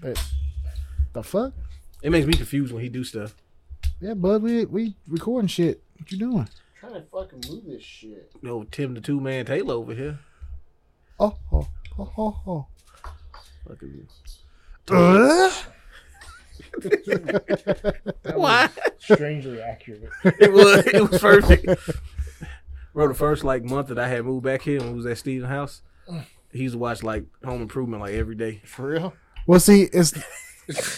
But the fuck? It makes me confused when he do stuff. Yeah, bud, we we recording shit. What you doing? trying to fucking move this shit. No, Tim the two man Taylor over here. Oh, oh, oh, oh, oh. Fucking Uh? That Why? was Strangely accurate. it was it was perfect. Bro, the first like month that I had moved back here when we was at Steven's house, he used to watch like Home Improvement like every day. For real? Well, see, it's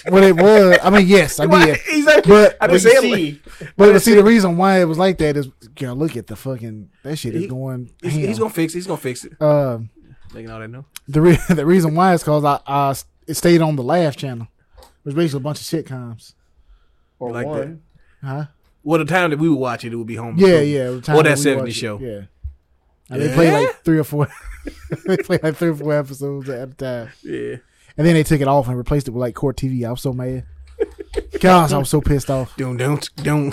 what it was. I mean, yes, I Why- did. Exactly. But- I but you didn't say it. like- See, But see, the reason why it was like that is, girl, look at the fucking that shit is He- going. He's, ham. he's gonna fix. it. He's gonna fix it. Um, Making all that no. the re- the reason why is because I, I s- it stayed on the laugh channel, which was basically a bunch of sitcoms. or Like that. one. Huh? Well, the time that we would watch it, it would be Home. Yeah, Improvement. yeah. the time Or that we 70s watched it, show. Yeah. And they played Yeah? like three or four. they played like three or four episodes at a time, yeah. and then they took it off and replaced it with like Court TV. I was so mad. Gosh, I was so pissed off. Doom, doom, doom.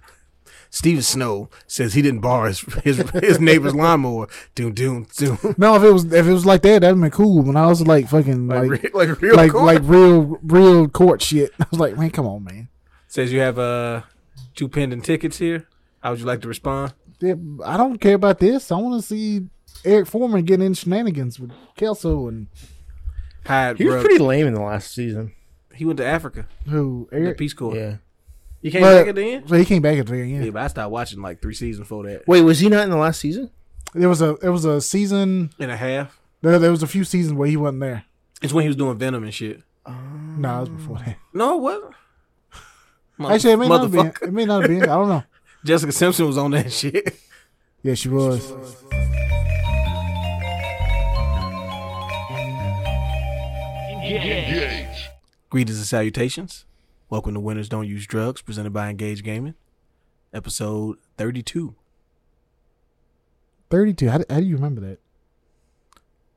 Steven Snow says he didn't borrow his his, his neighbor's lawnmower. Doom, doom, doom. No, if it was if it was like that, that'd been cool. When I was like fucking Like, like re- like real like cool. like real real court shit. I was like, man, come on, man. says you have uh two pending tickets here. How would you like to respond? Yeah, I don't care about this. I want to see Eric Foreman getting in shenanigans with Kelso and Hide, He was bruh. pretty lame in the last season. He went to Africa. who The Eric. Peace Corps. Yeah. You came But- back at the end. So he came back at the very end. Yeah, but I stopped watching like three seasons before that. Wait, was he not in the last season? There was a there was a season. And a half. There, there was a few seasons where he wasn't there. It's when he was doing Venom and shit. No, it was before that. No, what? Actually, it may not have been. Motherfucker. It may not have been. I don't know. Jessica Simpson was on that shit. Yeah, she was. Greetings and salutations. Welcome to Winners Don't Use Drugs, presented by Engage Gaming, episode 32. Thirty two. How, do- how do you remember that?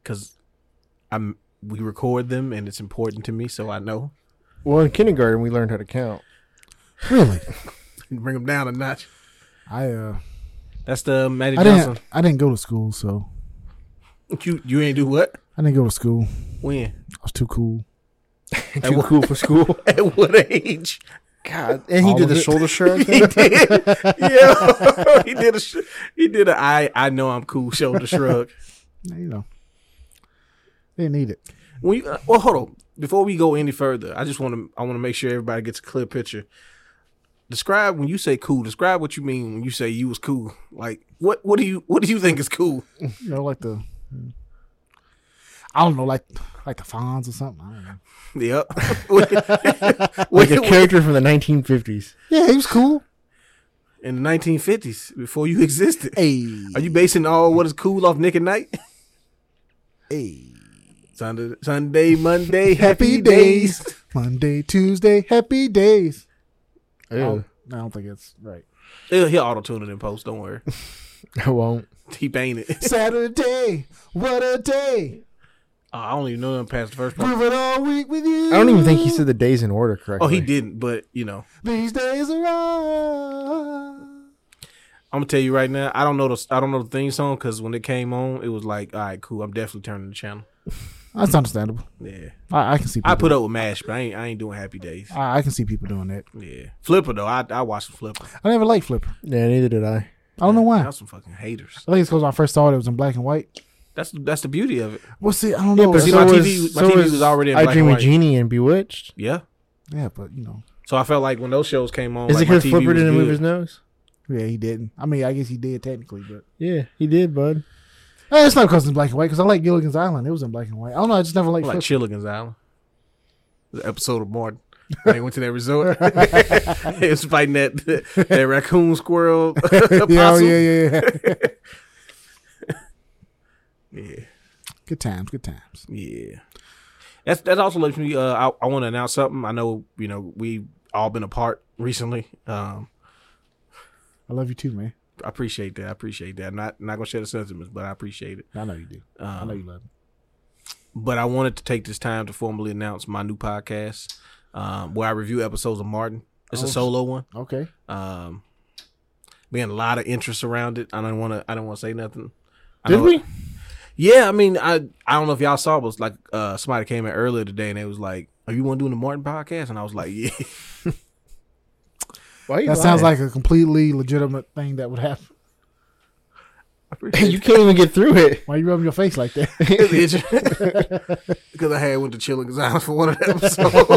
Because I'm we record them and it's important to me, so I know. Well, in kindergarten, we learned how to count. Really? Bring them down a notch. I uh, That's the Magic I Johnson. didn't. I didn't go to school, so You you ain't do what? I didn't go to school. When? I was too cool. At Too what, cool for school. at what age? God, and he All did of the it. shoulder shrug. He did. yeah, he did a sh- he did a I I know I'm cool shoulder shrug. You know, didn't need it. When you, uh, well, hold on. Before we go any further, I just want to I want to make sure everybody gets a clear picture. Describe when you say cool. Describe what you mean when you say you was cool. Like what what do you what do you think is cool? You know, like the. I don't know, like like the Fonz or something. I don't know. Yep. What- Like what- a character from the 1950s. Yeah, he was cool. in the 1950s before you existed. Hey, Are you basing all what is cool off Nick and Night? hey. Sunday, Sunday, Monday, Happy days. Monday, Tuesday, happy days. I Ew. don't, I don't think it's right. He'll, he'll auto tune it in post. Don't worry. I won't. He painted. Uh, it. Saturday, what a day. Oh, I don't even know them past the first part. Grooving all week with you. I don't even think he said the days in order correctly. Oh, he didn't. But you know, These days are all. I'm gonna tell you right now. I don't know the I don't know the theme song because when it came on, it was like, all right, cool. I'm definitely turning the channel. That's understandable. Yeah, I, I can see. People, I put up with Mash, but I ain't I ain't doing Happy Days. I, I can see people doing that. Yeah, Flipper though. I I watched Flipper. I never liked Flipper. Yeah, neither did I. I don't know why. That's some fucking haters. I think it's because when I first saw it, it was in black and white. That's that's the beauty of it. Well, see, I don't know. but see, So- my TV my TV was already in I black Dream and of white. Genie and Bewitched. Yeah. yeah, but you know, So I felt like when those shows came on, Is Oh, like it because my TV Flipper was didn't move good. his nose? yeah, he didn't. I mean, I guess he did technically, but Yeah, he did, bud. Eh, it's not because it's in black and white. Because I like Gilligan's Island. It was in black and white. I don't know. I just never liked. like Flipper. Chilligan's Island. The episode of Martin. They went to that resort. it was fighting that that raccoon squirrel. yeah, oh, opossum. yeah, yeah, yeah. yeah, good times, good times. yeah. That's that also lets me. Uh, I, I want to announce something. I know you know we all been apart recently. Um, I love you too, man. I appreciate that. I appreciate that. Not not gonna share the sentiments, but I appreciate it. I know you do. I know Um, you love me. but I wanted to take this time to formally announce my new podcast, um, where I review episodes of Martin. It's Oh. a solo one. Okay, Um, being a lot of interest around it. I don't want to. I don't want to say nothing. I Did know- we? Yeah, I mean, I I don't know if y'all saw, but like uh, somebody came in earlier today and they was like, "Are you one doing the Martin podcast?" And I was like, "Yeah." Why you That sounds like a completely legitimate thing that would happen. you can't even get through it. Why you rubbing your face like that? because I had went to Chilling Sounds for one of the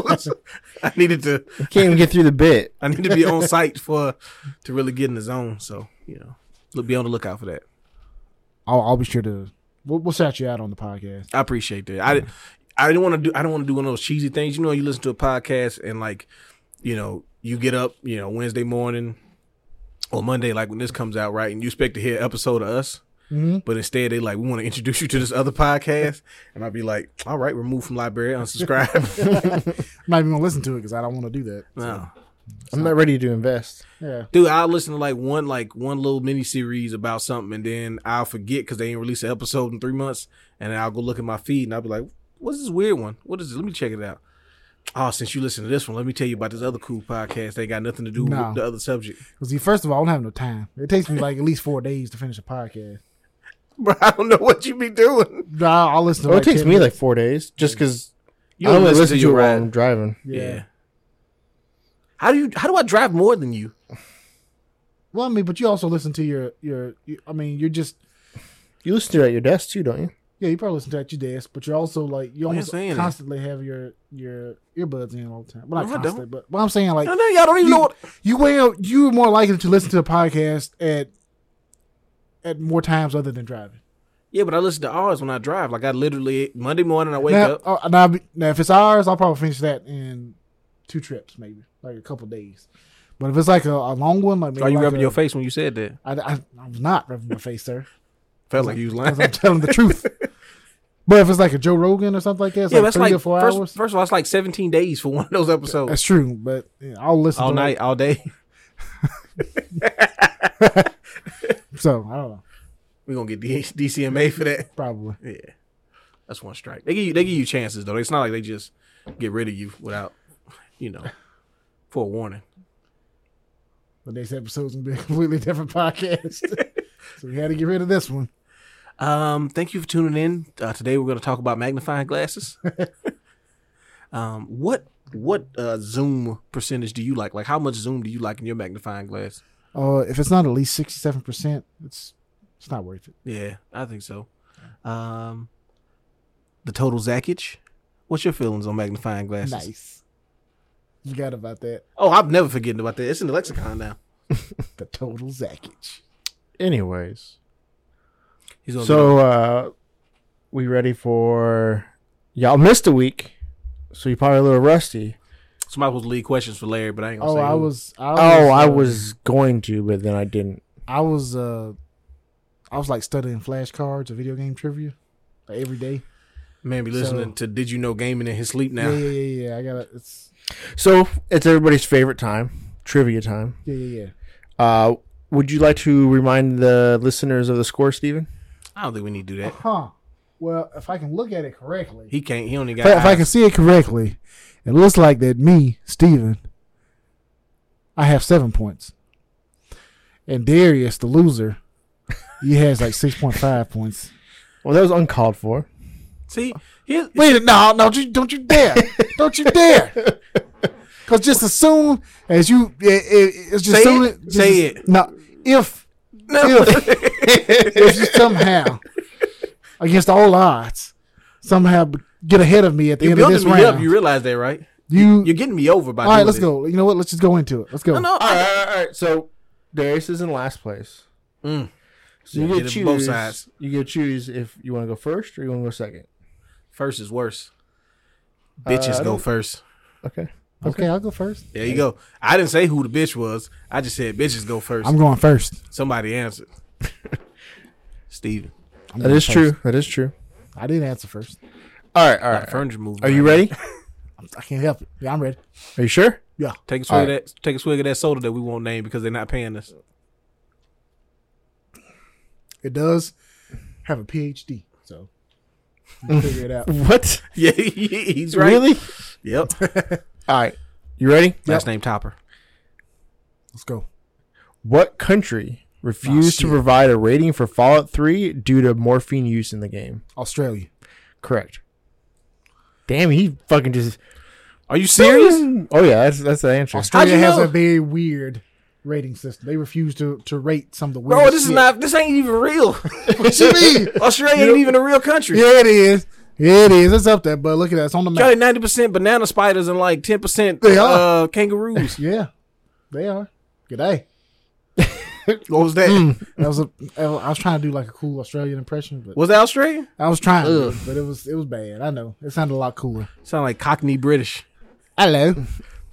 episodes. I needed to You can't even get through the bit. I need to be on site for to really get in the zone. So you know, look, be on the lookout for that. I'll, I'll be sure to. We'll, we'll shout you out on the podcast. I appreciate that. I didn't. I didn't want to do. I don't want to do one of those cheesy things. You know, you listen to a podcast and like, you know, you get up, you know, Wednesday morning or Monday, like when this comes out, right, and you expect to hear an episode of us. But instead, they like we want to introduce you to this other podcast, and I'd be like, "All right, remove from library, unsubscribe." I'm not even gonna listen to it because I don't want to do that. no. I'm not ready to invest. Yeah, Dude, I'll listen to like one like one little mini series about something, and then I'll forget because they ain't released an episode in three months, and then I'll go look at my feed and I'll be like, "What's this weird one? What is it? Let me check it out." Oh, since you listen to this one, let me tell you about this other cool podcast. They got nothing to do No. with the other subject, because first of all, I don't have no time. It takes me like at least four days to finish a podcast. bro. I don't know what you be doing. But I'll, I'll listen to. Oh, it takes 10 me minutes. like four days just because I You only don't listen, to it your while ride. I'm driving. Yeah. yeah. How do you? How do I drive more than you? Well, I mean, but you also listen to your your. your I mean, you're just You listen to it at your desk too, don't you? yeah. You probably listen to that at your desk, but you're also like you What almost I'm saying is- constantly have your your earbuds in all the time. Well, not No, I don't. constantly, but what I'm saying like I know y'all don't even you, know what. you well you're more likely to listen to a podcast at at more times other than driving. Yeah, but I listen to ours when I drive. Like I literally Monday morning I wake now, up. uh, now, now, if it's ours, I'll probably finish that in two trips, maybe like a couple days. But if it's like a, a long one, like maybe Are you like rubbing a- your face when you said that? I, I, I was not rubbing my face, sir. Felt like you was lying. Because I'm telling the truth. But if it's like a Joe Rogan or something like that, it's yeah, like that's three like or four first, hours. first of all, it's like 17 days for one of those episodes. That's true, but yeah, I'll listen all to it. night, all day. So I don't know, We're gonna get D- DCMA for that. probably. Yeah, that's one strike. They give you, they give you chances though. It's not like they just get rid of you without, you know, forewarning. But next episode's gonna be a completely different podcast. so we had to get rid of this one. Um, thank you for tuning in. Uh, today we're gonna talk about magnifying glasses. um, what what uh, zoom percentage do you like? Like, how much zoom do you like in your magnifying glass? Uh, if it's not at least sixty-seven percent, it's it's not worth it. Yeah, I think so. Um, the total zackage. What's your feelings on magnifying glasses? Nice. You got about that. Oh, I'm never forgetting about that. It's in the lexicon now. The total zackage. Anyways, He's gonna so uh, we ready for y'all missed a week, so you're probably a little rusty. be- somebody was lead questions for Larry, but I ain't gonna Oh, say. I who. was. I was Oh, I uh, was going to, but then I didn't. I was. Uh, I was like studying flashcards of video game trivia like, every day. man be listening to Did You Know Gaming in his sleep now. Yeah, yeah, yeah, yeah. I gotta. It's So it's everybody's favorite time, trivia time. yeah, yeah, yeah. Uh, would you like to remind the listeners of the score, Steven? I don't think we need to do that. Huh. Well, if I can look at it correctly, He can't. He only got. if I, if I eyes. can see it correctly, it looks like that me, Steven, I have seven points, and Darius, the loser, he has like six point five points. Well, that was uncalled for. see, here, Wait, no, no, you- don't you dare, don't you dare, because just as soon as you, it, it, it's just Say soon it. just Say as- it. No, if no. if you somehow against all odds somehow b- get ahead of me at the you're end of building this me up. round, You realize that, right? you, You're getting me over by. all right, doing let's this. go. You know what? Let's just go into it. Let's go. No, no. All I- right, all right, all right. So Darius is in last place. Mm. So you Yeah, get get choose. it both sides. You get choose if you want to go first or you want to go second. First is worse. Bitches I go Uh, don't- first. Okay. Okay, I'll go first. There you go. I didn't say who the bitch was. I just said bitches go 1st I'm going first. Somebody answered. Steven. I'm That going is first. true. That is true. I didn't answer first. All right. All Got a right. furniture moving. Are you right ready? I can't help it. Yeah, I'm ready. Are you sure? Yeah. now. Take a swig All of that. Take a swig of that soda that we won't name because they're not paying us. It does have a PhD, so you figure it out. What? Yeah, he's right. Really? Yep. All right. You ready? Last name Topper. Let's go. What country refused to shit. provide a rating for Fallout 3 due to morphine use in the game. Australia. Correct. Damn, he fucking just Are you serious? Oh yeah, that's that's the answer. Australia How'd you has know? a very weird rating system. They refuse to, to rate some of the weird. Bro, Oh, this is not. This ain't even real. What you mean? Australia ain't even a real country. Yeah, it is. Yeah, it is. It's up there, but look at that. It's on the Got map. it ninety percent banana spiders and like ten percent They uh, kangaroos. Yeah, they are. G'day. what was that? That was a. I was trying to do like a cool Australian impression, but Was that Australia? I was trying, to, but it was it was bad. I know it sounded a lot cooler. Sound like Cockney British. Hello.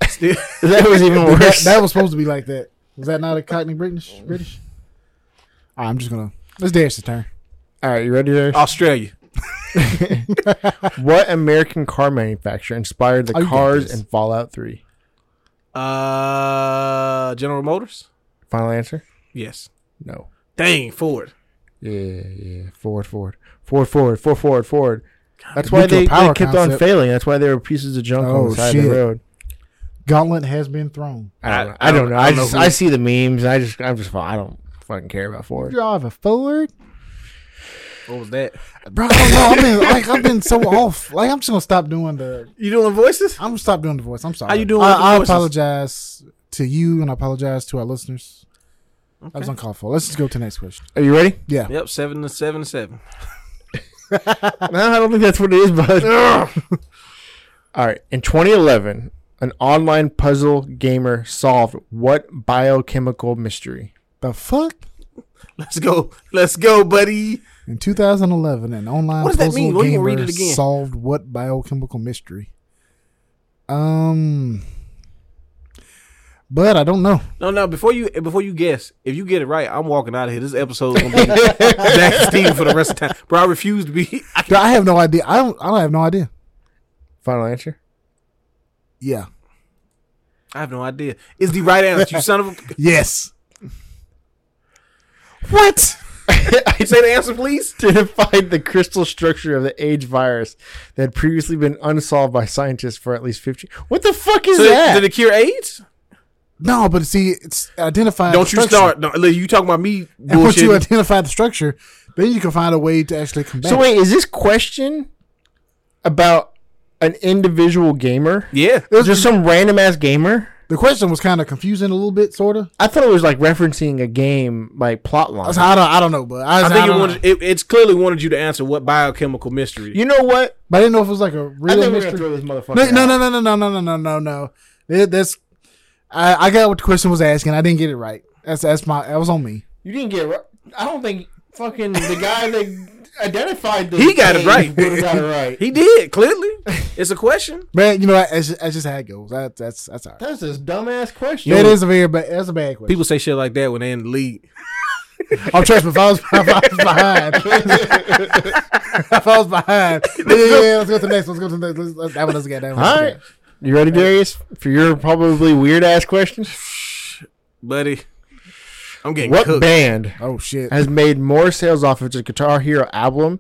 Still, that was even that, worse. that was supposed to be like that. Was that not a Cockney British? British. All right, I'm just gonna. Let's Darius' turn. All right, you ready there? Australia. what American car manufacturer inspired the Oh, you got cars this. in Fallout 3? Uh, General Motors. Final answer? Yes. No. Dang, Ford. Yeah, yeah. Forward, forward, forward, forward, forward, forward, forward. That's the why nuclear they, they power kept on concept. failing. That's why they were pieces of junk on Oh, the side of shit. the road. Gauntlet has been thrown. I don't know. I don't know. I, I don't just know who- I see the memes. I just I'm just I don't fucking care about Ford. Drive a Ford, What was that? bro. I don't know. I've been like I've been so off. Like I'm just gonna stop doing the. You doing voices? I'm gonna stop doing the voice. I'm sorry. How you doing with the I, I voices? apologize to you, and I apologize to our listeners. That was uncalled for. Let's just go to the next question. Are you ready? Yeah. Yep, seven to seven to seven. no, I don't think that's what it is, bud. All right. In 2011, an online puzzle gamer solved what biochemical mystery? The fuck. Let's go. Let's go, buddy. In 2011, an online What does that puzzle mean? Why you gamer gonna read it again? solved what biochemical mystery? Um, but I don't know. No, no. Before you, before you guess, if you get it right, I'm walking out of here. This episode's gonna be Zach and Steven for the rest of the time. Bro, I refuse to be. I, Dude, I have no idea. I don't. I don't have no idea. Final answer? Yeah. I have no idea. It's the right answer. You son of a. Yes. What? You say the answer, please. Identified the crystal structure of the AIDS virus that had previously been unsolved by scientists for at least 15. What the fuck is So, that? Did it cure AIDS? No, but see, it's identifying. Don't the you structure. start. No, look, you talking about me And once you bullshit? identify the structure, then you can find a way to actually combat. so wait, is this question about an individual gamer? Yeah. Just some random ass gamer? it. the question was kind of confusing a little bit, sort of. I thought it was like referencing a game like plot line. I don't. I don't know, but I, I think it don't wanted. know. It, it's clearly wanted you to answer what biochemical mystery. You know what? But I didn't know if it was like a I real think we're gonna mystery. throw this motherfucker. No, no, out. no, no, no, no, no, no, no, no, no. That- That's I, I got what the question was asking. I didn't get it right. That's that's my that was on me. You didn't get it right. I don't think fucking the guy that identified the He got it thing right. would've got it right. He did clearly. It's a question. But you know, that's just, that's just how it goes. That, that's that's all right. That's this dumbass question. That is a very bad. That's a bad question. People say shit like that when they in the league. Oh, trust me, if I was, if I was behind, if I was behind, yeah, yeah, yeah, let's go to the next. Let's go to the next. Let's, let's, that one doesn't get that one. All doesn't right. You ready, Darius, for your probably weird ass question? buddy. I'm getting What cooked. band get it. Oh shit! has made more sales off of its Guitar Hero album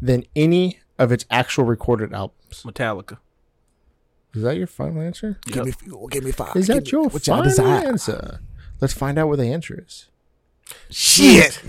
than any of its actual recorded albums? Metallica. Is that your final answer? Give me fuel. Give me fire. Is give that me, your what y'all final desire? answer? Let's find out what the answer is. Shit.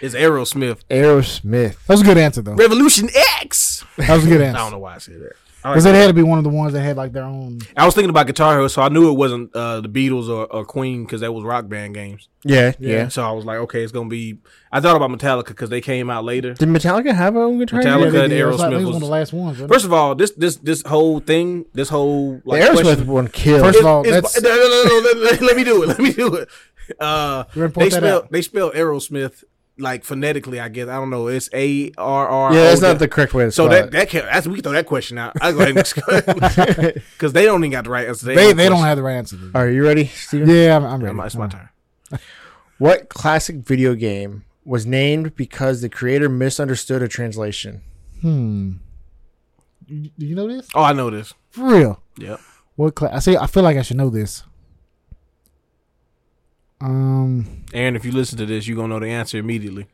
It's Aerosmith. Aerosmith. That was a good answer though. Revolution X. I That was a good don't answer. know why I said that. All right. Because it had to be one of the ones that had like their own. I was thinking about Guitar Hero, so I knew it wasn't uh, the Beatles or, or Queen because that was rock band games. Yeah, yeah. So I was like, okay, it's gonna be. I thought about Metallica because they came out later. Did Metallica have a own Guitar Metallica Hero? Good, It was, like, Aerosmith it was one was- of the last ones. wasn't it? First of all, this this this whole thing, this whole The like Aerosmith question- one killed. First of all, It's- that's- no, no, no, no, let, let me do it. Let me do it. Uh, We're gonna they point that spell out. they spell Aerosmith like phonetically. I guess I don't know. It's A R R. yeah, that's O- not the correct way to So spell that it. that can that's we can throw that question out. I go ahead and because they don't even got the right answer. They they don't have the right answer. Are you ready, Steven? Yeah, I'm, I'm ready. Question. It's my turn. What classic video game was named because the creator misunderstood a translation? Hmm. You- Do you know this? Oh, I know this. For real? Yep. What class? I say I feel like I should know this. Um, Aaron, if you listen to this, you're gonna know the answer immediately.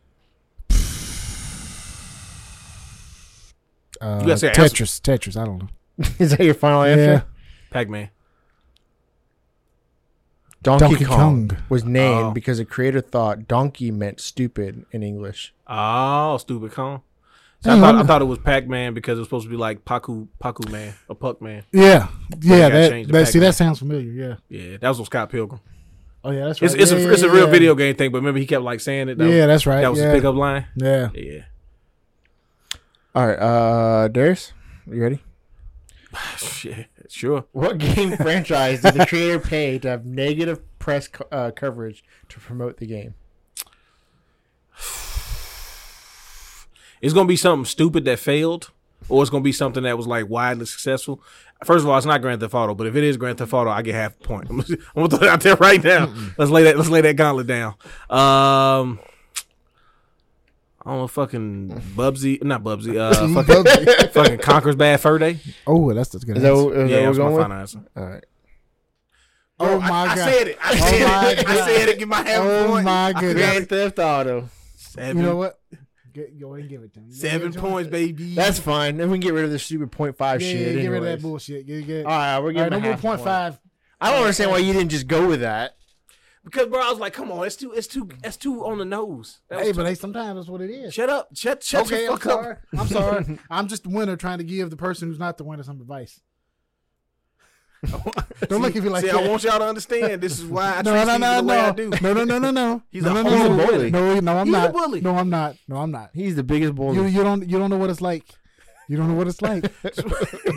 uh, You gotta say answer. Tetris. Tetris. I don't know. Is that your final answer? Pac Man. Donkey, Donkey Kong, Kong. was named Oh. because a creator thought donkey meant stupid in English. Oh, stupid con. So I Hey, thought I'm- I thought it was Pac Man because it was supposed to be like Paku Paku Man or Puck Man. Yeah, yeah. gotta That, change the that see, background. that sounds familiar. Yeah. Yeah, that was on Scott Pilgrim. Oh yeah, that's right. It's it's, Yeah, a, it's yeah, a real yeah. video game thing, but remember he kept like saying it. That Yeah, was, that's right. that was yeah. his pickup line. Yeah. Yeah. All right, uh, Darius, you ready? Shit. Sure. What game franchise did the creator pay to have negative press co- uh, coverage to promote the game? It's gonna be something stupid that failed, or it's gonna be something that was like widely successful. First of all, it's not Grand Theft Auto, but if it is Grand Theft Auto, I get half a point. I'm gonna I'm gonna throw it out there right now. Let's lay that let's lay that gauntlet down. Um I don't know, fucking Bubsy, not Bubsy, uh, fucking, fucking Conquer's Bad Fur Day. Oh, that's that's good. Is that, answer. what- is Yeah, that that what was we're my going with? final answer. All right. Oh I- my I, god. said it. I Oh said my it. God. I said it. Get my half Oh point. my I goodness. got Theft Auto. Seven, You know what? Get, go ahead and give it to me. seven Give it to me. points, baby. That's fine. Then we can get rid of this stupid point five Yeah, shit. yeah, get rid of that anyways. bullshit. Get, get. All right, we're All right, giving no a more half point point five. I don't understand why you didn't just go with that. because bro, I was like, come on, it's too, it's too, that's too on the nose. That was Hey, but hey, sometimes that's what it is. Shut up. Shut, shut okay, the I'm fuck up. sorry. I'm sorry. I'm just the winner trying to give the person who's not the winner some advice. Don't look at me like See, that. I want y'all to understand. This is why I no, no, treat people no, the way I no. do. no, no, no, no, no. He's no, a- no, he's a no, no, bully. No, no, I'm He's a not. bully. No, I'm not. No, I'm not. He's the biggest bully. You, you don't, you don't know what it's like. You don't know what it's like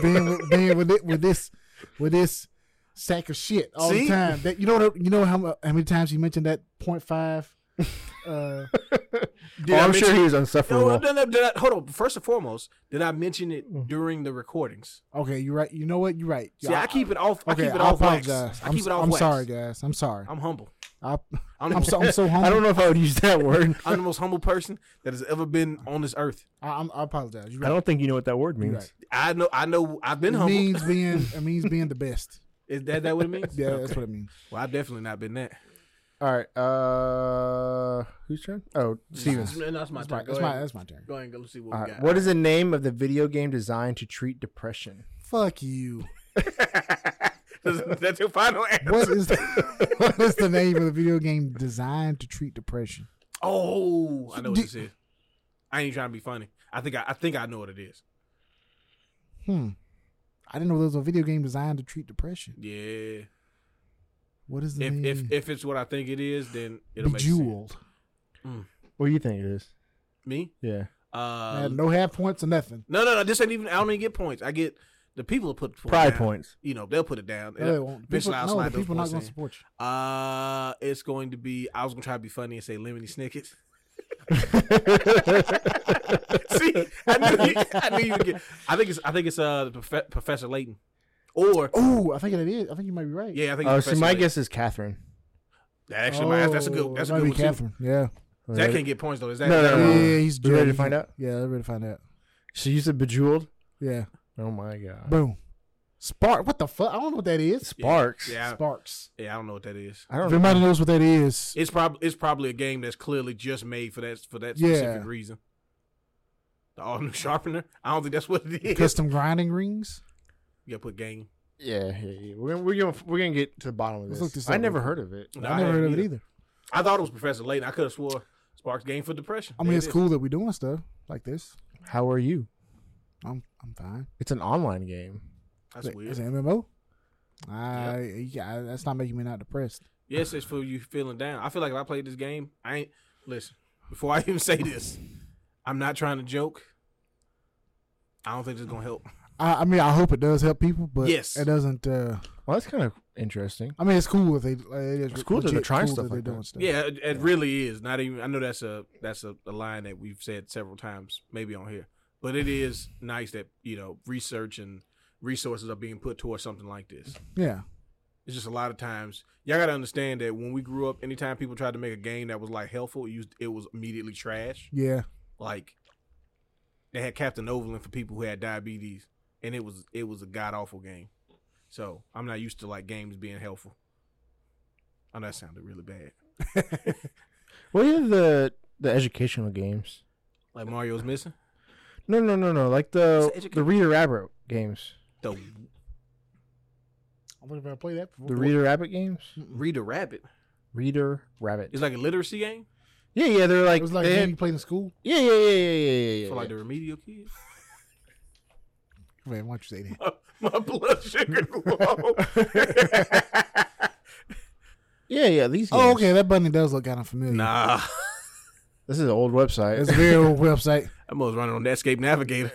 being with, being with it, with this, with this sack of shit all the See? time. That you know, what- you know how mu- how many times you mentioned that point five. Uh, oh, I I'm mention- sure he was No, unsufferable. no, no, did I, hold on. First and foremost, did I mention Mm. it during the recordings? okay, you're right. You know what? You're right. See, I, keep it off. Okay, I keep it I off wax. apologize. I I'm, keep it off I'm wax. sorry, guys. I'm sorry. I'm humble. I, I'm, I'm so I'm so humble. I don't know if I would use that word. I'm the most humble person that has ever been on this earth. I, I'm, I apologize. You're I right. don't think you know what that word You're means. right. I know. I know. I've been It humble. means being it means being the best. Is that that what it means? Yeah, Okay. that's what it means. Well, I've definitely not been that. All right. Uh, whose turn? Oh, Stevens. That's, that's my That's my turn. Go that's my, ahead. that's my turn. Go ahead and go see what All we right. got. What is the name of the video game designed to treat depression? Fuck you. that's your final answer. What is what is the name of the video game designed to treat depression? Oh, I know what Do- this is. I ain't trying to be funny. I think I, I think I know what it is. Hmm. I didn't know there was a video game designed to treat depression. Yeah. What is the If name? if if it's what I think it is, then it'll make Bejeweled. What do you think it is? sense. Me? Yeah. I Uh, had no, no half points or nothing. no, no. This ain't even. I don't even get points. I get the people to put the point Pride down. points. You know, they'll put it down. No, they won't. Bitch, People, I'll no, slide the those people not points going to in. support you. Uh, it's going to be. I was gonna try to be funny and say lemony snickets. See, I knew you. I knew you would get. I think it's. I think it's uh Prof- Professor Layton, or Oh, I think it is. I think you might be right. yeah, I think. Oh, it's see, Professor my Layton. guess is Catherine. That actually, might that's a Oh, good. That's it a might good be one too. Uh, Catherine. Yeah. That can't get points though. Is that? No, is that no, wrong? no. Yeah, he's You ready to yeah, find out? Yeah, they're ready to find out. So you said bejeweled? Yeah. Oh my god. Boom. Spark. What the fuck? I don't know what that is. Sparks. Yeah, Sparks. I- yeah. I don't know what that is. I If don't know. anybody knows what that is, It's probably it's probably a game that's clearly just made for that for that Yeah. specific reason. The all new sharpener. I don't think that's what it is. custom grinding rings. you gotta put game. Yeah, yeah, yeah. We're gonna, we're gonna we're gonna get to the bottom of Let's this. look this I up never real heard of it. No, I never heard haven't of it either. I thought it was Professor Layton. I could have swore Sparks game for depression. I mean, There it's it is. cool that we're doing stuff like this. How are you? I'm I'm fine. It's an online game. That's Wait, It's weird. an MMO. I yeah, that's not making me not depressed. Yes, it's for you feeling down. I feel like if I played this game, I ain't listen. Before I even say this, I'm not trying to joke. I don't think this is gonna help. I, I mean, I hope it does help people, but Yes. it doesn't. Uh, Well, that's kind of interesting. I mean, it's cool if they. Uh, it is It's cool that they're legit trying stuff like that. stuff. Yeah, it, it really is. Not even. I know that's a that's a, a line that we've said several times, maybe on here, but it is nice that you know research and resources are being put towards something like this. yeah. It's just a lot of times y'all got to understand that when we grew up, anytime people tried to make a game that was like helpful, it, used, it was immediately trash. Yeah. Like they had Captain Overland for people who had diabetes, and it was it was a god awful game. So I'm not used to like games being helpful. I know that sounded really bad. What are the the educational games? Like Mario's missing. No, no, no, no. Like the It's educa- the Reader Rabbit games. The I motherfucker if I play that before. The Reader Rabbit games? Read a rabbit. Reader Rabbit. It's like a literacy game Yeah, yeah, they're like, it was like they a had- game you played in school. yeah, yeah, yeah, yeah, yeah, yeah, yeah. for like the remedial kids. Man, why don't you say that? My blood sugar low. yeah, yeah. These. Games. Oh, okay. That bunny does look kind of familiar. nah, This is an old website. It's a very old website. I'm always running on Netscape Navigator.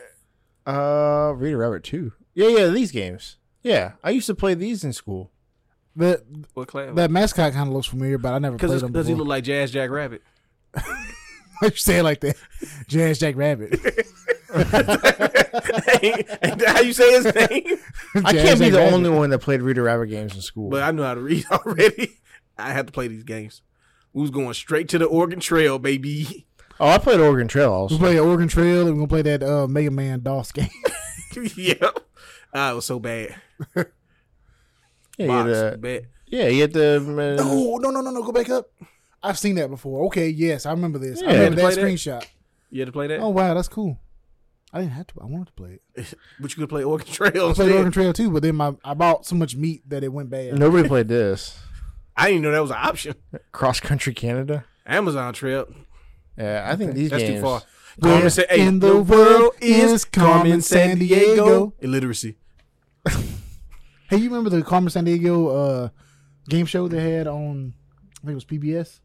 Uh, Reader Rabbit too. Yeah, yeah, these games. Yeah, I used to play these in school. That What class? that mascot kind of looks familiar, but I never played Because him does he before. look like Jazz Jack Rabbit? Why'd you say it like that? Jazz Jack Rabbit. ain't, ain't that how you say his name? I Jazz can't be Jack the Rabbit. only one that played Reader Rabbit games in school. but I knew how to read already. I had to play these games. We was going straight to the Oregon Trail, baby. oh, I played Oregon Trail also. We play Oregon Trail. and We're gonna play that uh, Mega Man DOS game. yep. Ah, it was so bad. yeah, you had Box, the, bad. yeah, you had the. uh, oh no no no no! Go back up. I've seen that before. Okay, yes, I remember this. Yeah. I remember Play that that? screenshot. You had to play that? Oh wow, that's cool. I didn't have to. I wanted to play it. But you could play Oregon Trail I played instead. Oregon Trail too, but then my I bought so much meat that it went bad. Nobody played this. I didn't even know that was an option. Cross Country Canada. Amazon Trail. Yeah, I think these That's games. too far. Where Carmen Sa- hey, in the world is Carmen Sandiego? Illiteracy. Hey, you remember the Carmen San Diego uh, game show they had on? I think it was PBS.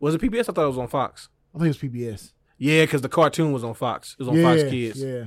Was it PBS? I thought it was on Fox. I think it was PBS. Yeah, because the cartoon was on Fox. It was on yeah, Fox Kids. Yeah,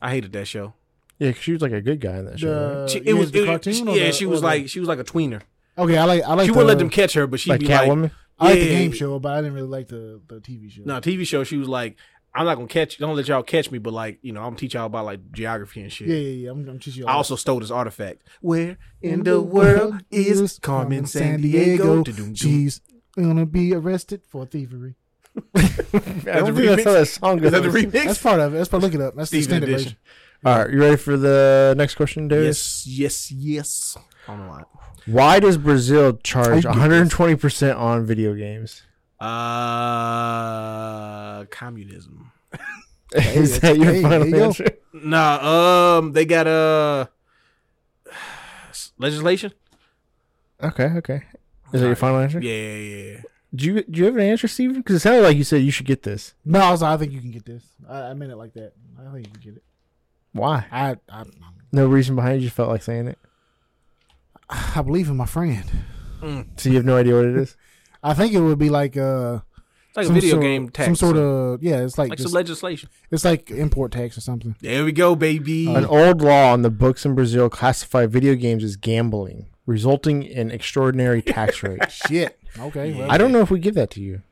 I hated that show. Yeah, 'cause she was like a good guy in that show. right? The- She, it yeah, was, Uh, the it was- cartoon. or yeah, the- she or was the- like she was like a tweener. Okay, I like I like. She the, wouldn't let them catch her, but she'd Like be Catwoman. I like Yeah, the yeah, game yeah. show, but I didn't really like the the TV show. like, no TV show. She was like, I'm not gonna catch. Don't let y'all catch me, but like, you know, I'm gonna teach y'all about like geography and shit. Yeah, yeah, yeah. I'm, I'm teaching you. I all also stole this artifact. Where in the world is Carmen San Diego? Is She's gonna be arrested for thievery. I don't the think that's remix? how that song goes. that the That's remix? part of it. That's part. Look it up. That's the Steven extended edition. version. All right, you ready for the next question, Darius? Yes, yes, yes. I don't know why. Why does Brazil I charge get 120 percent on video games? Uh, communism. Is that your hey, there final you go. answer? Nah, um, they got uh legislation. Okay, okay. Is that your final answer? Yeah, yeah, yeah. Do you do you have an answer, Steven? Because it sounded like you said you should get this. No, also, I think you can get this. I, I meant it like that. I think you can get it. Why? I I, No reason behind it. You just felt like saying it. I believe in my friend. So you have no idea what it is. I think it would be like uh It's like some a video sort- game tax. some sort of yeah. It's like, like just, some legislation. it's like import tax or something. There we go, baby. An old law in the books in Brazil classify video games as gambling, resulting in extraordinary tax rates. Shit. Okay. Well, I don't know if we give that to you.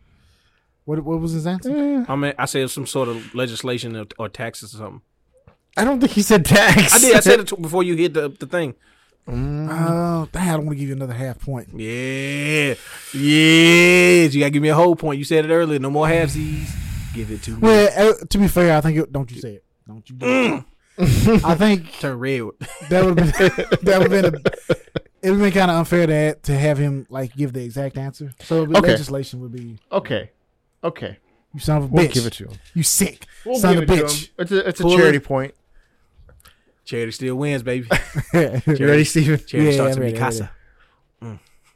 what what was his answer? I mean, I said some sort of legislation or, or taxes or something. I don't think he said tax. I did. I said it t- before you hit the the thing. Mm. Oh, damn, I don't want to give you another half point. Yeah, yes. You gotta give me a whole point. You said it earlier. No more halfsies. Give it to me. Well, uh, to be fair, I think it, don't you say it. Don't you? Do it. Mm. I think Turn red. that would have been that would have been a, it would been kind of unfair to ha- to have him like give the exact answer. So the Okay. legislation would be Okay. Okay. you son of a We'll bitch. give it to him. You sick We'll son give of a it to bitch. him. It's a, it's a Pull charity it. point. Charity still wins, baby. You ready, Steven? Charity Yeah, starts I'm with ready, I'm Mikasa.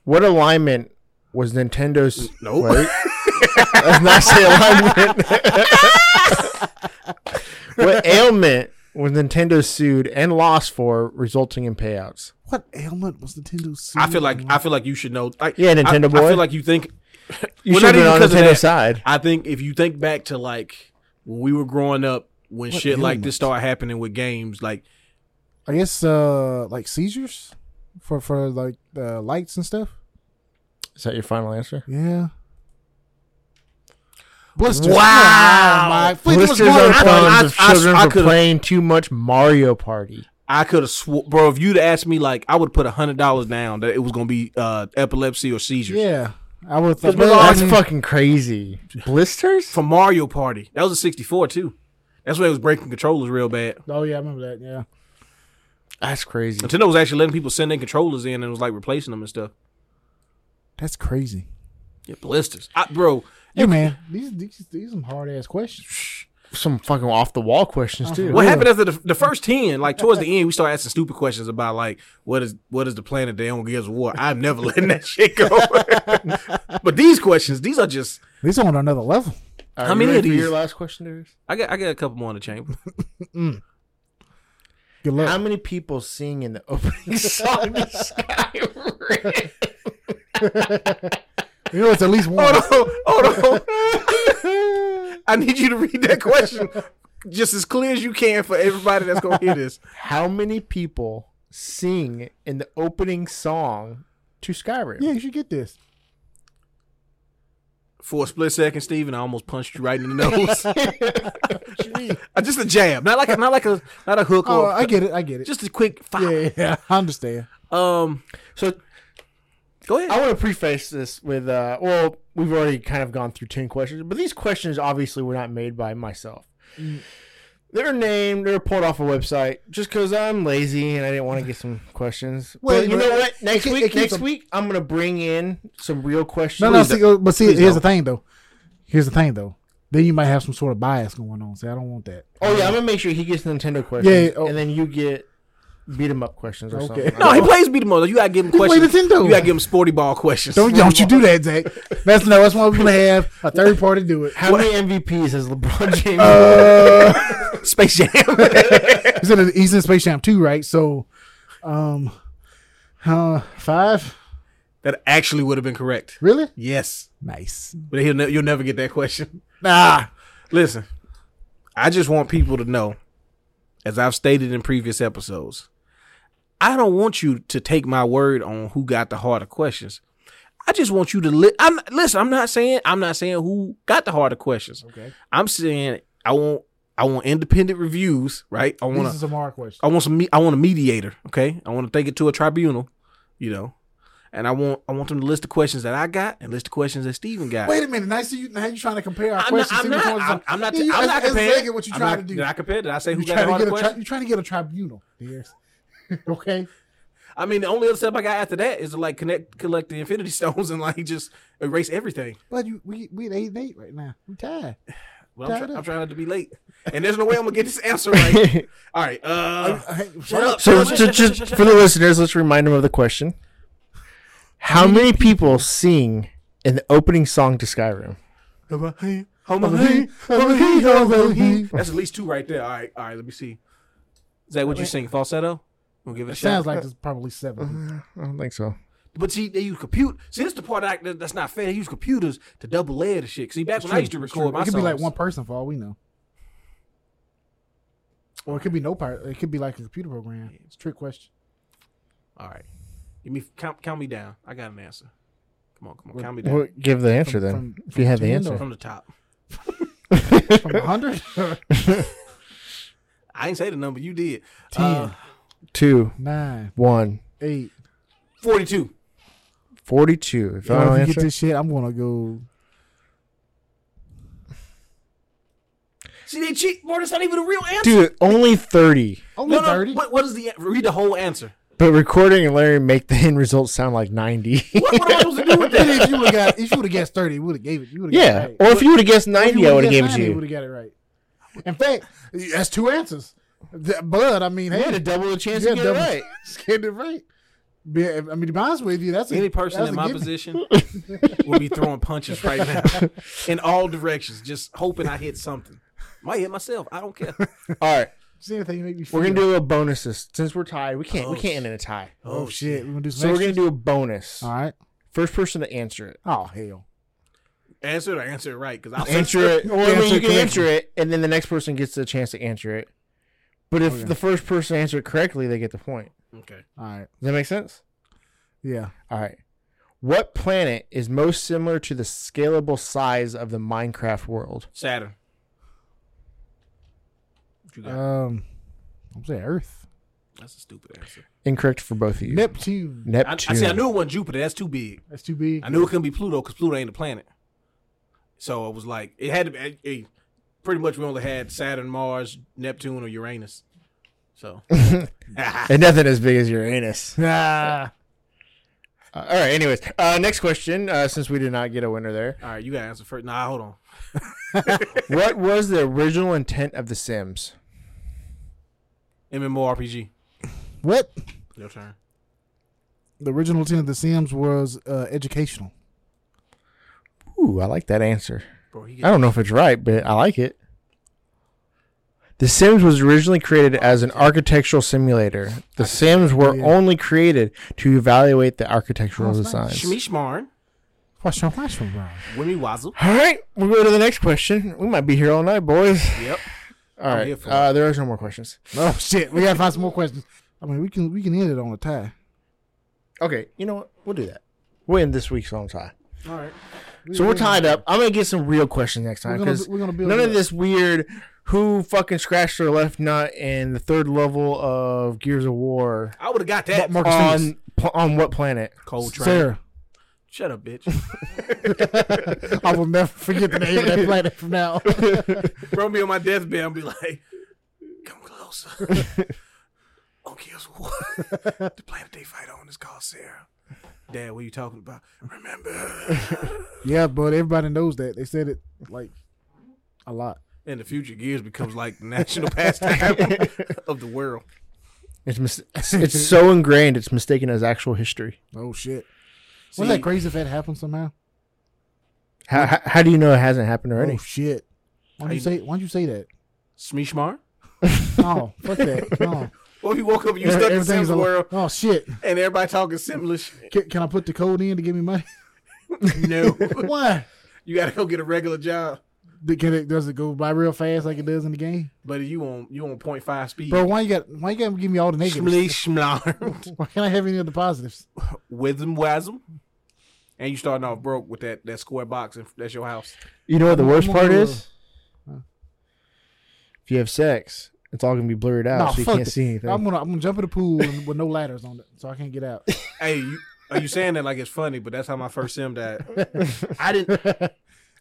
What alignment was Nintendo's? Nope. Wait. Let's not say alignment. what ailment was Nintendo sued and lost for, resulting in payouts? What ailment was Nintendo? sued I feel like on? I feel like you should know. Like, Yeah, Nintendo I, I boy. feel like you think You Well, not should have been even on because of Nintendo's that. side. I think if you think back to like when we were growing up, when shit like this ailments? started happening with games, like I guess uh like seizures for for like uh, lights and stuff. Is that your final answer? Yeah. Blisters. Wow. Oh, my- Flint, Blisters what's on going on? thumbs I- of I- I- children I for could've- playing too much Mario Party. I could have swore, bro. If you'd asked me, like I would put a hundred dollars down that it was gonna be uh, epilepsy or seizures Yeah. I would have Well, That's thought. fucking crazy. Blisters? from Mario Party. That was a sixty four too. That's when it was breaking controllers real bad. Oh yeah, I remember that. Yeah. That's crazy. Nintendo was actually letting people send their controllers in and was like replacing them and stuff. That's crazy. Yeah, blisters, I, bro. Hey man, these these these some hard ass questions. some fucking off the wall questions too. What happened after the, the first ten? Like towards the end, we started asking stupid questions about like what is what is the planet they don't give us war. I'm never letting that shit go. but these questions, these are just These are on another level. Are How you many ready of for these? Your last question, Darius? I got I got a couple more in the chamber. Good luck. How many people sing in the opening song to Skyrim? you know, it's at least one. hold on, hold on. I need you to read that question just as clear as you can for everybody that's gonna hear this. How many people sing in the opening song to Skyrim? Yeah, you should get this. For a split second, Steven, I almost punched you right in the nose. Uh, just a jab, not like a, not like a not a hook Oh, or I get it. I get it. just a quick yeah, fire. yeah, yeah, I understand. Um, So go ahead. I want to preface this with, uh, well, we've already kind of gone through 10 questions, but these questions obviously were not made by myself. Mm. They're named, they're pulled off a website just because I'm lazy and I didn't want to get some questions. Well, but you but know what? Next it- it week, keeps next them- week, I'm going to bring in some real questions. No, no. See, uh, but see, Please here's the thing though. Here's the thing though. Then you might have some sort of bias going on. See, I don't want that. oh, yeah, I'm going to make sure he gets Nintendo questions. Yeah, oh. And then you get beat him up questions or Okay. something. no, he plays beat 'em up. You gotta give him play questions. Nintendo. You gotta give him sporty ball questions. Don't don't you do that, Zach? That's no. That's why we're gonna have a third party do it. How many MVPs has LeBron James? Uh, Space Jam. He's in, he's in Space Jam too, right? So, um, uh, five. that actually would have been correct. Really? Yes, Nice. but he'll ne- you'll never get that question. Nah. Listen, I just want people to know, as I've stated in previous episodes, I don't want you to take my word on who got the harder questions. I just want you to li- I'm, listen. I'm not saying I'm not saying who got the harder questions. Okay. I'm saying I want I want independent reviews. Right. I want This is a hard question. I want some. me- I want a mediator. Okay, I want to take it to a tribunal, you know, and I want I want them to list the questions that I got and list the questions that Steven got. Wait a minute. Nice to you. How you trying to compare our I'm not. questions? I'm see which not, ones I'm, are- I'm not, Yeah, you- I'm that's not comparing. exactly what you're I'm trying not- to do. Did I compare? Did I say who You're got the trying to harder get a tri- question? you're trying to get a tribunal, dear. okay. I mean, the only other step I got after that is to like connect, collect the Infinity Stones, and like just erase everything. But you, we we at eight and eight right now. We tied. Well, I'm, Tied try- up. I'm trying not to be late, and there's no way I'm gonna get this answer right. All right, uh, shut up. So, shut up, just, shut up, just shut up, shut up. for the listeners, let's remind them of the question: How many people sing in the opening song to Skyrim? Sounds That's at least two right there. All right, all right. Let me see. Zach, what you sing? Falsetto? We'll give it a shot. like it's probably seven. I don't think so. But see, they use compute. See, this is the part that, that- that's not fair. They use computers to double layer the shit. See, back when I used to record my It could be like songs- one person for all we know. Or it could be no part. It could be like a computer program. It's a trick question. All right, give me count, count me down. I got an answer. Come on, come on, count me down Well, give the answer From- then, from- if you have the from answer. from the top. From a hundred? I didn't say the number. You did. Ten. Uh, Two, Nine, one, eight. Forty-two. forty-two. If So I if don't you answer, get this shit, I'm gonna go. See, they cheat. More. That's not even a real answer. dude, only thirty. Only no, no. thirty. What, what is the read the whole answer? But recording and Larry make the end result sound like ninety. What, what am I supposed to do with Then that? if you would have got, if you would have guessed thirty, would have gave it. You would have yeah, got it right. or if you would have guessed ninety, I would have gave it to Would you. have got it right. In fact, that's two answers. The- But I mean, hey, double the chance you had double- Get it right. Be- I mean, to be honest with you, that's a, Any person that's in a my given. position will be throwing punches right now in all directions, just hoping I hit something. Might hit myself. I don't care. All right, Just anything you make me we're gonna feel. do a bonus this since we're tied. We can't. we Oh, can't end in a tie. Oh shit, we're gonna do. So Some we're extra- gonna do a bonus. All right. First person to answer it. Oh hell. Answer it or answer it right, because I'll say Answer it. Or I mean, Answer you can correctly. answer it, and then the next person gets the chance to answer it. But if the first person answers it correctly, they get the point. Okay. All right. Does that make sense? Yeah. All right. What planet is most similar to the scalable size of the Minecraft world? Saturn. What you got? Um, I'm saying Earth, That's a stupid answer. Incorrect for both of you. Neptune. I, I Neptune. see. I knew it wasn't Jupiter. That's too big. That's too big. I knew it couldn't be Pluto because Pluto ain't a planet. So it was like it had to be. it- it- pretty much, we only had Saturn, Mars, Neptune, or Uranus. So and nothing as big as Uranus. Nah. Uh, all right. Anyways, uh, next question. Uh, since we did not get a winner there, All right, you gotta answer first. Nah, hold on. what was the original intent of The Sims? MMORPG. What? Your turn. The original intent of The Sims was uh, educational. Ooh, I like that answer. Bro, he I don't know if it's right, but I like it. The Sims was originally created as an architectural simulator. The Sims were yeah. only created to evaluate the architectural Oh, it's nice. designs. Shmish Marn, What's your question, Brian? Wimmy Wazzle. All right, we'll go to the next question. We might be here all night, boys. Yep. All here right, for uh, there is no more questions. Oh shit, we gotta find some more questions. I mean, we can we can end it on a tie. Okay, you know what? We'll do that. We'll end this week's on tie. All right. So we're tied up. I'm gonna get some real questions next time We're gonna- because we're gonna build none it of up. this weird who fucking scratched their left nut in the third level of Gears of War I would have got that. Marcus Phoenix. on pl- on what planet? Cold train. Sarah. Shut up, bitch. I will never forget the name of that planet from now. on. Bro, me on my deathbed and be like, come closer. on Gears of War, the planet they fight on is called Sarah. Dad, what are you talking about? Remember. yeah, but everybody knows that. They said it like a lot. In the future, Gears becomes like the national pastime of the world. It's mis- it's so ingrained. It's mistaken as actual history. Oh shit. See- Wasn't that crazy if that happened somehow? How, how, how do you know it hasn't happened Oh already? shit. Why'd you I- say why'd you say that? Smishmar? No, fuck that. No. What if you woke up and you stuck in Sims a- world Oh shit. and everybody talking Simlish? Can, can I put the code in to give me money? No. Why? you got to go get a regular job. Did- Can it, does it go by real fast like it does in the game? But you on you on point five speed. Bro, why you got why you gotta give me all the negatives? Smishmar. Why can't I have any of the positives? Wisdom, wasm. And you starting off broke with that, that square box and that's your house. You know what the I'm- worst I'm part gonna- is? If you have sex, it's all gonna be blurred out, No, so you fuck can't it. see anything. I'm gonna I'm gonna jump in the pool and, with no ladders on it, so I can't get out. Hey, you, are you saying that like it's funny? But that's how my first sim died. I didn't.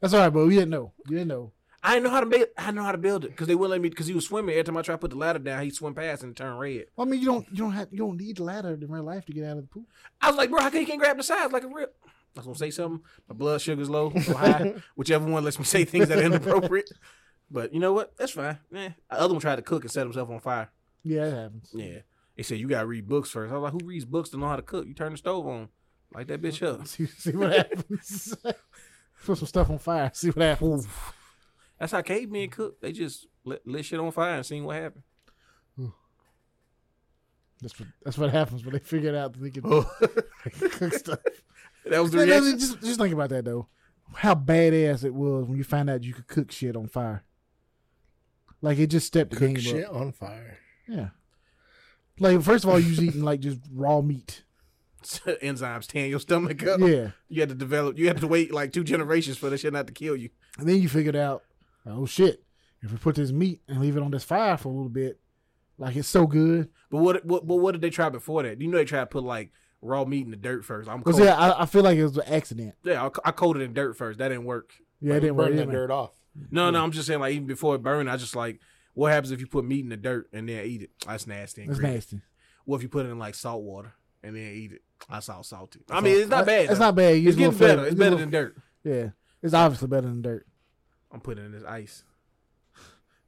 That's all right, but we didn't know. You didn't know. I didn't know how to build. I didn't know how to build it because they wouldn't let me. Because he was swimming. Every time I tried to put the ladder down, he swim past and turn red. Well, I mean, you don't you don't have you don't need a ladder in real life to get out of the pool. I was like, bro, how come you can't grab the sides like a rip? I was gonna say something. My blood sugar's low or high, whichever one lets me say things that are inappropriate. But you know what? That's fine. Eh. The other one tried to cook and set himself on fire. Yeah, that happens. Yeah. They said you gotta read books first. I was like, who reads books to know how to cook? You turn the stove on, light that bitch up. See, see what happens. Put some stuff on fire. See what happens. That's how cavemen cook. They just lit, lit shit on fire and seen what happened. That's what that's what happens when they figure it out. That they can cook stuff. That was the No, no, reaction. just just think about that though. How badass it was when you find out you could cook shit on fire. Like it just stepped the game up. on fire. Yeah. Like first of all, you was eating like just raw meat. Enzymes tearing your stomach up. Yeah. You had to develop. You had to wait like two generations for that shit not to kill you. And then you figured out, oh shit, if we put this meat and leave it on this fire for a little bit, like it's so good. But what? What? But what did they try before that? You know they tried to put like raw meat in the dirt first. I'm Cause cold. yeah, I, I feel like it was an accident. Yeah, I, I coated in dirt first. That didn't work. Yeah, it didn't work. didn't it? off. No, no. I'm just saying like even before it burned, I just like what happens if you put meat in the dirt and then eat it? That's nasty. That's That's nasty. What if you put it in like salt water and then eat it? That's all salty. I mean, it's That- not bad. It's though. not bad. You just It's getting want flavor. better. It's You better want- than dirt. yeah. It's obviously better than dirt. I'm putting it in this ice.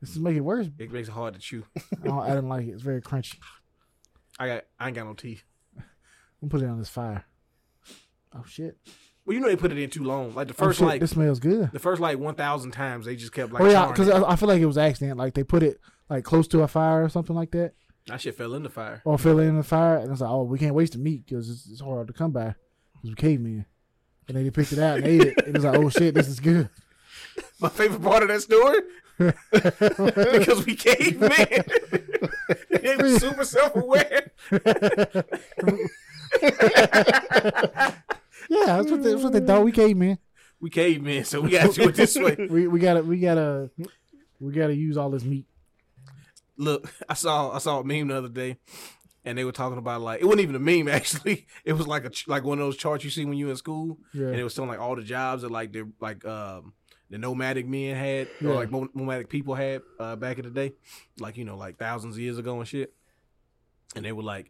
This is making it worse. It makes it hard to chew. I, don't, I didn't like it. It's very crunchy. I got. I ain't got no teeth. I'm putting it on this fire. Oh shit! Well, you know they put it in too long. Like the Oh, first shit, like this smells good. the first like 1,000 times they just kept like. oh yeah, charring because it. I, I feel like it was an accident. Like they put it like close to a fire or something like that, That shit fell in the fire. or fill it in the fire, and it's like, oh, we can't waste the meat because it's, it's hard to come by because we cavemen. And then they picked it out and ate it, and it's like, oh shit, this is good. My favorite part of that story because we came in. they were super self aware. Yeah, that's what they, that's what they thought. We cavemen. We came in, so we got to do it this way. We we gotta we gotta we gotta use all this meat. Look, I saw I saw a meme the other day, and they were talking about like it wasn't even a meme actually. It was like a ch- like one of those charts you see when you in school, Yeah. and it was showing like all the jobs that like the like um the nomadic men had Yeah. or like mo- nomadic people had uh, back in the day, like you know like thousands of years ago and shit. And they were like,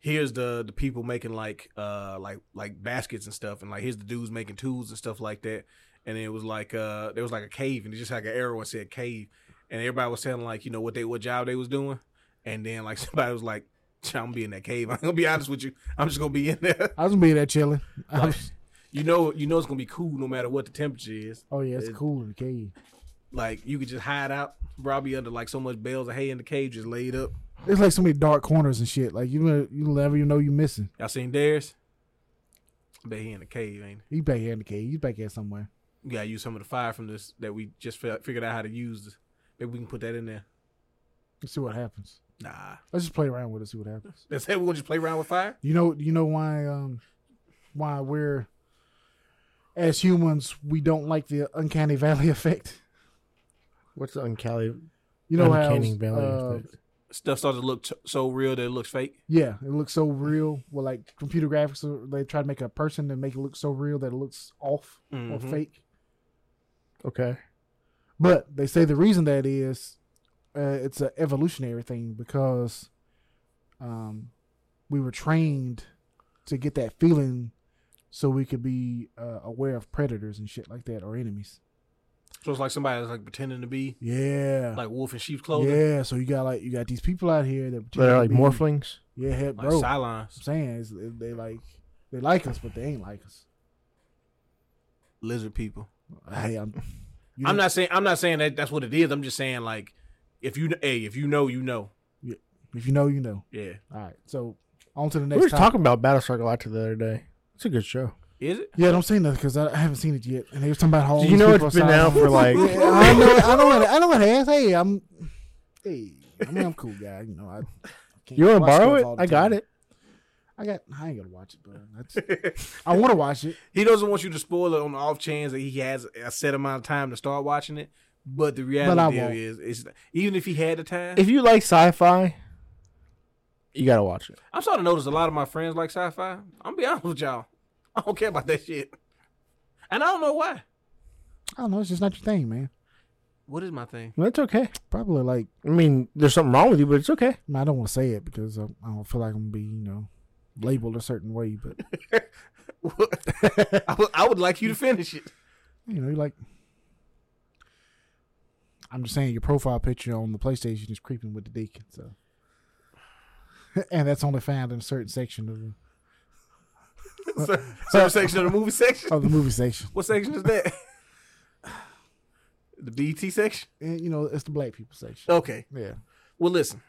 here's the the people making like uh like like baskets and stuff, and like here's the dudes making tools and stuff like that. and it was like uh there was like a cave and it just had like an arrow and said cave and everybody was telling like you know what they what job they was doing and then like somebody was like "Child, I'm gonna be in that cave I'm gonna be honest with you I'm just gonna be in there I was gonna be there chilling. I like, was- you know you know it's gonna be cool no matter what the temperature is oh yeah, it's it- cool in the cave. like you could just hide out bro I'll be under like so much bales of hay in the cave just laid up It's like so many dark corners and shit. Like you know- you never even know you missing. y'all seen theirs I bet he in the cave ain't He back here in the cave. He's back here somewhere. he? we gotta use some of the fire from this that we just fi- figured out how to use maybe we can put that in there Let's see what happens. nah Let's just play around with it. See what happens. that's it we'll just play around with fire You know. You know why? Um, why we're as humans we don't like the uncanny valley effect. What's the uncanny? You know uncanny how valley uh, effect? stuff starts to look t- so real that it looks fake Yeah, it looks so real. Well, like computer graphics, uh, they try to make a person and make it look so real that it looks off or Mhm. fake. Okay. But they say the reason that is, uh, it's an evolutionary thing because, um, we were trained to get that feeling, so we could be uh, aware of predators and shit like that or enemies. So it's like somebody that's like pretending to be Yeah, like wolf in sheep's clothing, yeah. So you got like you got these people out here that So they're pretend like to be- morphlings. Yeah, heck, like bro. I'm Cylons, saying is they like they like us, but they ain't like us. lizard people. Hey, I'm. you I'm know- not saying I'm not saying that that's what it is. I'm just saying like if you hey if you know you know If you know, you know. yeah All right. So on to the We were next just topic. talking about Battlestar Galactica the other day. It's a good show. is it Yeah, don't say nothing because I, I haven't seen it yet. And they was talking about homes. you know people it's been outside out for homes. like Yeah, I know. I know. What, I know what it is. Hey, I'm. Hey, I mean, I'm a cool guy. You know, I. I can't you want to watch borrow stuff it? all the I got time. it. I got. I ain't gonna watch it, but that's, I want to watch it. he doesn't want you to spoil it on the off chance that he has a set amount of time to start watching it. But the reality I deal won't. is it's even if he had the time, If you like sci-fi, you gotta watch it. I'm starting to notice a lot of my friends like sci-fi. I'm gonna be honest with y'all, I don't care about that shit, and I don't know why. I don't know. It's just not your thing, man. What is my thing? That's okay. Probably like I mean, there's something wrong with you, but it's okay. I, mean, I don't want to say it because I, I don't feel like I'm gonna be you know labeled a certain way. But I would- I would like you to finish it. you know, you're like. I'm just saying, your profile picture on the PlayStation is creeping with the deacon, so. and that's only found in a certain section of the, Cer- Certain section of the movie section. of the movie section. What section is that? the BT section. And, you know, it's the black people section. Okay. Yeah. Well, listen.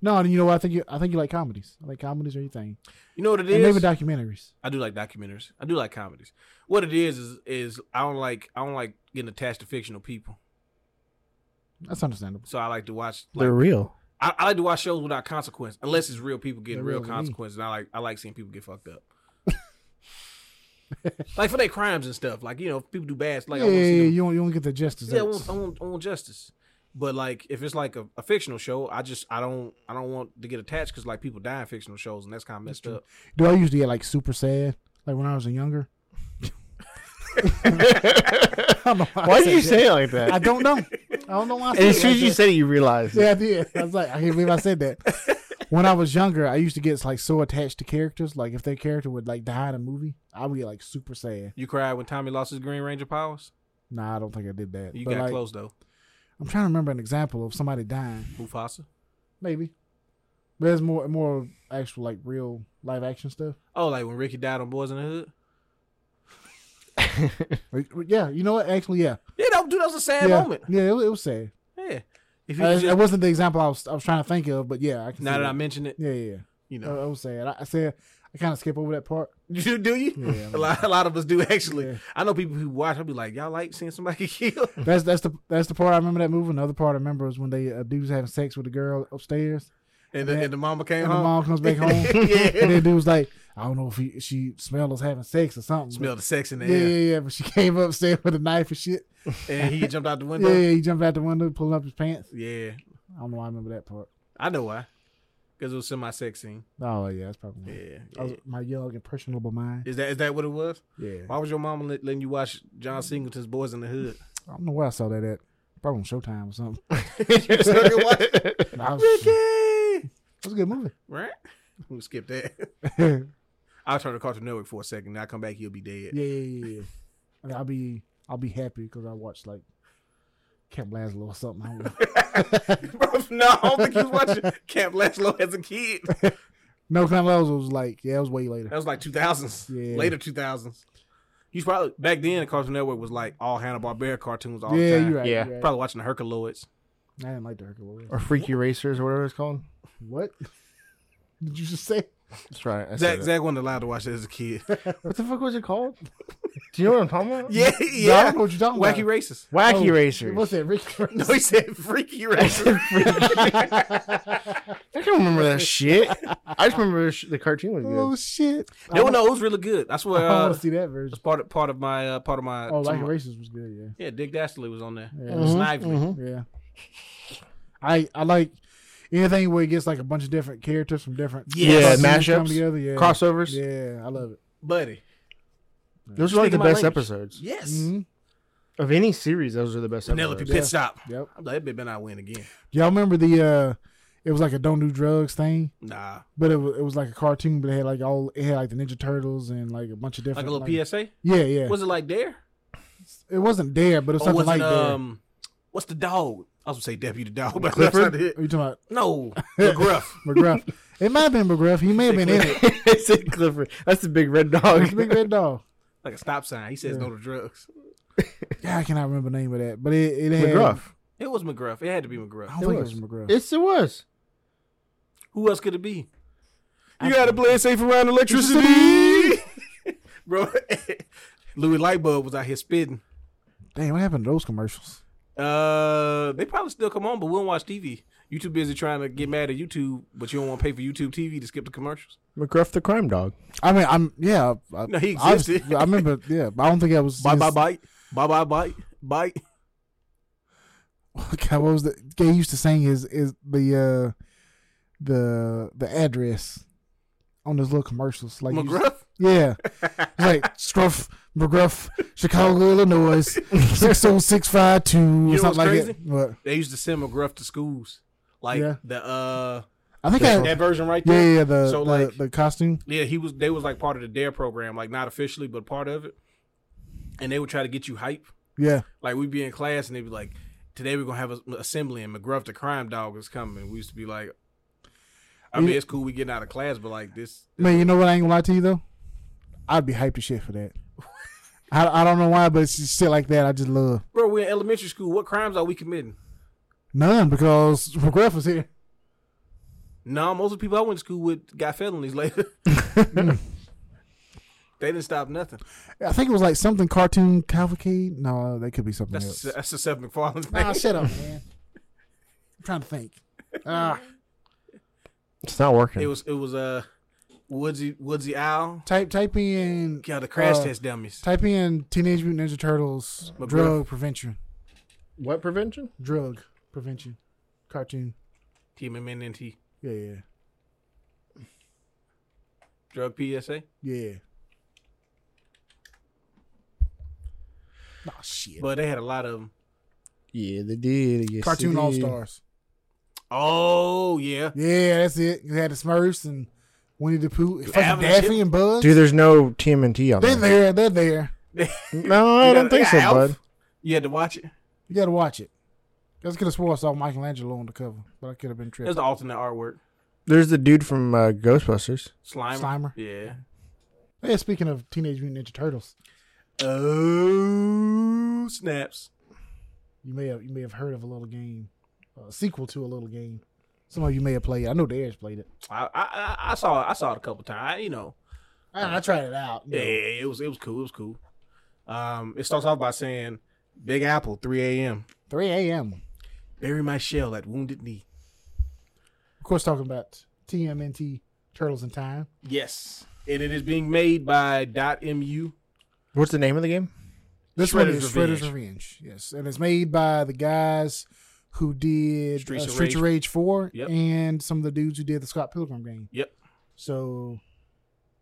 No, and you know what? I think you. I think you like comedies. I like comedies or anything, You know what it and is. maybe documentaries. I do like documentaries. I do like comedies. What it is is is I don't like I don't like getting attached to fictional people. That's understandable. So I like to watch. Like, They're real. I, I like to watch shows without consequence, unless it's real people They're getting real real to me. consequences. And I like I like seeing people get fucked up. like for their crimes and stuff. Like you know, if people do bad. Like yeah, I want yeah, to see yeah, them you don't. You don't get the justice. Yeah, I want, I, want, I want justice. But like, if it's like a, a fictional show, I just I don't I don't want to get attached because like people die in fictional shows, and that's kind of messed up. Do I usually get like super sad? Like when I was younger. I don't know Why did you that. say it like that? I don't know. I don't know why. I and as it soon like as you that. said it, you realized. it. Yeah, I did. I was like, I can't believe I said that. When I was younger, I used to get like so attached to characters. Like if their character would like die in a movie, I would get like super sad. You cried when Tommy lost his Green Ranger powers. Nah, I don't think I did that. You But, got like, close though, I'm trying to remember an example of somebody dying. Mufasa. Maybe, but there's more more actual like real live action stuff. Oh, like when Ricky died on Boys in the Hood. Like, yeah, you know what? Actually, yeah, Yeah, that, dude, that was a sad yeah, moment. yeah. It, was- it was sad. Yeah, if you Uh, just, it wasn't the example I was I was trying to think of, but yeah, I can. now see that that. I mentioned it, yeah, yeah, you yeah. know, Uh, I was sad. I, I said I kind of skip over that part. do, do you? Yeah, I a lot, a lot of us do actually. Yeah. I know people who watch. I'll be like, y'all like seeing somebody get killed? That's that's the that's the part I remember that movie. Another part I remember is when they uh, dude's having sex with the girl upstairs, And, the, Yeah. and the mama came and the home. mom comes back home, and yeah, then dude was like, I don't know if he, she smelled us having sex or something. smell the sex in the yeah, yeah, air, yeah. But she came upstairs with a knife and shit. and he jumped out the Yeah, window. yeah. He jumped out the window, pulling up his pants. yeah. I don't know. why I remember that part. I know why. Because it was semi sex scene. Oh yeah, that's probably why. Yeah. I was, my young impressionable mind. Is that is that what it was? Yeah, Why was your mama let, letting you watch John Singleton's Boys in the Hood? I don't know where I saw that at. Probably on Showtime or something. Nah, I was- Ricky! it was a good movie. Right? We'll skip that. yeah, I'll turn to Cartoon Network for a second. Now I come back, he'll be dead. yeah, yeah, yeah. I'll be I'll be happy because I watched like Camp Lazlo or something. I don't know. Bro, no, I don't think you was watching Camp Laszlo as a kid. no, Camp Lazlo was like, yeah, it was way later. That was like 2000s, Yeah. later 2000s. You probably back then, Cartoon Network was like all Hanna Barbera cartoons all yeah, the time. you're right. Yeah. you're right. Probably watching the Herculoids. I didn't like the Hercules. or Freaky Racers or whatever it's called. What did you just say? That's right. I said Zach it. Zach wasn't allowed to watch that as a kid. What the fuck was it called? Do you know what I'm talking about? yeah, No, I don't yeah. know what you're talking Wacky about. racist. Wacky Oh, Racers. What's that, Ricky? No, he said freaky racist. I can't remember that shit. I just remember the sh- the cartoon was oh good. shit! I no, want- no, it was really good. I I swear, want uh, to see that it's version. part of part of my uh, part of my. Oh, some- Wacky Races was good. Yeah. yeah, Dick Dastardly was on there. Yeah. And Snively. Mm-hmm. Yeah. I I like anything where it gets like a bunch of different characters from different Yes. Yeah, cartoons come mashups, together. Yeah. Crossovers. Yeah, I love it. buddy. Those are like the Speaking my best language. episodes Yes, Mhm. of any series. Those are the best. Penelope episodes. pit stop. Yep. I'm like, that bitch better not win again. Y'all remember the uh it was like a don't do drugs thing, Nah, but it was, it was like a cartoon, but it had like all it had like the Ninja Turtles and like a bunch of like different a little PSA. Yeah, yeah. Was it like there? it wasn't there, but it was Or something was like it that. um? What's the dog? I was gonna say deputy dog, but that's Clifford? not it. Are you talking about No, McGruff. McGruff? it might have been McGruff. He may have been in it. I said Clifford. That's the big red dog. It's Big Red Dog. like a stop sign. He says no to drugs. Yeah, I cannot remember the name of that, but it it had, McGruff. It was McGruff. It had to be McGruff. I don't It think was. it was McGruff. Yes, it was. Who else could it be? I- You gotta play it safe around electricity, bro. Louis Lightbulb was out here spitting. Dang, what happened to those commercials? Uh, they probably still come on, but we don't watch TV. You too busy trying to get mad at YouTube, but you don't want to pay for YouTube TV to skip the commercials. McGruff the crime dog. I mean, I'm yeah. I, No, he I was- existed. I, remember, yeah, but I don't think I was. Bye bye his- bite, bye bye bite, bite. God, what was the guy used to sing? Is is the uh, the the address on those little commercials? Like, you just- McGruff. yeah, it's like Struff McGruff, Chicago, Illinois, six zero six five two know or something like what's that. But They used to send McGruff to schools, like Yeah. the uh I think I. that version right Yeah, there. yeah, yeah, the, So, the, like- the costume. Yeah, he was. They was like part of the Dare program, like not officially, but part of it. And they would try to get you hype. Yeah, Like we'd be in class, and they'd be like, "Today we're gonna have an assembly, and McGruff the crime dog is coming." We used to be like, "I mean, You- it's cool we getting out of class, but like this." man, you know what? I ain't gonna lie to you though. I'd be hyped as shit for that. I, I don't know why, but it's just shit like that. I just love Bro, we're in elementary school. What crimes are we committing? none because McGruff was here. No, most of the people I went to school with got felonies later. they didn't stop nothing. I think it was like something cartoon cavalcade. No, that could be something That's else. that's the Seth MacFarlane thing. Nah, shut up, man. I'm trying to think. Ah, It's not working. It was it was uh Woodsy Woodsy Owl. type type in Yeah, the crash Uh, test dummies. type in Teenage Mutant Ninja Turtles McGruff. drug prevention what prevention? drug prevention cartoon. Team MNNT. Yeah, yeah, Drug PSA. yeah. Oh shit! But they had a lot of them. Yeah, they did. Yes, cartoon they All did. Stars. Oh yeah. Yeah, that's it. You had the Smurfs and Winnie the Pooh, fucking Alvin and Daffy Chip. and Buzz. Dude, there's no TMNT on they're there. there. They're there. No, I don't think so, Alf? bud. You had to watch it. You gotta watch it. Let's get a swore I saw Michelangelo on the cover, but I could have been There's tripped. the alternate artwork. There's the dude from uh, Ghostbusters. Slimer. Slimer. Yeah. Yeah, speaking of Teenage Mutant Ninja Turtles, Oh snaps. you may have you may have heard of a little game, a sequel to a little game. Some of you may have played. it. I know Darius played it. I I, I- I saw it. I saw it a couple times. I, you know. I, I tried it out. you Yeah, know. it was it was cool. It was cool. Um, it starts off by saying, "Big Apple, 3 a.m. 3 a.m. Bury my shell at wounded knee." Of course, talking about TMNT Turtles in Time. Yes, and it is being made by Dot Mu. What's the name of the game? This one Shredder's is Shredder's Revenge. Revenge. Yes, and it's made by the guys who did Streets, Streets of uh, Streets of Rage, 4 Yep. and some of the dudes who did the Scott Pilgrim game. Yep. So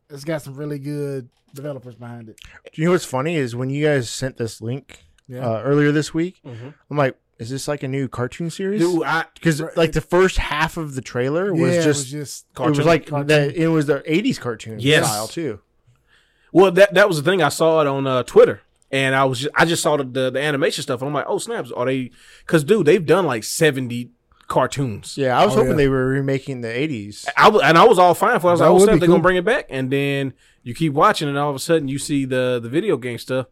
it's got some really good developers behind it. Do you know what's funny is when you guys sent this link Yeah. uh, earlier this week, I'm like, is this like a new cartoon series? Dude, I Because like the first half of the trailer was yeah, it just, was just it Cartoon. was like Cartoon. Oh, the it was the '80s cartoon Yes. style too. well that that was the thing I saw it on uh, Twitter, and I was just, I just saw the, the the animation stuff, and I'm like, oh snaps, are they? Because dude, they've done like 70 cartoons. Yeah, I was Oh, hoping yeah. they were remaking the 80s. I was, and I was all fine for. it. I was That like, oh would snap, be they're cool. gonna bring it back, and then you keep watching, and all of a sudden you see the the video game stuff,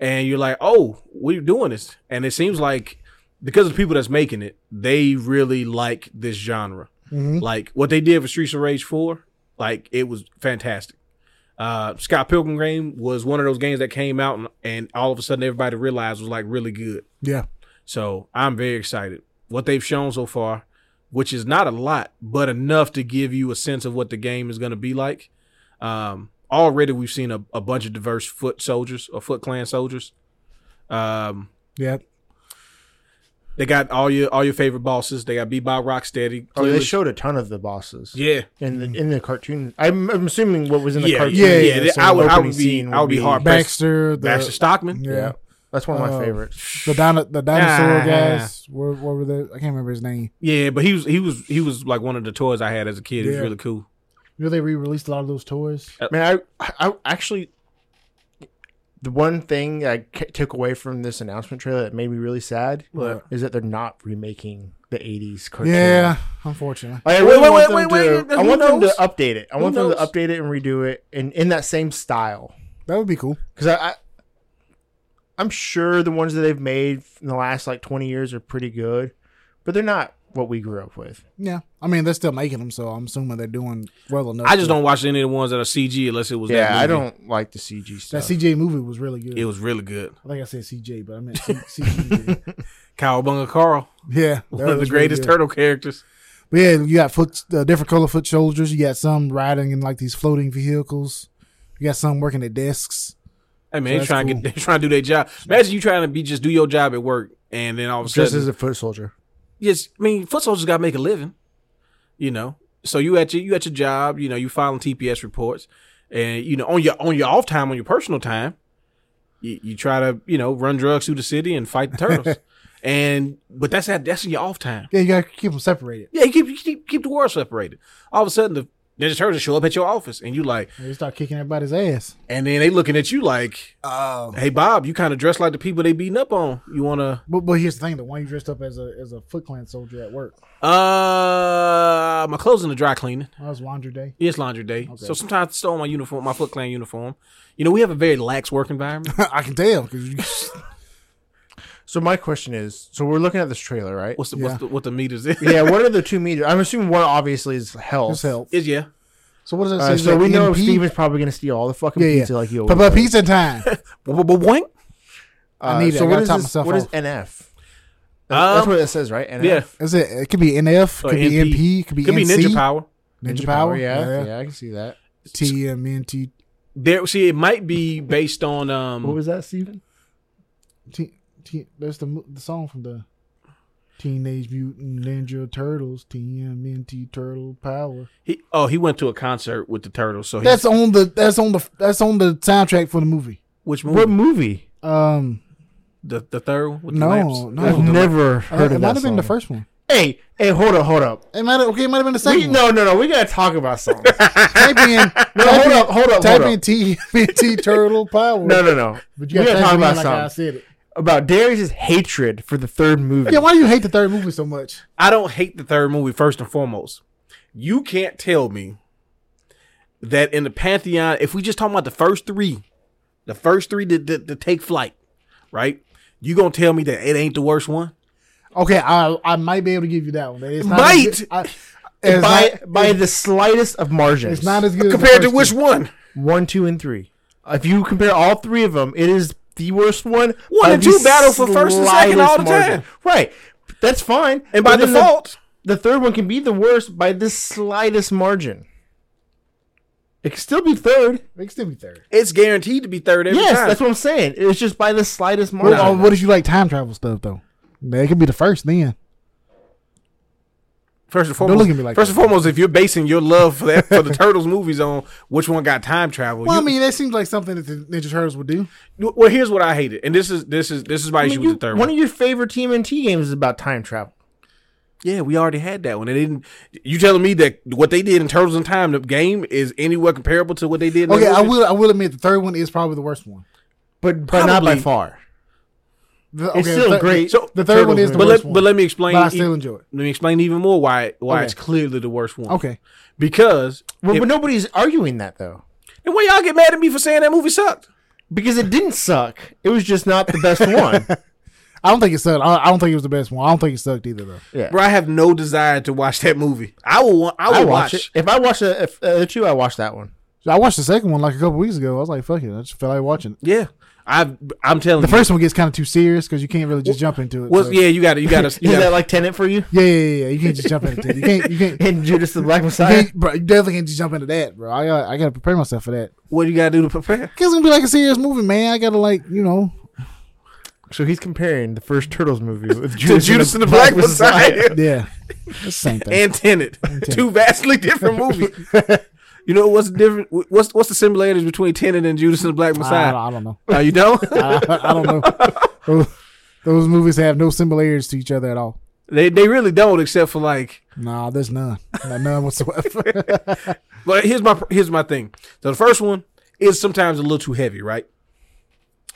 and you're like, oh, we're doing this, and it seems like because of the people that's making it, they really like this genre. Mhm. Like what they did for Streets of Rage Four, like it was fantastic. Uh, Scott Pilgrim game was one of those games that came out, and, and all of a sudden everybody realized was like really good. Yeah. So I'm very excited. What they've shown so far, which is not a lot, but enough to give you a sense of what the game is going to be like. Um, already, we've seen a, a bunch of diverse foot soldiers or foot clan soldiers. Um, Yeah. they got all your all your favorite bosses. They got Bebop Rocksteady. Oh, they clearly- showed a ton of the bosses. yeah, In the in the cartoon, I'm, I'm assuming what was in the Mm. yeah, cartoon. yeah, yeah, yeah. the sort I of would, I opening would be, scene I would be hard pressed. Baxter, the Baxter Stockman. yeah. Yeah. Um, That's one of my Uh, favorites. the dino, the dinosaur Ah. guys. What, what were they? I can't remember his name. Yeah, but he was he was he was like one of the toys I had as a kid. He was Yeah. really cool. Uh, You know they re-released a lot of those toys. Man, I I actually the one thing I ca- took away from this announcement trailer that made me really sad What? is that they're not remaking the 80s cartoon. Yeah, unfortunately. Like, I Wait, really wait, want wait, them wait, to- wait, I who want them to knows? update it. I Who want them knows? to update it and redo it in, in that same style. That would be cool. Because I, I, I'm sure the ones that they've made in the last like 20 years are pretty good, but they're not what we grew up with. Yeah, I mean they're still making them, so I'm assuming they're doing well enough. I just to- don't watch any of the ones that are CG unless it was. that Yeah, I movie. don't like the CG That stuff. CJ movie was really good. It was really good. I think I said CJ, but I meant C- CJ. Cowabunga Carl, yeah, that one of the was really greatest good. turtle characters. But yeah, you got foot uh, different color foot soldiers. You got some riding in like these floating vehicles. You got some working at desks. Hey So man, they that's trying to cool. get, they trying to do their job. Imagine you trying to be just do your job at work, and then all of a Just sudden, as a foot soldier. yes, I mean, foot soldiers got to make a living, you know. So you at your you at your job, you know, you filing TPS reports, and you know on your on your off time, on your personal time, you, you try to you know run drugs through the city and fight the turtles, and but that's at that's in your off time. Yeah, you got to keep them separated. Yeah, you keep you keep, keep the world separated. All of a sudden, the Ninja Turtles show up at your office, and you like, They start kicking everybody's ass. and then they looking at you like. Oh, Hey Bob, you kind of dress like the people they beating up on. You wanna? but but here's the thing: the one you dressed up as a as a Foot Clan soldier at work. Uh, my clothes in the dry cleaning. That was laundry day. It's laundry day, Okay. so sometimes I stole my uniform, my Foot Clan uniform. You know, we have a very lax work environment. I can tell because you. So my question is, so we're looking at this trailer, right? What's the Yeah. what's the, what the meters is? yeah, what are the two meters? I'm assuming one obviously is health. Just help. Is yeah. So what does that Uh, say? so Like we know NP? Steven's probably going to steal all the fucking Yeah, yeah. pizza like he always Papa does. Pizza time. Boing. I need it. I what gotta is top this- myself What is off. NF? That's, that's Um, what it says, right? NF? Yeah, Is it? It could be NF. Or Could be NP. NP. Could be could be NC, Ninja Power. Ninja, power. Yeah, yeah, I can see that. TMNT. There, see, it might be based on What um. was that, Steven? T, T, that's the mo- the song from the Teenage Mutant Ninja Turtles. TMNT Turtle Power. He, oh, he went to a concert with the Turtles. So he, That's on the. That's on the. That's on the soundtrack for the movie. which movie? What movie? Um, the the third one with No, the lamps? no. The- I've the- never uh, heard it of might that. have been the song. first one. Hey, hey, hold up, hold up. It might. have- Okay, it might have been the We, second. one. no, no, no. We gotta talk about songs. Type in. No, type hold in- up, hold up, Type hold in up. TMNT Turtle Power. No, no, no. But you we got gotta to talk about like something. I said it. About Darius's hatred for the third movie. Yeah, why do you hate the third movie so much? I don't hate the third movie first and foremost. You can't tell me that in the pantheon, if we just talking about the first three, the first three to, to, to take flight, right? You gonna tell me that it ain't the worst one? Okay, I I might be able to give you that one. It's not Might. as good- I, it's by not, by the slightest of margins. it's not as good as the Compared to first which one? one, two, and three. If you compare all three of them, it is the worst one. One by and the two battle for first and second all the slightest time. Right. That's fine. And by But then the- default, the, third one can be the worst by the slightest margin. It can still be third. one. It can still be third. it's guaranteed to be third every yes, time. that's what I'm saying. It's just by the slightest Well, margin. Nah. uh, what if you like time travel stuff though? Man, it could be the first then. first and foremost, look at me like first that. and foremost, if you're basing your love for that for the Turtles movies on which one got time travel, Well, you- I mean, that seems like something that the Ninja Turtles would do. well, here's what I hated, and this is this is this is my I mean, issue you- with the third one of your favorite TMNT games is about time travel. Yeah, we already had that one. They didn't. You telling me that what they did in Turtles in Time, the game, is anywhere comparable to what they did? In Okay, that I movie? will. I will admit the third one is probably the worst one. but but not by Probably. far. The- It's still th- great. So the third one is the But worst let, one, but let me explain. but I e- still enjoy it. let me explain even more why why Okay. it's clearly the worst one. Okay, Because Well, If- but nobody's arguing that though, and why y'all get mad at me for saying that movie sucked? because it didn't suck. It was just not the best one. I don't think it sucked. I, I don't think it was the best one. I don't think it sucked either though. Yeah, Bro, I have no desire to watch that movie. I will. wa- I will I watch watch. it. If I watch the if, uh, the two, I watch that one. So I watched the second one like a couple weeks ago. I was like, fuck it. I just felt like watching it. Yeah, I. I'm telling The you. first one gets kind of too serious because you can't really just jump into it. Well, so- yeah, you got to You got to. You Is gotta, that like Tenant for you? yeah, yeah, yeah, yeah. You can't just jump into it. You can't. You can't. You And Judas the Black Messiah. can't bro, you definitely can't just jump into that, bro. I gotta, I gotta prepare myself for that. what you got to do to prepare? Cause it's gonna be like a serious movie, man. I gotta like, you know, So he's comparing the first Turtles movie with To Judas, Judas and the Black Messiah yeah, it's the same thing. and Tenet, two vastly different movies. You know what's different? What's what's the similarities between Tenet and Judas and the Black I, I Messiah? don't- I don't know. Oh, you know I, I don't know. Those, those movies have no similarities to each other at all. they they really don't, except for like Nah, there's none. Not none whatsoever. But here's my here's my thing. So the first one is sometimes a little too heavy, right?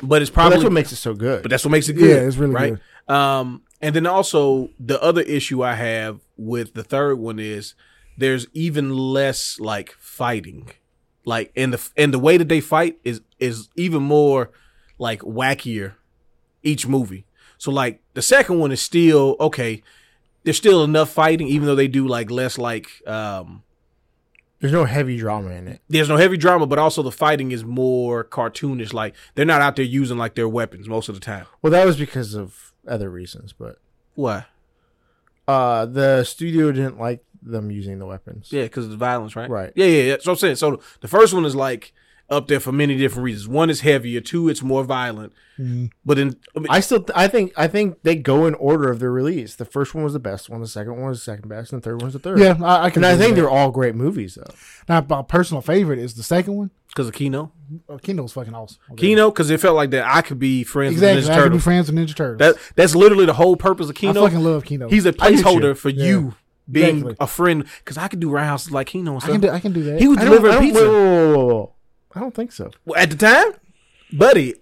But it's probably That's what makes it so good. but that's what makes it good. Yeah, it's really right? Um, and then also the other issue I have with the third one is there's even less like fighting, like and the and the way that they fight is is even more like wackier each movie. So like the second one is still okay. There's still enough fighting, even though they do like less like um There's no heavy drama in it. there's no heavy drama, but also the fighting is more cartoonish. Like they're not out there using like their weapons most of the time. Well, that was because of other reasons, but Why? uh, the studio didn't like them using the weapons. Yeah, because of the violence, right? Right. Yeah, yeah, yeah. So I'm saying, so the first one is like up there for many different reasons. One is heavier. Two, it's more violent. Mhm. But in I mean, I still, I think, I think they go in order of their release. The first one was the best one. The second one was the second best, and the third one was the third. yeah, I, I can. and I think they're they're all great movies though. now my personal favorite is the second one. because of Kino, Oh, Kino's fucking awesome. Okay. Kino, because it felt like that I could be friends exactly. with I Ninja could be Turtle. friends with Ninja Turtles. That that's literally the whole purpose of I Kino. fucking love Kino. He's a I do too. placeholder for Yeah. you being Exactly. a friend. Because I could do roundhouses like Kino. And I stuff. can do. I can do that. he was I don't, I delivering don't- pizza whoa, whoa, whoa, whoa, whoa. I don't think so. at the time, buddy.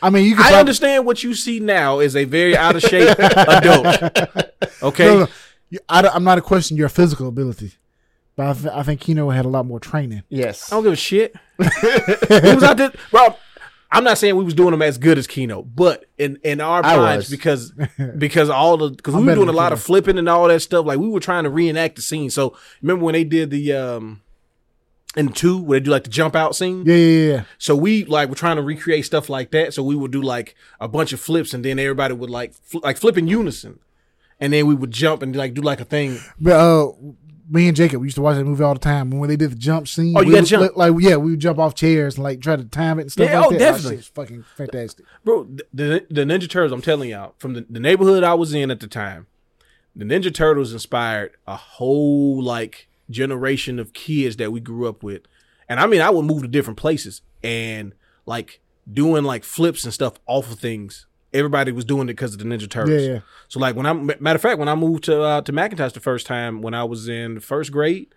I mean, you can. I probably- understand what you see now is a very out of shape adult. Okay. No, no, no. You- I, don't- I'm not a question your physical ability, but I, th- I think Kino had a lot more training. Yes. I don't give a shit. we was out there, bro. I'm not saying we was doing them as good as Keno, but in in our I minds was. because because all the because I'm we were better doing a than lot Keno. of flipping and all that stuff. Like we were trying to reenact the scene. So remember when they did the um in two where they do like the jump out scene? Yeah, yeah, yeah. So we like were trying to recreate stuff like that. So we would do like a bunch of flips, and then everybody would like fl- like flip in unison, and then we would jump and like do like a thing. But uh, me and Jacob, we used to watch that movie all the time. And when they did the jump scene, Oh, you we gotta would jump. look like yeah, we would jump off chairs and like try to time it and stuff Yeah, like oh, that. definitely. it's fucking fantastic. Bro, th- the the Ninja Turtles, I'm telling y'all, from the, the neighborhood I was in at the time, the Ninja Turtles inspired a whole like generation of kids that we grew up with. And I mean, I would move to different places and like doing like flips and stuff off of things. Everybody was doing it because of the Ninja Yeah, Turtles. yeah. So like when I am matter of fact, when I moved to uh, to Macintosh the first time when I was in first grade,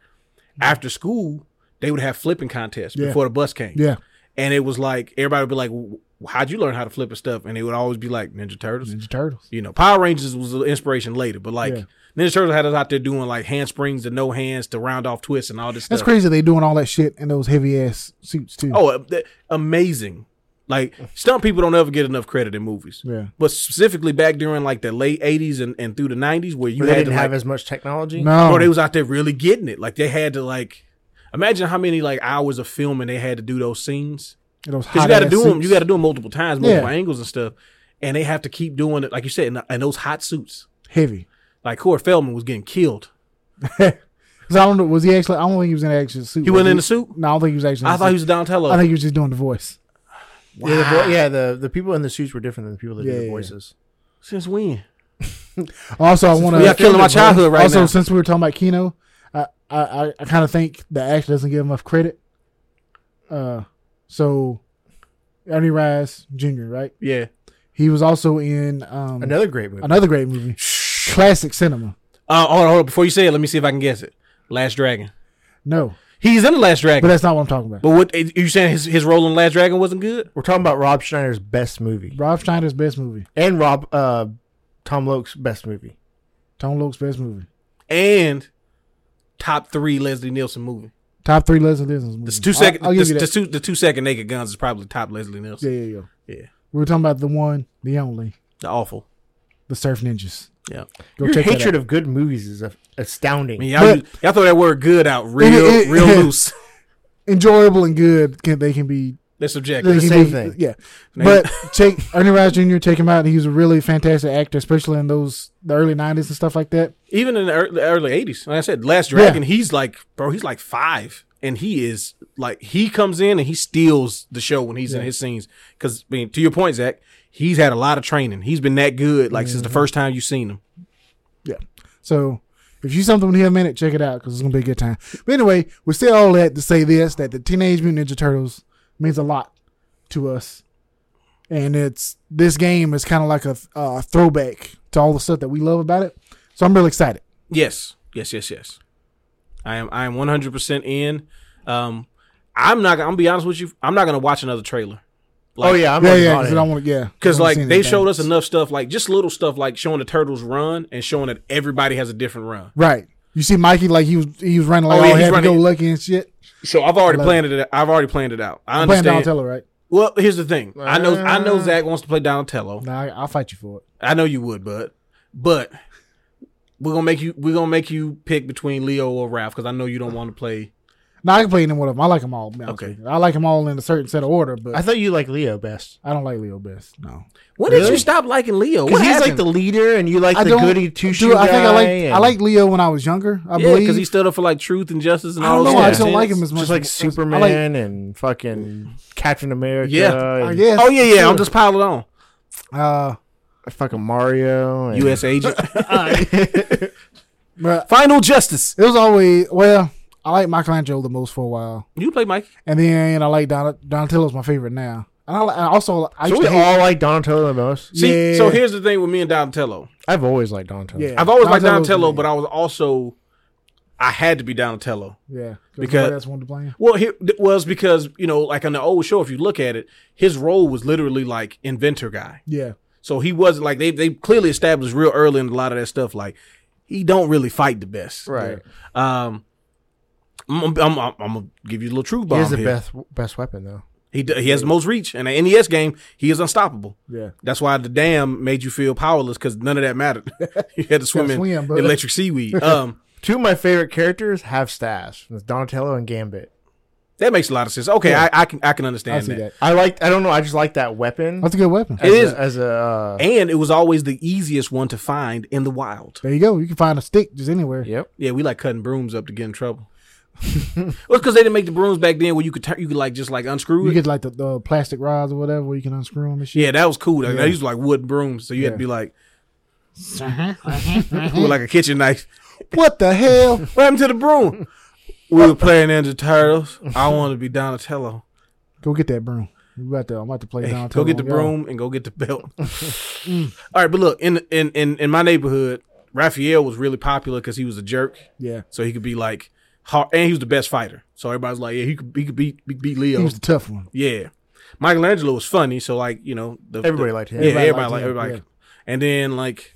after school they would have flipping contests Yeah. before the bus came. Yeah. and it was like everybody would be like, "W- "How'd you learn how to flip and stuff?" And they would always be like Ninja Turtles. Ninja Turtles. You know, Power Rangers was the inspiration later, but like Mm-hmm. Yeah. Ninja Turtles had us out there doing like handsprings and no hands to round off twists and all this That's stuff. crazy. They doing all that shit in those heavy ass suits too. Oh, uh, th- amazing! Like stunt people don't ever get enough credit in movies. yeah. But specifically back during like the late '80s and, and through the '90s, where you they had didn't to, like, have as much technology. No, Bro, they was out there really getting it. Like they had to like imagine how many like hours of filming they had to do those scenes. those Because you hot got to ass do them. suits. You got to do them multiple times, multiple Yeah. angles and stuff. And they have to keep doing it, like you said, in, in those hot suits. heavy. Like Corey Feldman was getting killed. Because I don't know, was he actually? I don't think he was in an actual suit. He wasn't in the Was suit. No, I don't think he was actually. in I the thought he suit. was Donatello. I think he was just doing the voice. Yeah, the vo- yeah, the the people in the suits were different than the people that Yeah, did yeah, the yeah. voices. Since when? Also, I want we are killing my childhood right also, now. since we were talking about Kino, I I, I, I kind of think the actor doesn't give enough credit. Uh, so Ernie Rice Jr. Right, Yeah. he was also in um another, Another great movie. great movie, classic cinema. Uh, hold on, hold on. Before you say it, let me see if I can guess it. Last Dragon. No, He's in the Last But Dragon. But, that's not what I'm talking about. what you saying? His his role in Last Dragon wasn't good. We're talking about Rob Schneider's best movie Rob Schneider's best movie. and Rob uh, Tom Loke's best movie. Tom Loke's best movie. And top three Leslie Nielsen movie. Top three Leslie Nielsen's movies. The two I'll- second, I'll give the, you the that. two the two second Naked Guns is probably top Leslie Nielsen. yeah, yeah, yeah. Yeah. We were talking about the one, the only, The awful. the Surf Ninjas. Yeah. Go Your check that hatred of good movies is a- I astounding. mean, y'all, But- use- y'all throw that word "good" out real it- real it- loose. out. Enjoyable and good. Can they can be That's subjective. they the can same be- thing. Yeah, but take Ernie Rice Jr. Take him out. He was a really fantastic actor, especially in those the early '90s and stuff like that. Even in the ear- the early '80s, like I said, Last Dragon, he's like, bro, he's like five, and he is like, he comes in and he steals the show when he's in Yeah. his scenes. Because, I mean, to your point, Zach, he's had a lot of training. He's been that good like since the first time you seen him. So if you something with him in it, check it out because it's gonna be a good time. But anyway, we say all that to say this: that the Teenage Mutant Ninja Turtles means a lot to us, and it's this game is kind of like a uh, throwback to all the stuff that we love about it. So I'm really excited. Yes, yes, yes, yes. I am. I am one hundred percent in. Um, I'm not. I'm gonna be honest with you. I'm not gonna watch another trailer. oh yeah, I'm yeah, already yeah, on because I it. don't want to. Yeah, Because I wanna like see they anything. showed us enough stuff, like just little stuff, like showing the turtles run and showing that everybody has a different run. right. You see, Mikey like he was he was running like Oh, yeah, all he's happy go running. lucky and shit. So I've already Love planned it. I've already planned it out. I Playing understand. Donatello, right? Well, here's the thing. I know. I know Uh. Zach wants to play Donatello. Nah, I, I'll fight you for it. I know you would, but but we're gonna make you. We're gonna make you pick between Leo or Ralph because I know you don't want to play. No, I can play any one of them. I like them all. man. Okay. I like them all in a certain set of order, but I I, thought you liked Leo best don't like Leo best. No, When did Really? you stop liking Leo? because What he's happened? like the leader, and you like I the don't- goody two shoe Dude, I think I like and I like Leo when I was younger. I yeah, believe because he stood up for like truth and justice and I all. don't those know. I those just don't nonsense. like him as much. just like as- Superman I like, and fucking Captain America. Yeah. I and guess. Oh yeah, yeah. I'm sure. just piling on. Uh, fucking Mario. And U.S. agent, but final justice. it was always well. I like Michelangelo the most for a while, You play Mike. and then I like Don, Donatello's my favorite now. And I, li- I also I So used we to hate, all like Donatello the most. See, Yeah. so here's the thing with me and Donatello. I've always liked Donatello. yeah, I've always liked Donatello's the Donatello, man. but I was also I had to be Donatello. yeah, because- because that's one to blame. Well, he it was because you know, like on the old show, if you look at it, his role was literally like inventor guy. Yeah, So he wasn't like they they clearly established real early in a lot of that stuff. Like he don't really fight the best. Right. Um, I'm, I'm, I'm, I'm gonna give you a little truth He bomb. has the here. best best weapon though. He d- he has the most reach, and an NES game he is unstoppable. yeah. That's why the dam made you feel powerless because none of that mattered. you had to swim in swim, but- electric seaweed. Um, Two of my favorite characters have staffs. It's Donatello and Gambit. that makes a lot of sense. Okay, I, I can I can I understand see that. that. I liked. I don't know. I just like that weapon. That's a good weapon. as It a- is. as a. Uh, And it was always the easiest one to find in the wild. There you go. You can find a stick just anywhere. yep. Yeah, we like cutting brooms up to get in trouble. well, because they didn't make the brooms back then where you could turn, you could like just like unscrew You it. get like the, the plastic rods or whatever where you can unscrew them and shit. yeah, that was cool. Like, Yeah. They used like wood brooms, so you had Yeah. Mm-hmm. to be like Mm-hmm. with like a kitchen knife. What the hell? What happened to the broom? we were playing Ninja Turtles. I want to be Donatello. go get that broom. We about to, I'm about to play Hey, down. go get the broom and go get the belt. All right, but look in in in, in my neighborhood, Raphael was really popular because he was a jerk, Yeah. so he could be like hard, and he was the best fighter. So everybody's like, yeah, he could he could beat beat, beat Leo. He was the tough one. yeah, Michelangelo was funny, so like you know the, Everybody the- liked him. yeah Everybody everybody liked like him, everybody, yeah. and then like.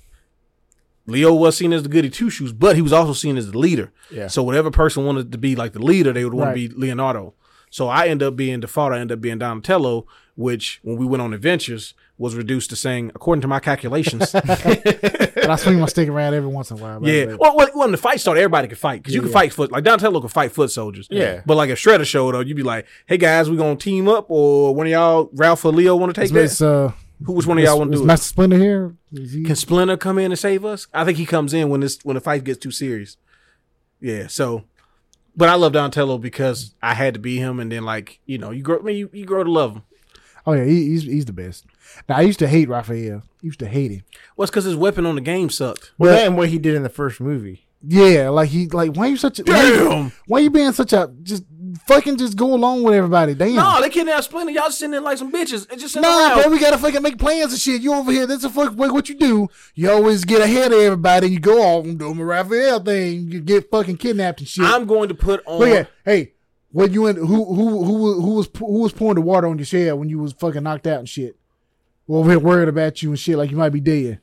Leo was seen as the goody two shoes, but he was also seen as the leader. Yeah. So whatever person wanted to be like the leader, they would want Right. to be Leonardo. So I end up being default. I end up being Donatello, which when we went on adventures was reduced to saying, according to my calculations, But I swing my stick around every once in a while. yeah. But, Well, well, when the fight started, everybody could fight because you could fight foot like Donatello could fight foot soldiers. Yeah. But like if Shredder showed up, you'd be like, hey guys, we gonna team up or one of y'all, Ralph or Leo, want to take it's, it's, this? uh, Who which one of it's- y'all want to it's do it? Master Splinter here. Is he- Can Splinter come in and save us? I think he comes in when this when the fight gets too serious. Yeah. So, but I love Donatello because I had to be him, and then like you know you grow I mean, you, you grow to love him. oh yeah, he, he's he's the best. Now I used to hate Raphael. Used to hate him. Well, it's because his weapon on the game sucked. Well, that and what he did in the first movie. Yeah, like he like why you such a why you- Damn. why you being such a just fucking just go along with everybody. Damn. No, they can't have Splinter. Y'all sitting there like some bitches. It's just sitting Hmm. Nah, around. bro, we gotta fucking make plans and shit. You over here, that's a fuck what what you do. You always get ahead of everybody. You go off and do a Raphael thing. You get fucking kidnapped and shit. I'm going to put on. Look at hey, When you in who who who wa- who was who was pouring the water on your chair when you was fucking knocked out and shit? Well, we're worried about you and shit like you might be dead.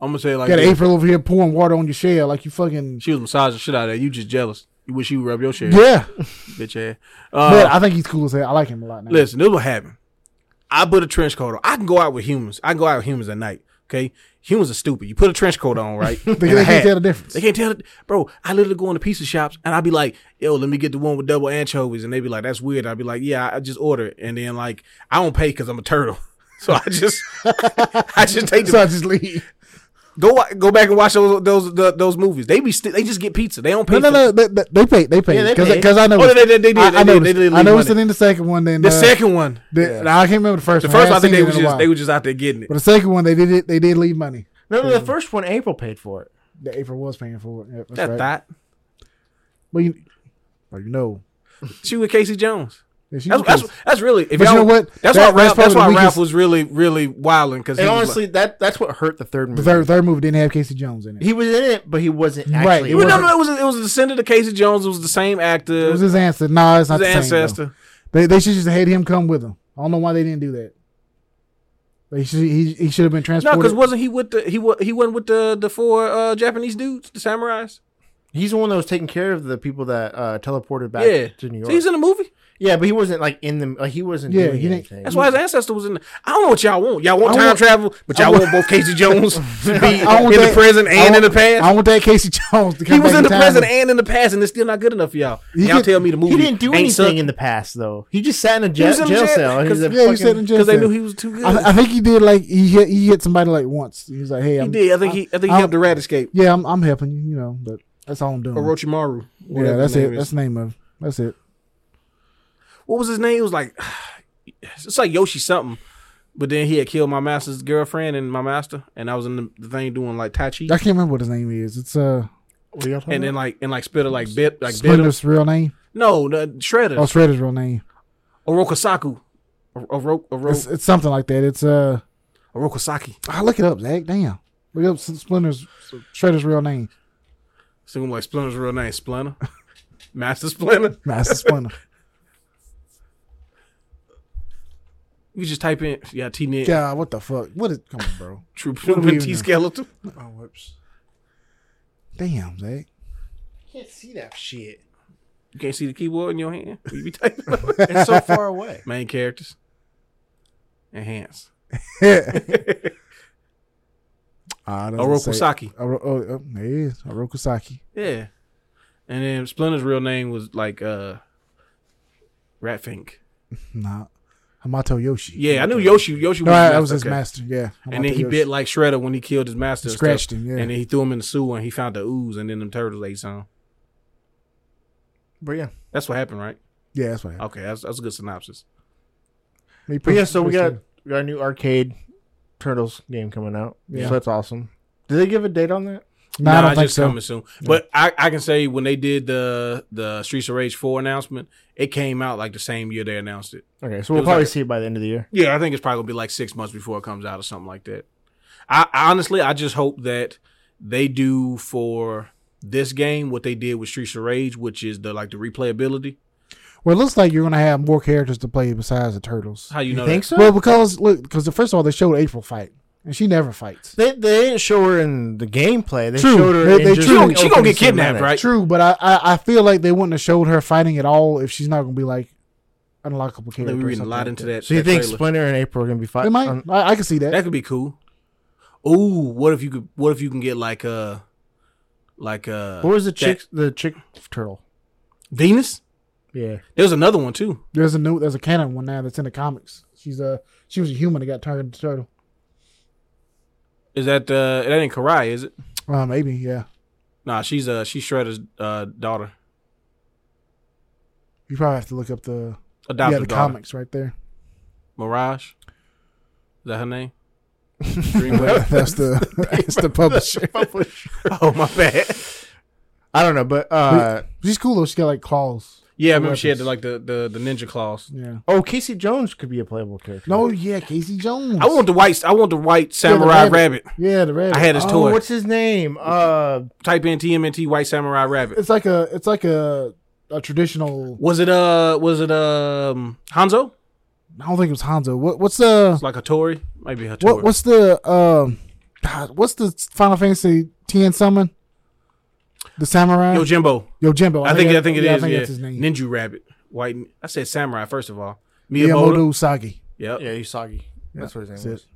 I'm gonna say like Got an this. April over here pouring water on your chair like you fucking she was massaging shit out of there. You just jealous. You wish you would rub your shit, yeah. bitch ass. But Uh, I think he's cool as hell. I like him a lot now. listen, this will happen. I put a trench coat on. I can go out with humans. I can go out with humans at night. Okay, humans are stupid. You put a trench coat on, right? they, and a they hat. can't tell the difference. They can't tell it, bro. I literally go into pizza shops and I'd be like, "Yo, let me get the one with double anchovies," and they'd be like, "That's weird." I'd be like, "Yeah, I I just order it," and then like I don't pay because I'm a turtle, so I just I just take So the I just leave. go wa- go back and watch those those the, those movies. They be sti- they just get pizza. They don't pay. No, no, for- no. They, they- they paid. They paid. Yeah, they Because paid. I know. Oh, they- they- they did, I, they I did, noticed, they did I leave noticed it money. in the second one. Then The uh, second one, the- Yeah. nah, I can't remember the first. the one. first, I haven't seen think they it was in a just while. they were just out there getting it. But the second one, they did it. They did leave money. No, no, the first one April paid for it. The April was paying for it. Yeah, that's That right. thought Well, you, well, you know. she with Casey Jones. Yeah, she That's was that's, cool. that's really. If But you y'all- know what? That's That- why that's Ralph, that's probably why the Ralph weakest- was really really wilding because And honestly, that that's what hurt the third the movie. third third movie didn't have Casey Jones in it. He was in it, but he wasn't Right, actually. he in Well, it. no, no, it was it was a descendant of Casey Jones. It was the same actor, It was his ancestor. Nah, it's not his the same, though. ancestor. They they should just have had him come with them. I don't know why they didn't do that. But he should he, he should have been no, transported. because wasn't he with the he wa- he wasn't with the the four uh, Japanese dudes, the samurais? He's the one that was taking care of the people that uh, teleported back yeah, to New So York. he's in the movie. yeah, but he wasn't like in the like he wasn't Yeah, doing he didn't- anything. That's why his ancestor was in. The, I don't know what y'all want. Y'all want I time want- travel, but y'all want- want, both Casey Jones to be I want in the that- present I and in want- the I past. want that Casey Jones to come He was back in the time present and- and in the past, and it's still not good enough for y'all. He y'all could- tell me the movie he didn't do ain't anything suck in the past though. He just sat in a He ja- was in jail, the jail, cell. and he's 'cause- a yeah, he was fucking- sitting in jail because they cell. knew he was too good. I, I think he did like he hit he hit somebody like once. He was like, "Hey, he I'm, did. I think he I think he I'm- helped the rat escape. yeah, I'm I'm helping you, you know." But that's all I'm doing. Orochimaru. yeah, whatever that's his it. name is. That's the name of. It. That's it. what was his name? It was like it's like Yoshi something. But then he had killed my master's girlfriend and my master, and I was in the, the thing doing like Tai Chi, I can't remember what his name is. It's uh, What are y'all talking and then about? like and like Spitter like bit like bit him. Splinter's real name. No, the Shredder, Oh, Shredder's real name. Orokasaku, Oro- Oro- It's, it's something like that. It's uh, Orokasaki. I look it up, Zach. Damn, look up Splinter's Shredder's real name. So I'm like Splinter's real name, Splinter, Master Splinter. Master Splinter. You just type in yeah, T Nick, God, what the fuck? What is? Come on, bro. Troop what do we even T know? Skeleton. Oh, whoops. Damn, Zach. can't see that shit. You can't see the keyboard in your hand. You be typing It's so far away. main characters, enhance. Ah, it doesn't say- Orokasaki. Oro, oh, oh, there he is. Orokasaki. Yeah. And then Splinter's real name was like uh Ratfink. Nah. Hamato Yoshi. Yeah, I knew Yoshi Yoshi No, was, his that mas- was his okay. master. Yeah. And then Hamato he Yoshi. bit like Shredder when he killed his master. and Scratched stuff. him, yeah. And then he threw him in the sewer and he found the ooze and then them turtles ate some. But yeah, That's what happened, right? Yeah, that's what happened. Okay, that's that's a good synopsis. He but pushed- yeah. So we pushed got him. we got a new arcade turtles game coming out. Yeah. So that's awesome. Did they give a date on that? No, I don't think just so. coming soon. But I, I can say when they did the the Streets of Rage four announcement, it came out like the same year they announced it. Okay, so we'll was probably like- see it by the end of the year. Yeah, I think it's probably gonna be like six months before it comes out or something like that. I, I honestly, I just hope that they do for this game what they did with Streets of Rage, which is the like the replayability. Well, it looks like you're gonna have more characters to play besides the turtles. How you, know? think so? Well, because look, because first of all, they showed April fight, and she never fights. They, they didn't show her in the gameplay. They True. showed her. They- they in That? just She true. the gonna, she gonna opening get kidnapped, cinematic. right? True, but I, I I feel like they wouldn't have showed her fighting at all if she's not gonna be like unlockable I character. think or We're reading a something lot like into that. that. So you that think trailer. Splinter and April are gonna be They fighting? might. I, I can see that. that could be cool? Ooh, what if you could? What if you can get like uh like uh what was the that- chick? The chick turtle. Venus? Yeah. There's another one too. there's a new. There's a canon one now that's in the comics. She's a she was a human that got turned into turtle. Is that uh that ain't Karai? Is it? Uh, maybe yeah. Nah, she's uh she's Shredder's uh daughter, You probably have to look up the adopted yeah the daughter. comics right there. Mirage. Is that her name? that's the that's the publisher. oh my bad. I don't know, but uh, She's cool though. She got like claws. Yeah, I remember she had Weapons. the, like the, the the ninja claws. Yeah. oh, Casey Jones could be a playable character. No, yeah, Casey Jones. I want the white I want the white samurai rabbit. Yeah, the rabbit. I had his oh, toy. what's his name? Uh, Type in TMNT white samurai rabbit. It's like a it's like a a a traditional. Was it uh was it um Hanzo? I don't think it was Hanzo. What what's the It's like Hattori? Maybe Hattori. what what's the um God, what's the Final Fantasy ten summon? The samurai Yo Jimbo. Yo Jimbo. I think I think it Oh, is. yeah, yeah, I think that's his name. Ninja Rabbit. White I said samurai first of all. Miyamoto. Miyamoto Usagi. Yep. Yeah, Usagi. That's what his that's name it. was.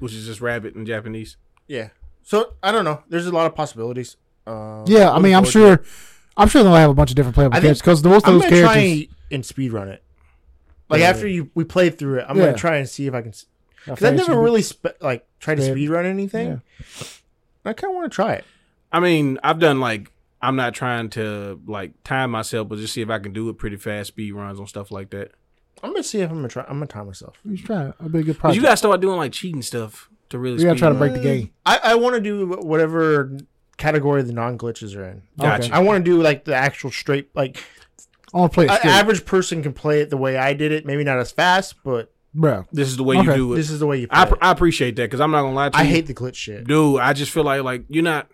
Which is just rabbit in Japanese. Yeah. So I don't know. There's a lot of possibilities. Um, Yeah, I mean, I'm looking forward sure. I'm sure they'll have a bunch of different playable I think- characters because most to of it. I'm those gonna try characters. and, and speed run it. Like Yeah. after you we played through it, I'm Yeah. gonna try and see if I can. how Because I've fast never you- really spe- like tried to Yeah. speed run anything. I kind of want to try it. I mean, I've done like I'm not trying to like time myself, but just see if I can do it pretty fast, speed runs on stuff like that. I'm gonna see if I'm gonna try. I'm gonna time myself. You should try it. It'll be a good 'Cause project. you gotta start doing like cheating stuff to really. You gotta speed try to run. break the game. I I want to do whatever category the non glitches are in. Gotcha. Okay. I want to do like the actual straight like I want to play it an straight, average person can play it the way I did it. Maybe not as fast, but bro. This is the way you Okay. do it. this is the way you. Play I, I, pr- I appreciate that because I'm not gonna lie to I you. hate the glitch shit. dude. I just feel like like you're not.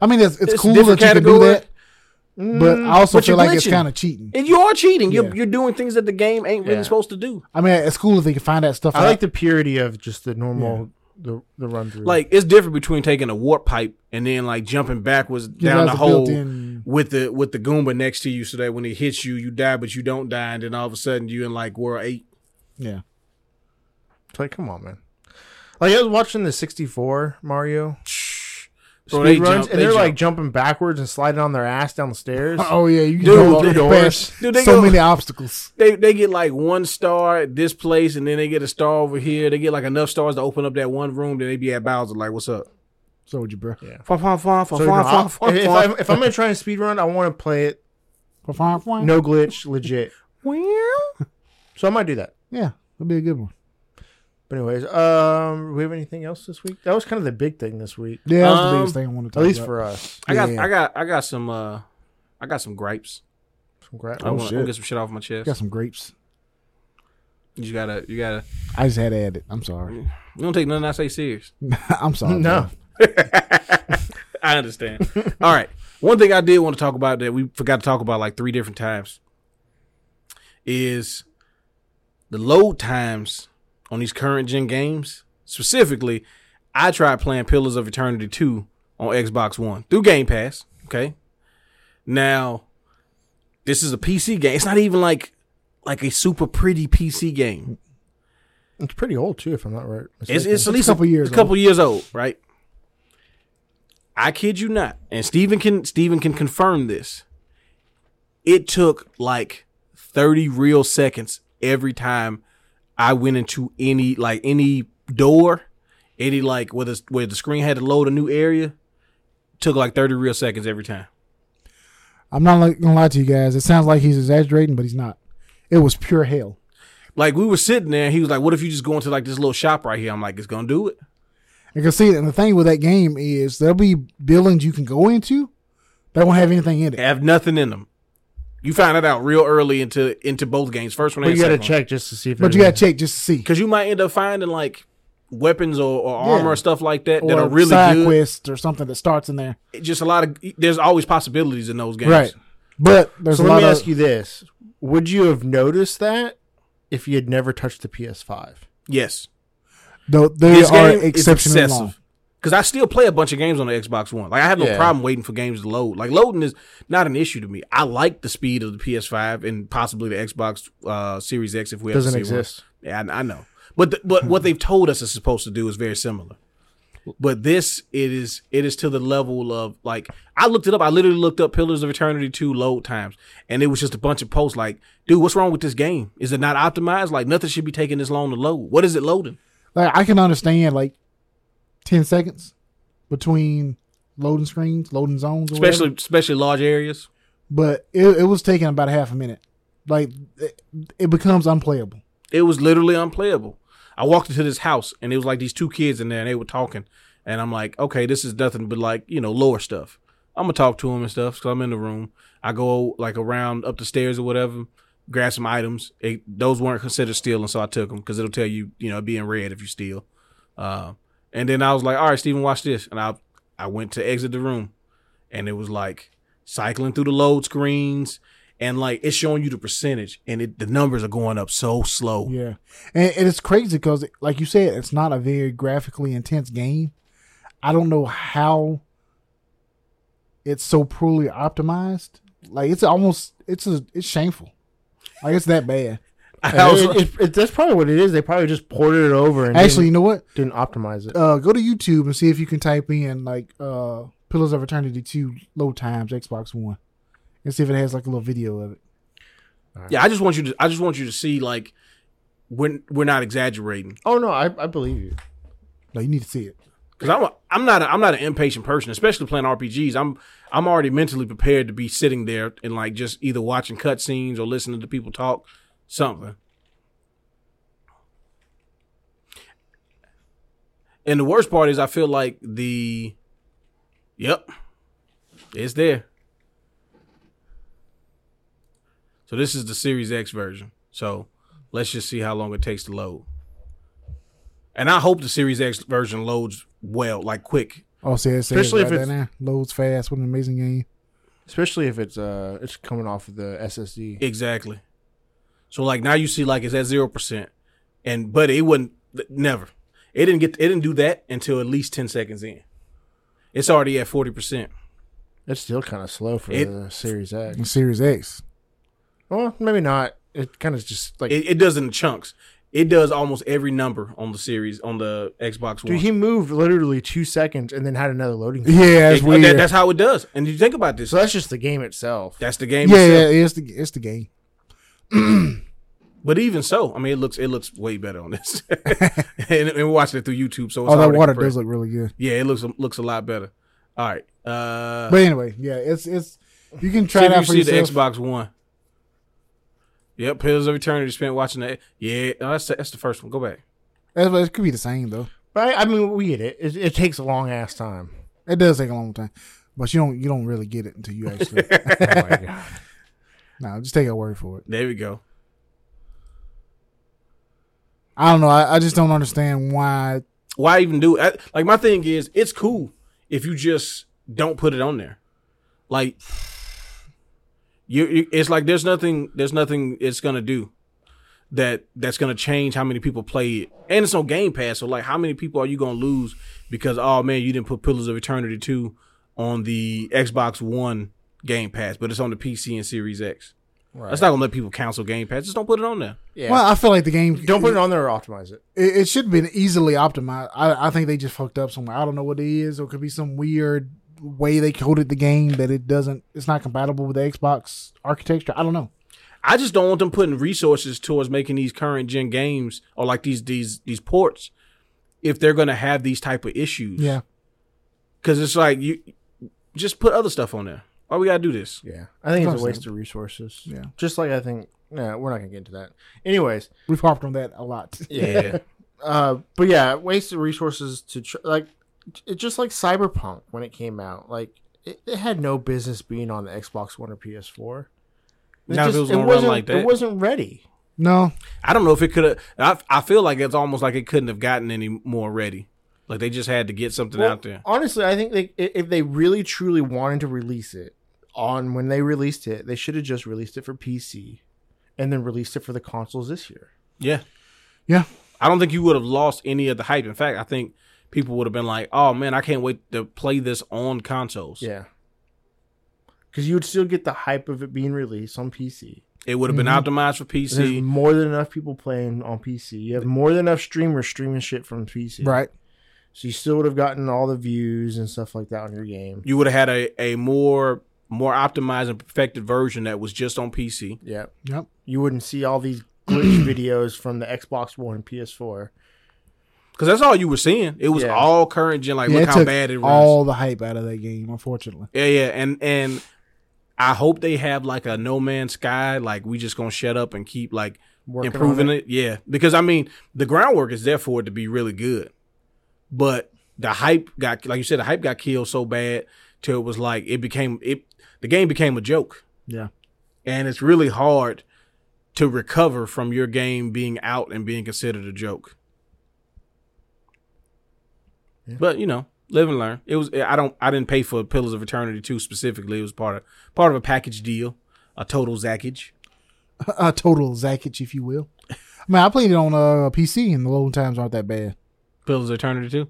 I mean, it's, it's, It's a cool that you different can do category, that, but I also but feel you're like it's glitching. kind of cheating. And you are cheating. Yeah. You're you're doing things that the game ain't really Yeah. supposed to do. I mean, it's cool if they can find that stuff. I out. like the purity of just the normal the the run through. Like it's different between taking a warp pipe and then like jumping backwards Yeah, down the that's a hole built-in- with the with the Goomba next to you, so that when it hits you, you die, but you don't die, and then all of a sudden you in like world eight. Yeah, It's like, come on, man. Like I was watching the '64 Mario Bro, speed they runs, jump- and they they're like jump. jumping backwards and sliding on their ass down the stairs. Oh yeah, you can Dude, go the through doors. past Dude, they so go- many obstacles. they they get like one star at this place, and then they get a star over here. They get like enough stars to open up that one room. Then they be at Bowser like, "What's up?" So would you, bro? Yeah. Fa- fa- fa- fa- So, you know, fa- I- fa- if, if fa- I'm, if I'm gonna try and speed run, I want to play it No. no glitch, legit. So I might do that. Yeah, that'd be a good one. But anyways, um, we have anything else this week? That was kind of the big thing this week, Yeah, that's the Um, biggest thing I want to talk at least about. for us. I got Yeah. I got I got some uh I got some gripes. Congrats. I want to shit. get some shit off my chest. Got some grapes. You gotta you gotta I just had to add it. I'm sorry. you don't take nothing I say serious. I'm sorry. No, I understand. All right. One thing I did want to talk about that we forgot to talk about like three different times is the load times on these current gen games. Specifically, I tried playing Pillars of Eternity 2 on Xbox One through Game Pass. Okay. Now, this is a PC game. It's not even like like a super pretty PC game. it's pretty old too, if I'm not right. It's, mistaken. it's at least a couple years A couple years old, right? I kid you not, and Steven can Steven can confirm this. It took like thirty real seconds every time I went into any like any door, any like where the where the screen had to load a new area. Took like thirty real seconds every time. I'm not li- gonna lie to you guys. It sounds like he's exaggerating, but he's not. It was pure hell. Like we were sitting there, and he was like, "What if you just go into like this little shop right here?" I'm like, "It's gonna do it." You can see, and the thing with that game is there'll be buildings you can go into that won't have anything in They it. have nothing in them. You find that out real early into into both games. First one, but and you gotta second one. check just to see if. But there's you gotta anything. check just to see. because you might end up finding like weapons or, or armor or stuff like that that Or are really side good. quest or something that starts in there. It Just a lot of there's always possibilities in those games. Right. But there's So a let lot me of ask you this: Would you have noticed that if you had never touched the PS5? Yes. though they This are game is exceptionally long. excessive. Because I still play a bunch of games on the Xbox One. Like I have no Yeah. problem waiting for games to load. Like loading is not an issue to me. I like the speed of the PS5 and possibly the Xbox uh, Series X if we ever Doesn't see exist. One. Yeah, I, I know. But the, but what they've told us is supposed to do is very similar. But this it is it is to the level of like I looked it up. I literally looked up Pillars of Eternity 2 load times and it was just a bunch of posts like, dude, what's wrong with this game? Is it not optimized? Like nothing should be taking this long to load. What is it loading? Like I can understand like ten seconds between loading screens, loading zones, or whatever. Especially especially large areas. But it, it was taking about half a minute. Like it, it becomes unplayable. It was literally unplayable. I walked into this house and it was like these two kids in there and they were talking. And I'm like, okay, this is nothing but like, you know, lore stuff. I'm going to talk to them and stuff because I'm in the room. I go like around up the stairs or whatever, grab some items. It, those weren't considered stealing, so I took them because it'll tell you, you know, being red if you steal. Uh, and then I was like, all right, Steven, watch this. And I, I went to exit the room and it was like cycling through the load screens and like it's showing you the percentage, and it, the numbers are going up so slow. Yeah, and, and it's crazy because, like you said, it's not a very graphically intense game. I don't know how it's so poorly optimized. Like it's almost it's a it's shameful. Like it's that bad. I was- It- it- it- that's probably what it is. They probably just ported it over and Actually, you know what? didn't, didn't optimize it. Uh, go to YouTube and see if you can type in like uh "Pillars of Eternity" two load times Xbox One, and see if it has like a little video of it. yeah, I just want you to. I just want you to see like when we're not exaggerating oh no, I, I believe you. No, you need to see it. because I'm a, I'm not a, I'm not an impatient person, especially playing RPGs. I'm I'm already mentally prepared to be sitting there and like just either watching cutscenes or listening to people talk something. And the worst part is, I feel like the, yep, it's there. So this is the Series X version. So let's just see how long it takes to load. And I hope the Series X version loads well, like quick. Oh, see, it's especially Especially if right it's- there now. loads fast. What an amazing game! Especially if it's uh, it's coming off of the SSD. Exactly. So like now you see like it's at zero percent, and but it wouldn't th- never. It didn't get it didn't do that until at least ten seconds in. It's already at forty percent. It's still kind of slow for It- the Series X. And Series X. Well, maybe not. It kind of just like. It, it does in chunks. It does almost every number on the series on the Xbox One. Dude, he moved literally two seconds and then had another loading. Yeah, It- that's weird. that- that's how it does. And you think about this, So that's just the game itself. that's the game. yeah, itself. yeah, it's the it's the game. But even so, I mean, it looks it looks way better on this, and, and we watched it through YouTube. So it's oh, that already water compressed. does look really good. Yeah, it looks looks a lot better. All right. Uh But anyway, yeah, it's it's you can see try it if out you for see yourself. the Xbox One. Yep, Pillars of Eternity spent watching that. Yeah, no, that's the, that's the first one. Go back. That's what- It could be the same though. But I, I mean, we get it. it. It takes a long ass time. It does take a long time, but you don't you don't really get it until you actually. Oh my god. no, just take our word for it. There we go. I don't know. I, I just don't understand why. Why even do it? I- Like my thing is, it's cool if you just don't put it on there. Like you, you it's like there's nothing there's nothing it's gonna do that that's gonna change how many people play it. And it's on Game Pass, so like how many people are you gonna lose because oh man, you didn't put Pillars of Eternity 2 on the Xbox One Game Pass, but it's on the PC and Series X. Right. That's not gonna let people cancel Game Pass. Just don't put it on there. yeah. Well, I feel like the game don't put it on there or optimize it. It, it should have been easily optimized. I, I think they just fucked up somewhere. I don't know what it is, or it could be some weird way they coded the game that it doesn't. It's not compatible with the Xbox architecture. I don't know. I just don't want them putting resources towards making these current gen games or like these these these ports if they're gonna have these type of issues. Yeah, Cause it's like you just put other stuff on there. Why we gotta do this? Yeah. I think it's course a waste of resources. Yeah. Just like I think. Nah, we're not gonna get into that. Anyways. we've harped on that a lot. Yeah. Uh, but yeah, waste of resources to tr- like it just like Cyberpunk when it came out. Like it, it had no business being on the Xbox One or PS4. Not if it was gonna run wasn't- like that. It wasn't ready. No, I don't know if it could have I, I feel like it's almost like it couldn't have gotten any more ready. Like they just had to get something Well, out there. Honestly, I think they i- if they really truly wanted to release it on when they released it, they should have just released it for PC and then released it for the consoles this year. Yeah. Yeah. I don't think you would have lost any of the hype. In fact, I think people would have been like, Oh man, I can't wait to play this on consoles. Yeah. Because you would still get the hype of it being released on PC. It would have been Mhm. optimized for PC. There's more than enough people playing on PC. You have more than enough streamers streaming shit from PC. right? So you still would have gotten all the views and stuff like that on your game. you would have had a, a more more optimized and perfected version that was just on PC. Yeah. Yep. You wouldn't see all these glitch videos from the Xbox One and PS4. Because that's all you were seeing. It was Yeah. all current gen. Like, yeah, look it how took bad it was. all the hype out of that game. Unfortunately, yeah, yeah. And and I hope they have like a No Man's Sky. Like, we just gonna shut up and keep like Working on improving it. Yeah, because I mean, the groundwork is there for it to be really good, but the hype got like you said, the hype got killed so bad till it was like it became it. The game became a joke. Yeah. and it's really hard to recover from your game being out and being considered a joke. Yeah. But you know, live and learn. It was I don't I didn't pay for Pillars of Eternity two specifically. It was part of part of a package deal. a total zackage. a total zackage, if you will. I mean, I played it on uh, PC, and the load times aren't that bad. Pillars of Eternity too.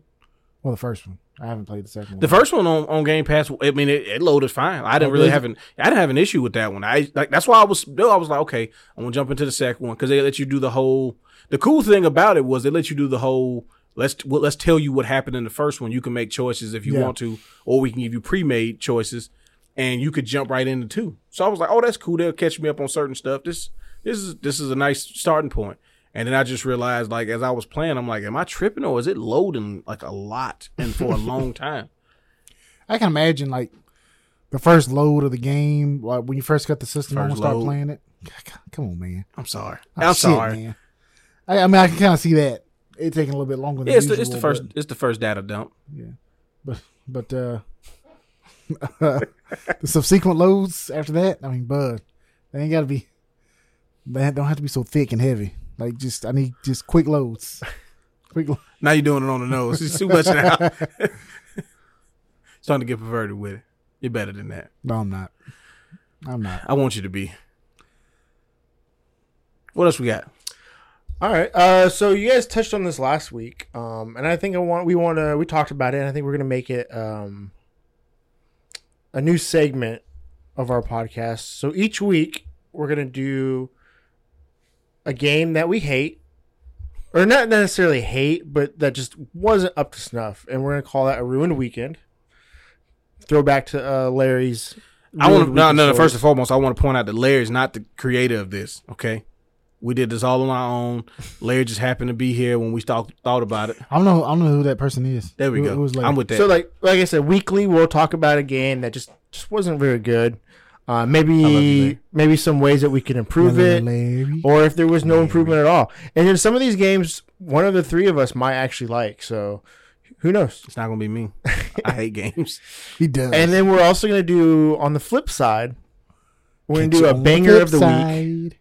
Well, the first one. I haven't played the second The one. first one on, on Game Pass, I mean, it, it loaded fine. I didn't Oh, really did have an I didn't have an issue with that one. I like that's why I was no, I was like, okay, I'm gonna jump into the second one because they let you do the whole. The cool thing about it was they let you do the whole. Let's well, let's tell you what happened in the first one. You can make choices if you Yeah. want to, or we can give you pre-made choices, and you could jump right into two. So I was like, oh, that's cool. They'll catch me up on certain stuff. This this is this is a nice starting point. And then I just realized, like as I was playing, I'm like, am I tripping or is it loading like a lot and for a long time? I can imagine like the first load of the game, like when you first got the system, First and start load. playing it. God, Come on, man. I'm sorry. Oh, I'm shit, sorry. man. I, I mean, I can kind of see that it taking a little bit longer. Than Yeah, it's the, it's the usual, first it's the first data dump. but but, but uh, the subsequent loads after that. I mean, bud, they ain't got to be. They don't have to be so thick and heavy. Like just, I need just quick loads. Quick. Lo- Now you're doing it on the nose. It's too much now. It's time to get perverted with it. You're better than that. no, I'm not. I'm not. I want you to be. What else we got? All right. Uh, so you guys touched on this last week, um, and I think I want we want to we talked about it. and I think we're gonna make it um, a new segment of our podcast. So each week we're gonna do a game that we hate, or not necessarily hate, but that just wasn't up to snuff, and we're gonna call that a ruined weekend. Throwback to uh, Larry's. I want to ruined no weekend no. no, stories. First and foremost, I want to point out that Larry's not the creator of this. Okay, we did this all on our own. Larry just happened to be here when we thought thought about it. I don't know. I don't know who that person is. There we Who- go. Who's like, I'm with that. So like like I said, weekly we'll talk about a game that just just wasn't very good. love Uh, you, maybe Zach. maybe some ways that we can improve it, Larry. or if there was no improvement at all. And then some of these games, one of the three of us might actually like. So who knows? it's not gonna be me. I hate games. He does. And then we're also gonna do on the flip side, we're gonna Catch do you a on the banger flip of the week, side.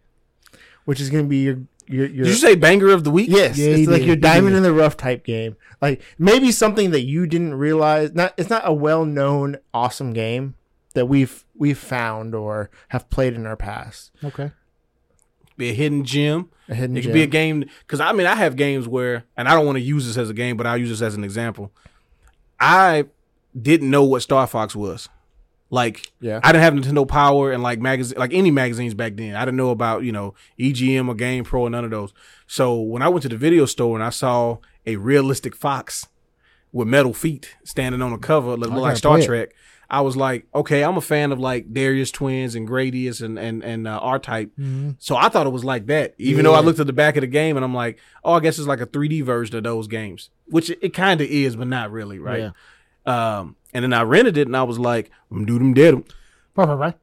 which is gonna be your your, your Did you say banger of the week? Yes, Yeah, it's you like did. your You diamond did. in the rough type game. Like maybe something that you didn't realize. Not it's not a well known awesome game that we've we've found or have played in our past. Okay. Be a hidden gem. A hidden It could gem. be a game because I mean I have games where, and I don't want to use this as a game, but I'll use this as an example. I didn't know what Star Fox was. Like, Yeah. I didn't have Nintendo Power and like magazine, like any magazines back then. I didn't know about you know EGM or Game Pro or none of those. So when I went to the video store and I saw a realistic fox with metal feet standing on the cover, look, I look like gotta Star play it. Trek. I was like, okay, I'm a fan of like Darius Twins and Gradius and and and uh, R Type. So I thought it was like that, even though I Yeah. looked at the back of the game and I'm like, oh, I guess it's like a 3D version of those games, which it, kind of is, but not really, right? Um, and then I rented it and I was like, I'm do them dead. Right, right, right.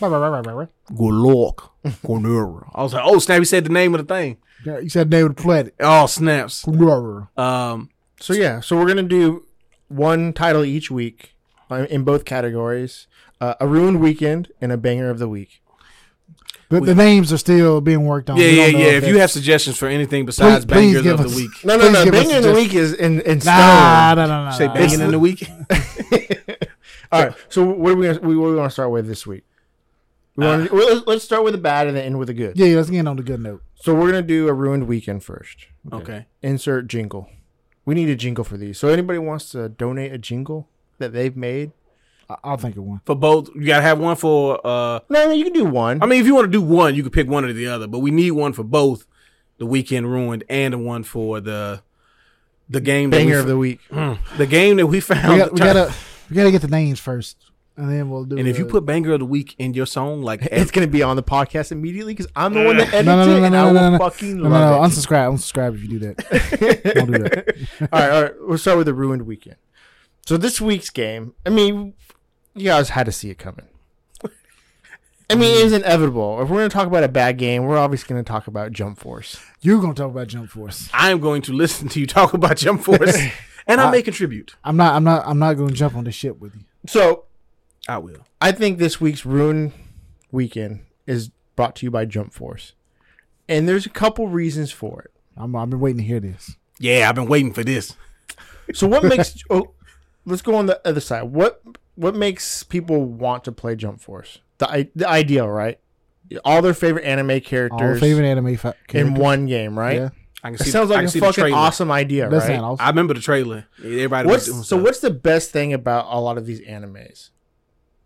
Right, right, right, right, right. Go look. Go near. I was like, oh, snap, he said the name of the thing. Yeah, You said they would play it. Oh, snaps. Roar. Um, So yeah, so we're gonna do one title each week uh, in both categories: uh, a ruined weekend and a banger of the week. The, the names are still being worked on. yeah, We yeah, don't know yeah. If you that's- have suggestions for anything besides please bangers give of us- the week, No, no, Please no. give us Banger of the suggestions. week is in in stone. nah, nah, nah, nah, say nah. banging in the week. All right. So what are we gonna, what do we want to start with this week? We want to, let's, let's start with the bad and then end with the good. Uh. Yeah, yeah, let's get on the good note. So we're gonna do a ruined weekend first. okay. Insert jingle. We need a jingle for these. So anybody wants to donate a jingle that they've made? I- I'll think of one. For both, you gotta have one for. uh No, no, you can do one. I mean, if you want to do one, you can pick one or the other, but we need one for both the weekend ruined and the one for the the game Banger that of we, the week. Mm, the game that we found. We, Oh, got, we gotta we gotta get the names first, and then we'll do. and if you the- put banger of the week in your song, like It's gonna be on the podcast immediately because I'm the one that edits no, no, it, no, no, and no, I will no, no, fucking no, no, love no, it. unsubscribe, unsubscribe if you do that. Don't do that. all right, all right. We'll start with the ruined weekend. So this week's game, I mean, you guys had to see it coming. I mean, it was inevitable. If we're going to talk about a bad game, we're obviously going to talk about Jump Force. You're gonna talk about Jump Force. I am going to listen to you talk about Jump Force, and I may contribute. I'm not. I'm not. I'm not gonna jump on this ship with you. So I will. I think this week's ruined weekend is brought to you by Jump Force, and there's a couple reasons for it. I'm. I've been waiting to hear this. Yeah, I've been waiting for this. So what makes? oh, let's go on the other side. What what makes people want to play Jump Force? The i- the idea, right? all their favorite anime characters All favorite anime fa- in characters. one game, right? Yeah. I can It see. sounds I like can a see the fucking trailer. awesome idea, That's right? not I awesome. remember the trailer. Everybody What's was doing so? stuff. What's the best thing about a lot of these animes,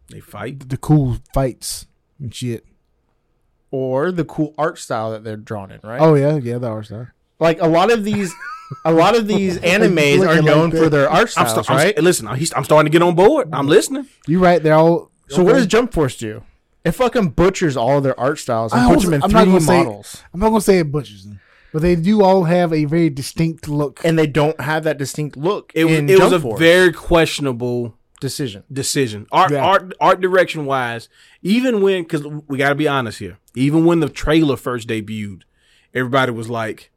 They fight. the cool fights and shit. or the cool art style that they're drawn in, right? Oh yeah, yeah, the art style. Like a lot of these, a lot of these animes Looking are like known for that. their art I'm, styles, sta- I'm right? st- listen, I'm, he's- I'm starting to get on board. I'm listening. You right? They're all. so what does Jump Force do? It fucking butchers all of their art styles and I puts also- them in I'm not 3D gonna say- models, I'm not gonna say it butchers them, but they do all have a very distinct look. and they don't have that distinct look. It, in it was Jump a Force very questionable decision. decision. Art, Yeah. art, art direction wise, even when, because we got to be honest here, even when the trailer first debuted, everybody was like,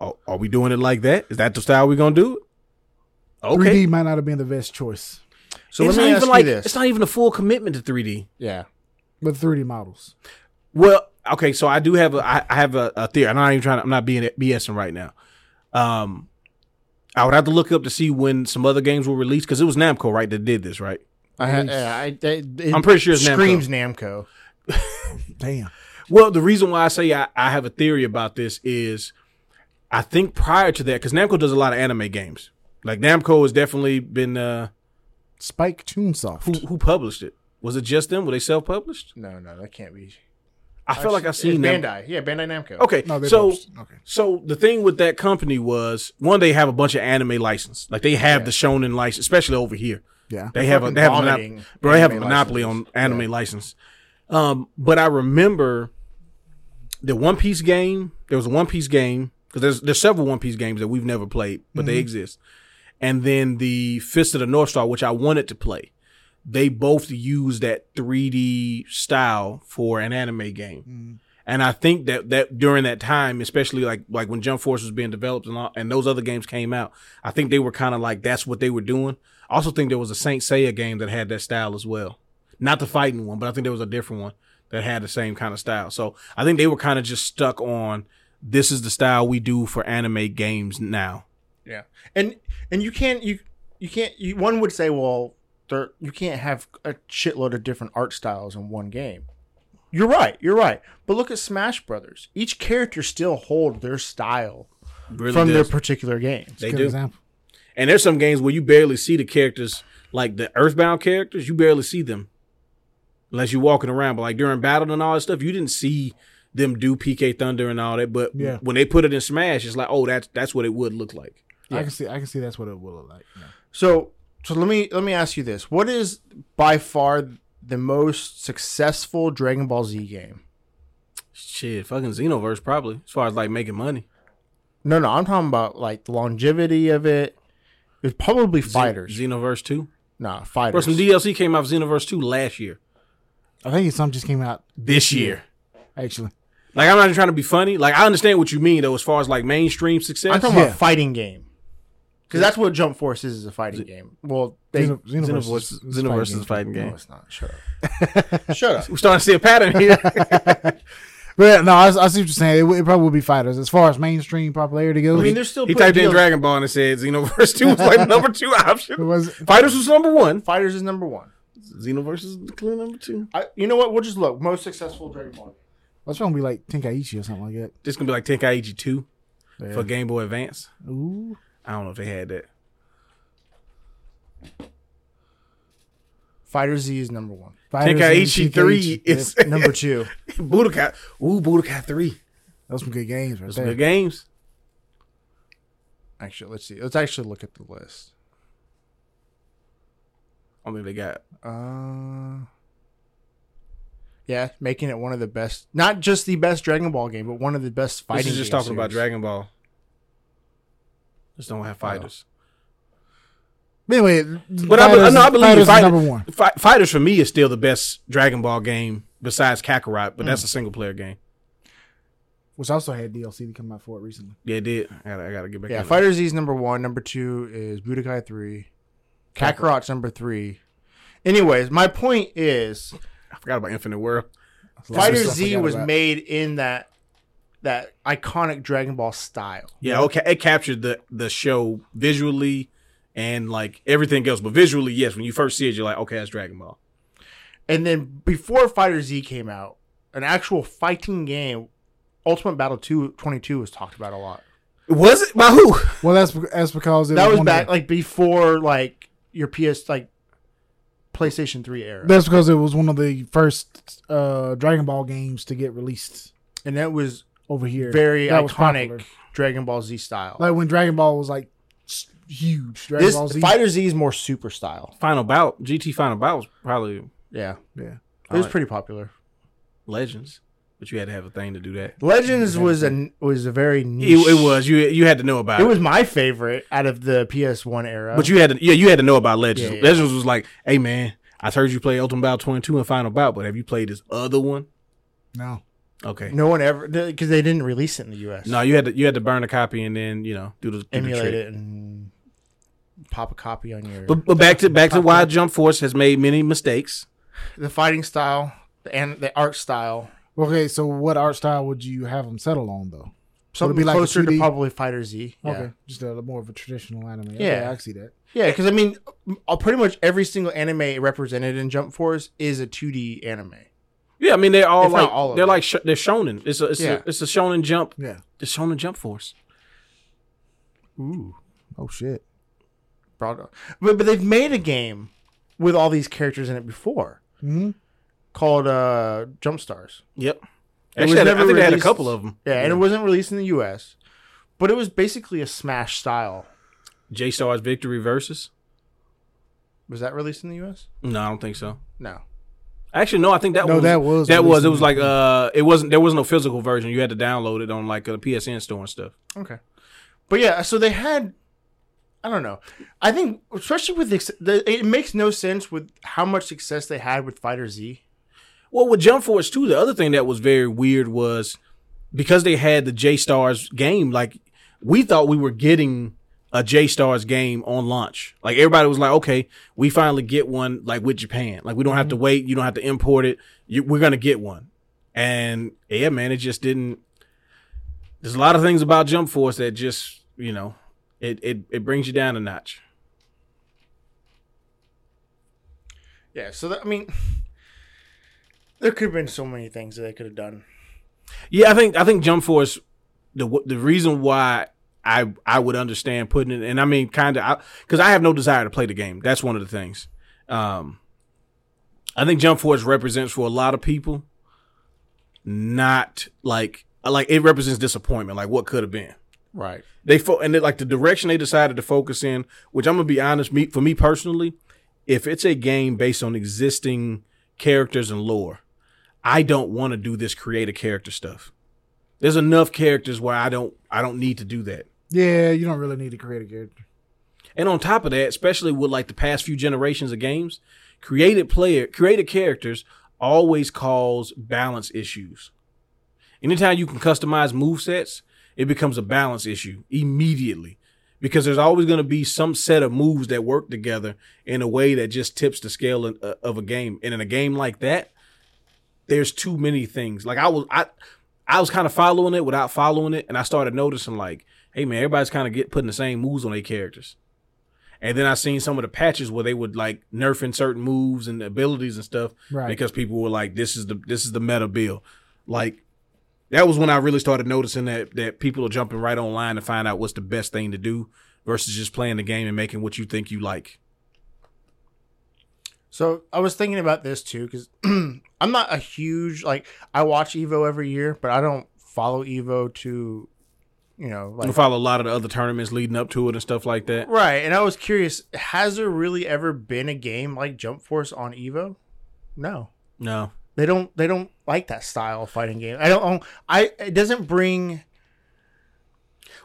oh, are we doing it like that? Is that the style we're going to do? it?" Okay. 3D might not have been the best choice, So it's not let me even ask you like, this. It's not even a full commitment to 3D. yeah, but 3D models. Well, okay, so I do have a I, I have a, a theory. I'm not even trying. To, I'm not being BSing right now. Um, I would have to look up to see when some other games were released because it was Namco, right, that did this, right? I, ha- yeah, I, I- it I'm pretty sure it's Namco. screams Namco. Damn. Well, the reason why I say I, I have a theory about this is I think prior to that, because Namco does a lot of anime games. Like Namco has definitely been uh, Spike who Toonsoft. who published it? Was it just them? Were they self published? No, no, that can't be. I feel like I've It's seen them. Bandai. Yeah, Bandai Namco. Okay, No, they so published it. okay. So the thing with that company was one, they have a bunch of anime license, like they have the Shonen license, especially over here. Yeah. They have a fucking they have a, dominating monop- bro, they have a anime monopoly licenses. on anime license. Um, but I remember the One Piece game. There was a One Piece game because there's there's several One Piece games that we've never played, but Mm-hmm. they exist. And then the Fist of the North Star, which I wanted to play. They both use that 3D style for an anime game. Mm. And I think that that during that time, especially like like when Jump Force was being developed and all, and those other games came out, I think they were kind of like that's what they were doing. I also think there was a Saint Seiya game that had that style as well, not the fighting one, but I think there was a different one that had the same kind of style. So I think they were kind of just stuck on this is the style we do for anime games now. Yeah, and and you can't you you can't you, one would say well there you can't have a shitload of different art styles in one game. You're right. You're right. But look at Smash Brothers. Each character still hold their style Really, from their does. particular game. they Good do. example. And there's some games where you barely see the characters, like the Earthbound characters, you barely see them unless you're walking around. But like during battle and all that stuff, you didn't see them do PK Thunder and all that. But Yeah. when they put it in Smash, it's like, oh, that's that's what it would look like. I Yeah. can see. I can see that's what it will look like. Yeah. So so let me let me ask you this: What is by far the most successful Dragon Ball Z game? Shit, fucking Xenoverse probably as far as like making money. No, no, I'm talking about like the longevity of it. It's probably fighters. Xenoverse Two. nah, Bro, fighters. some DLC came out of Xenoverse Two last year. I think some just came out This year. actually. Like I'm not even trying to be funny. Like I understand what you mean though, as far as like mainstream success. I'm talking Yeah. about fighting game. Because that's what Jump Force is, is a fighting game. Well, they. Xeno- Xenoverse, Xenoverse is a Xenoverse fighting is a fighting no, game. it's not. Shut up. Shut up. We're starting to see a pattern here. But yeah, no, I, I see what you're saying. It, would- it probably would be fighters as far as mainstream popularity goes. I mean, there's still. he putting typed in deals- Dragon Ball and it said Xenoverse 2 was like number two It option. was Fighters was number one. Fighters is number one. Xenoverse is clear number two. I, you know what? We'll just look. Most successful Dragon Ball. that's gonna be like Tenkaichi or something like that. This gonna be like Tenkaichi 2 Yeah. for Game Boy Advance. Ooh, I don't know if they had that. Fighter Z is number one. Fighters and Tenkaichi 3 Tenkaichi. is Number two. Budokai. Ooh, Budokai 3. Those some good games right Those there. are good games. Actually, let's see. Let's actually look at the list. I mean, they got. Uh, yeah, making it one of the best, not just the best Dragon Ball game, but one of the best This fighting. is just game talking about series. Dragon Ball. Just don't have fighters. But anyway, But I, be- no, I believe fighters fighters, is number one. Fi- fighters for me is still the best Dragon Ball game besides Kakarot, but that's a single player game. which also had DLC to come out for it recently. Yeah, it did. I gotta, I gotta get back. Yeah, in it. Fighter Z is number one. Number two is Budokai three. Kakarot's number three. Anyways, my point is I forgot about Infinite World. Fighter Stuff I Z forgot was about. made in that that iconic Dragon Ball style. Yeah, okay. It captured the the show visually and like everything else, but visually, yes. When you first see it, you're like, okay, that's Dragon Ball. And then before Fighter Z came out, an actual fighting game, Ultimate Battle 2 22 was talked about a lot. Was it by who? Well, that's that's because it that was one back Of, like before like your PS like PlayStation 3 era. the- that's because it was one of the first uh, Dragon Ball games to get released and that was over here. very That was iconic popular. Dragon Ball Z style. like when Dragon Ball was like s- huge. Dragon this Ball Z. Fighter Z is more super style. Final bout. GT final bout was probably Yeah. yeah, It was Alright. pretty popular. legends, but you had to have a thing to do that. Legends was a was a very It, niche. it was you. You had to know about It it. was my favorite out of the PS1 era. But you had to, yeah, you had to know about Legends. Yeah, yeah. Legends was like, hey man, I heard you play Ultimate Bout 22 and Final Bout, but have you played this other one? no, Okay. no one ever because they didn't release it in the US. No, you had to you had to burn a copy and then you know do the, do the emulate trick. it and pop a copy on your But, but back to back to why Jump Force has made many mistakes. the fighting style the and the art style. okay. So what art style would you have them settle on though? Something be like a closer 2D? to probably Fighter Z. Yeah. Okay, just a more of a traditional anime. Yeah. Yeah, I see that. Yeah, because I mean, uh, pretty much every single anime represented in Jump Force is a 2D anime. Yeah, I mean they're all If not like all of they're them. like sh- they're shonen. It's a it's Yeah. a it's a shonen jump. Yeah. The shonen Jump Force. Ooh, Oh shit. broad. But but they've made a game with all these characters in it before hmm called uh, Jump Stars. Yep. was Actually, I, had- I never think they had a released. couple of them. Yeah, and it wasn't released in the U.S., but it was basically a Smash style. J Star's Victory versus. Was that released in the U.S.? No, I don't think so. No. Actually, no. I think that No, was, that was that released was it in was the- like uh it wasn't there was no physical version. You had to download it on like a PSN store and stuff. Okay. But yeah, so they had. I don't know. I think, especially with this, the, it makes no sense with how much success they had with Fighter Z. Well, with Jump Force too, the other thing that was very weird was because they had the J Stars game. Like we thought we were getting a J Stars game on launch. Like everybody was like, okay, we finally get one. Like with Japan, like we don't have to wait. You don't have to import it. You, we're gonna get one. And yeah, man, it just didn't. There's a lot of things about Jump Force that just you know it it, it brings you down a notch. Yeah, so that, I mean, there could have been so many things that they could have done. Yeah, I think I think Jump Force. The w- the reason why I I would understand putting it, and I mean kind of because I, have no desire to play the game. That's one of the things. Um, I think Jump Force represents for a lot of people, not like like it represents disappointment, like what could have been. Right. They fo- and it, like the direction they decided to focus in, which I'm gonna be honest, me for me personally, if it's a game based on existing characters and lore, I don't want to do this creative character stuff. There's enough characters where I don't I don't need to do that. Yeah, you don't really need to create a character. And on top of that, especially with like the past few generations of games, created player created characters always cause balance issues. Anytime you can customize movesets, it becomes a balance issue immediately. Because there's always going to be some set of moves that work together in a way that just tips the scale in- uh, of a game. And in a game like that, there's too many things. Like I was I I was kind of following it without following it, and I started noticing like, hey man, everybody's kind of get putting the same moves on their characters. And then I seen some of the patches where they would like nerfing certain moves and abilities and stuff Right. because people were like, this is the this is the meta bill. Like that was when I really started noticing that that people are jumping right online to find out what's the best thing to do versus just playing the game and making what you think you like. So I was thinking about this too, because I'm not a huge, like, I watch EVO every year, but I don't follow EVO to, you know, You like. follow a lot of the other tournaments leading up to it and stuff like that. Right. And I was curious has there really ever been a game like Jump Force on EVO? No. No. They don't. They don't like that style of fighting game. I don't. um, I. It doesn't bring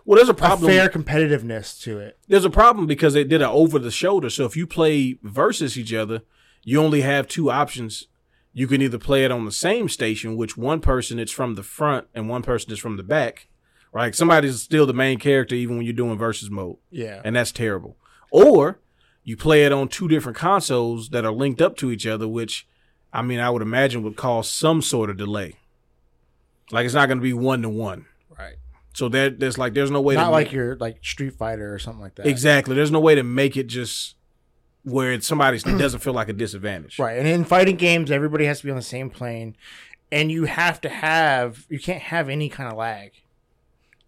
Well, there's a a problem. fair competitiveness to it. There's a problem because they did it over the shoulder. So if you play versus each other, you only have two options. You can either play it on the same station, which one person is from the front and one person is from the back, right? Somebody's still the main character even when you're doing versus mode, Yeah. and that's terrible. Or you play it on two different consoles that are linked up to each other, which I mean, I would imagine would cause some sort of delay. Like it's not going to be one to one. Right. So there, there's like there's no way not to like your like Street Fighter or something like that. Exactly. There's no way to make it just where it's somebody doesn't feel like a disadvantage. Right. And in fighting games, everybody has to be on the same plane. and you have to have you can't have any kind of lag.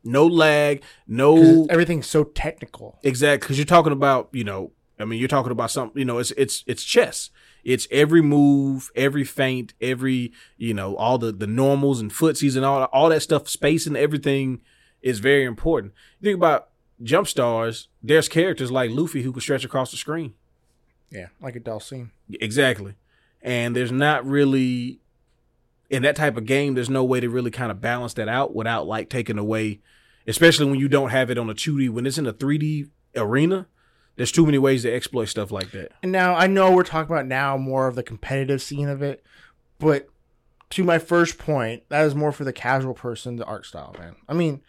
No lag, 'Cause no it's- everything's so technical. Exactly, because you're talking about you know, I mean, you're talking about something you know, it's it's it's chess. It's every move, every feint, every you know, all the the normals and footsies and all all that stuff. Space and everything is very important. You think about jump stars. There's characters like Luffy who can stretch across the screen. Yeah, like a Dalsim. Exactly, and there's not really in that type of game. There's no way to really kind of balance that out without like taking away, especially when you don't have it on a 2D. When it's in a 3D arena, there's too many ways to exploit stuff like that. And now I know we're talking about now more of the competitive scene of it, but to my first point, that is more for the casual person, the art style, man. I mean,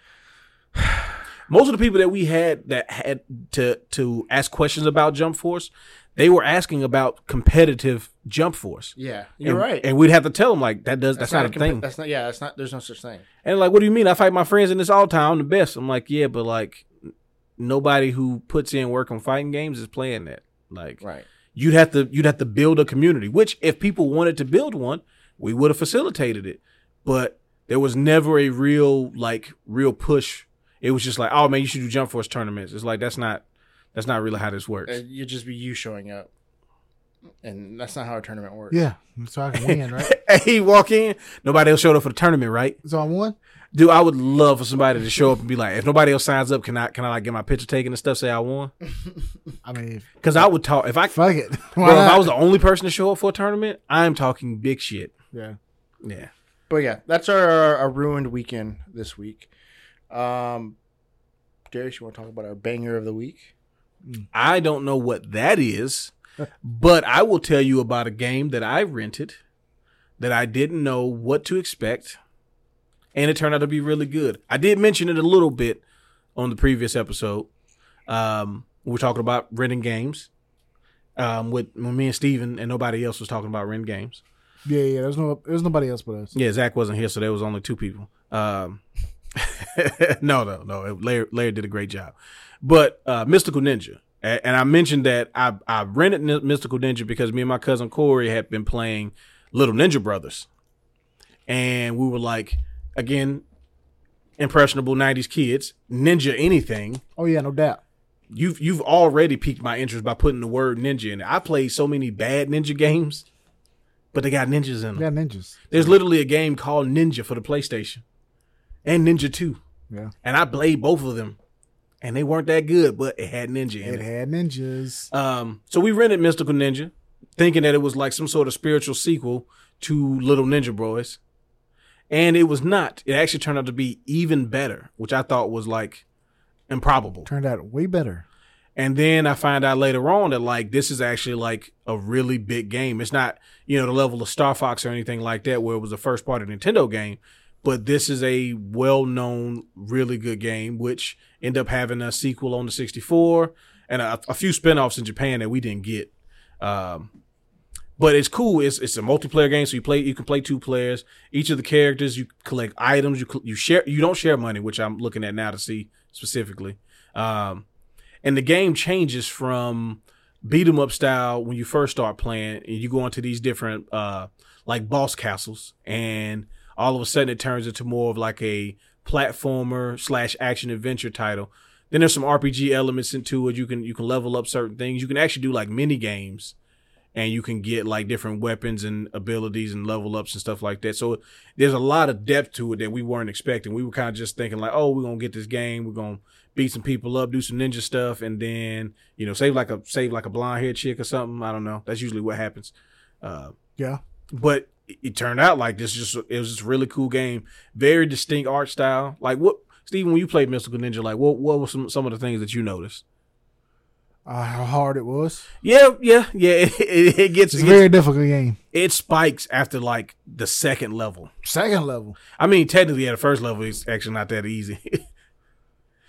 Most of the people that we had that had to to ask questions about Jump Force, they were asking about competitive Jump Force. yeah, you're And- right. and we'd have to tell them like that does that's, not, a compa- thing. That's not yeah. That's not. There's no such thing. And like, what do you mean? I fight my friends in this all time. I'm the best. I'm like, yeah, but like, n- nobody who puts in work on fighting games is playing that. Like, Right. you'd have to you'd have to build a community. Which, if people wanted to build one, we would have facilitated it. But there was never a real like real push. It was just like, oh man, you should do Jump Force tournaments. It's like that's not that's not really how this works. It, would Uh, just be you showing up, and that's not how a tournament works. Yeah, so I can win, right? hey, walk in. Nobody else showed up for the tournament, right? So I won. Dude, I would love for somebody to show up and be like, if nobody else signs up, can I can I like get my picture taken and stuff? Say I won I mean, because I would talk if I fuck it. Why bro, if not? I was the only person to show up for a tournament. I'm talking big shit. yeah. Yeah, But yeah, that's our, our, our ruined weekend this week. Um, Darius, you want to talk about our banger of the week? I don't know what that is, but I will tell you about a game that I rented that I didn't know what to expect, and it turned out to be really good. I did mention it a little bit on the previous episode. Um, we were talking about renting games. Um, with when me and Steven and nobody else was talking about rent games. Yeah, yeah. There's no, there's nobody else but us. Yeah, Zach wasn't here, so there was only two people. Um, no, no, no. Larry, Larry did a great job, but uh, Mystical Ninja, A- and I mentioned that I I rented Ni- Mystical Ninja because me and my cousin Corey had been playing Little Ninja Brothers, and we were like, again, impressionable '90s kids, ninja anything. Oh yeah, no doubt. You've you've already piqued my interest by putting the word ninja in it. I played so many bad ninja games, but they got ninjas in them. Yeah, ninjas. There's literally a game called Ninja for the PlayStation and Ninja 2. Yeah, And I played both of them. And they weren't that good, but it had Ninja in it it. had ninjas. Um, so we rented Mystical Ninja, thinking that it was like some sort of spiritual sequel to Little Ninja Boys. And it was not. It actually turned out to be even better, which I thought was like improbable. Turned out way better. And then I find out later on that like this is actually like a really big game. It's not, you know, the level of Star Fox or anything like that where it was the first part of Nintendo game, but this is a well-known really good game which end up having a sequel on the 64 and a, a few spin-offs in Japan that we didn't get. Um but it's cool. It's it's a multiplayer game, so you play. You can play two players. Each of the characters, you collect items. You cl- you share. You don't share money, which I'm looking at now to see specifically. Um, and the game changes from beat 'em up style when you first start playing and you go into these different uh like boss castles and all of a sudden it turns into more of like a platformer slash action adventure title then there's some rpg elements into it you can you can level up certain things you can actually do like mini games and you can get like different weapons and abilities and level ups and stuff like that so there's a lot of depth to it that we weren't expecting we were kind of just thinking like oh we're gonna get this game we're gonna beat some people up, do some ninja stuff, and then you know save like a save like a blonde haired chick or something. I don't know. That's usually what happens. Uh, Yeah. but it, it turned out like this. Just it was just a really cool game. Very distinct art style. Like what Steven, when you played Mystical Ninja, like what what were some some of the things that you noticed? Uh, how hard it was. Yeah, yeah, yeah. It, it, it gets It's it, a gets, very difficult game. it spikes after like the second level. Second level. I mean, technically at the first level, it's actually not that easy.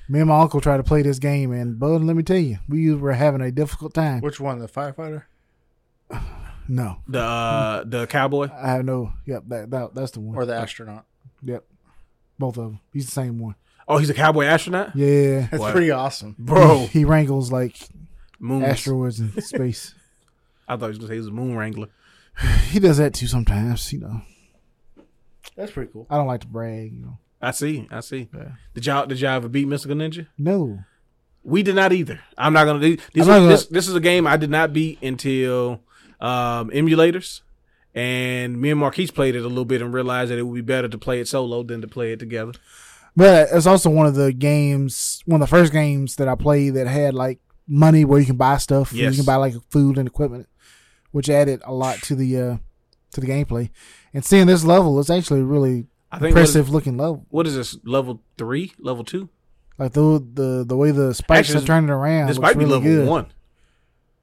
Me and my uncle tried to play this game, and bud, let me tell you, we were having a difficult time. Which one, the firefighter? No, the uh, the cowboy. I have no. Yep, that, that that's the one. Or the astronaut. Yep, both of them. He's the same one. Oh, he's a cowboy astronaut, Yeah, That's What? pretty awesome. bro. He, he wrangles like Moon. asteroids in space. I thought he was gonna say he was a moon wrangler. He does that too sometimes, you know. That's pretty cool. I don't like to brag, you know. I see. I see. Yeah. Did y'all did y'all ever beat Mystical Ninja? No. We did not either. I'm not gonna. These, these I'm not are- gonna- this, this is a game I did not beat until um, emulators, and me and Marquise played it a little bit and realized that it would be better to play it solo than to play it together. But it's also one of the games, one of the first games that I played that had like money where you can buy stuff. Yes. You can buy like food and equipment, which added a lot to the uh to the gameplay. And seeing this level, it's actually a really I think what is- impressive looking level. what is this level three, level two? Like the the the way the spikes Actually, are turning around. this looks might be really level good. one.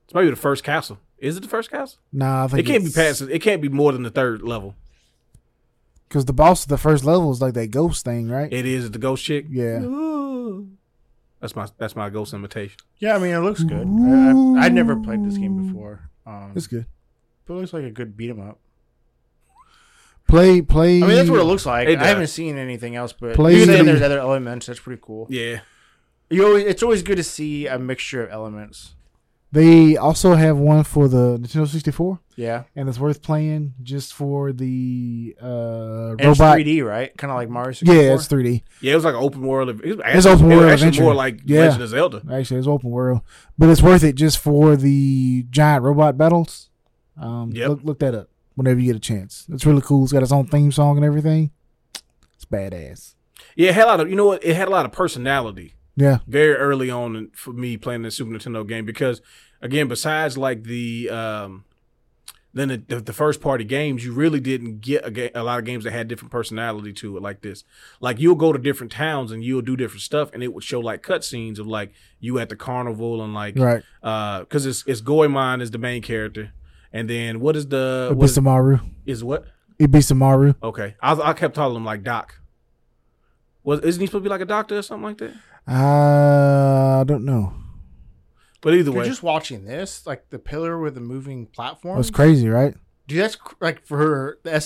This might be the first castle. Is it the first castle? Nah, I It think can't be past. It can't be more than the third level. because the boss of the first level is like that ghost thing, right? It is the ghost chick. yeah. That's my that's my ghost imitation. Yeah, I mean it looks good. I, I, I'd never played this game before. Um, It's good. but it looks like a good beat 'em up. Play play. I mean that's what it looks like. It I does. haven't seen anything else, but Play you say the- there's other elements. That's pretty cool. Yeah, You always, it's always good to see a mixture of elements. They also have one for the Nintendo sixty four. Yeah, and it's worth playing just for the uh, and it's robot. 3D, right? Kind of like Mario. 64. Yeah, it's 3D. yeah. It was like an open world. It was actually, open it was world actually adventure. more like Yeah. Legend of Zelda. Actually, it's open world, but it's worth it just for the giant robot battles. Um, Yep. look, look that up whenever you get a chance. It's really cool. It's got its own theme song and everything. It's badass. Yeah, it had a lot of you know what? It had a lot of personality Yeah, very early on in- for me playing the Super Nintendo game because again, besides like the um then the- the, the first party games, you really didn't get a, ga- a lot of games that had different personality to it like this. Like you'll go to different towns and you'll do different stuff, and it would show like cutscenes of like you at the carnival and like right. uh because it's it's Goemon is the main character, and then what is the what is, Ibisamaru. is what Ibisamaru. okay? I, I kept calling him like Doc. Was isn't he supposed to be like a doctor or something like that? I don't know. But either If You're way, just watching this, like the pillar with the moving platform. That's crazy, right? Dude, that's cr- like for the E SNES.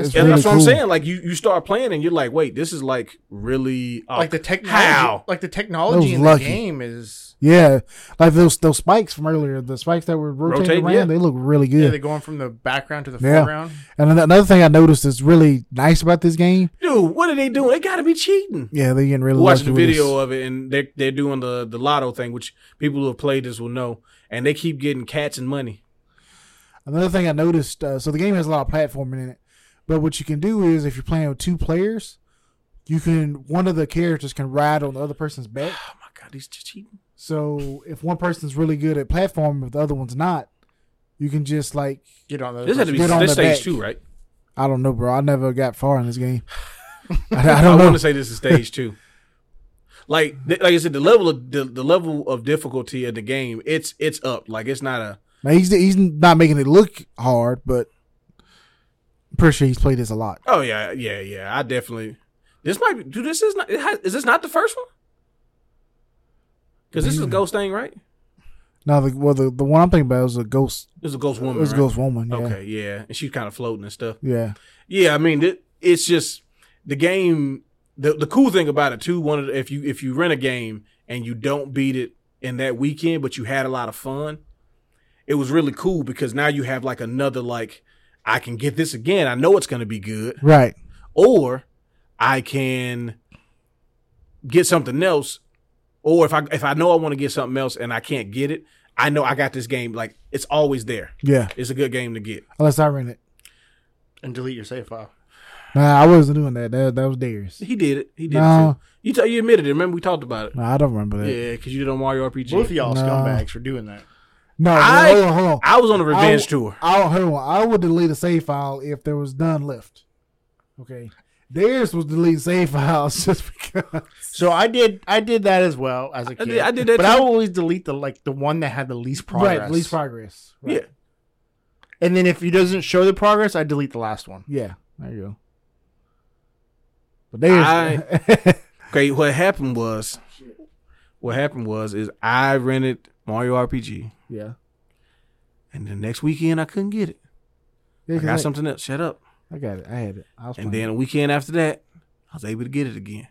It's yeah, really that's what I'm cool. saying. Like you, you start playing and you're like, wait, this is like really oh, like the technology, How? like the That was technology in lucky. the game is Yeah, like those those spikes from earlier, the spikes that were rotating Rotate, around, yeah. they look really yeah. good. they're going from the background to the Yeah. foreground. and an- another thing I noticed that's really nice about this game, dude, what are they doing? They gotta be cheating. yeah, they're getting really Watch lucky the with this. video of it, and they're they're doing the the lotto thing, which people who have played this will know, and they keep getting cats and money. Another thing I noticed, uh, so the game has a lot of platforming in it, but what you can do is if you're playing with two players, you can one of the characters can ride on the other person's back. Oh my god, he's just cheating. So if one person's really good at platforming, if the other one's not, you can just like Get on those. This had to be Get Uh, on this the stage back. two, right? I don't know, bro. I never got far in this game. I, I I, don't want know. to say this is stage two. Like th- like I said, the level of the, the level of difficulty of the game, it's it's up. Like it's not a Now, he's he's not making it look hard, but I'm pretty sure he's played this a lot. oh yeah yeah yeah. I definitely this might be dude. This is not it has, is this not the first one? Because this is Maybe. Ghost thing, right? Now, the, well, the the one I'm thinking about is a ghost. This is a Ghost It Woman. was a right? ghost woman. Yeah. Okay, yeah, and she's kind of floating and stuff. Yeah. Yeah, I mean, it, it's just the game. The the cool thing about it too, one of the, if you if you rent a game and you don't beat it in that weekend, but you had a lot of fun, it was really cool because now you have like another like I can get this again. I know it's going to be good, Right. or I can get something else, or if I if I know I want to get something else and I can't get it, I know I got this game. Like it's always there. Yeah. It's a good game to get. Unless I rent it. and delete your save file. Nah, I wasn't doing that. That, that was theirs. He did it. He did it No. too. You t- you admitted it. Remember we talked about it. Nah, I don't remember that. Yeah, because you did it on Mario RPG. Both of y'all No. scumbags for doing that. No, I- hold on, hold on. I was on a revenge I- tour. I, hold on. I would delete a save file if there was none left. Okay. Theirs was delete save files just because. So I did, I did that as well as a I kid. did, I did that. but too. I would always delete the like the one that had the least progress. Right, least progress. Right. yeah, And then if it doesn't show the progress, I delete the last one. Yeah. There you go. But theirs. Okay, what happened was, what happened was, is I rented Mario RPG, yeah. and the next weekend I couldn't get it. Yeah, I 'cause got I, something else. Shut up. I got it. I had it. I was And playing. then a weekend after that, I was able to get it again.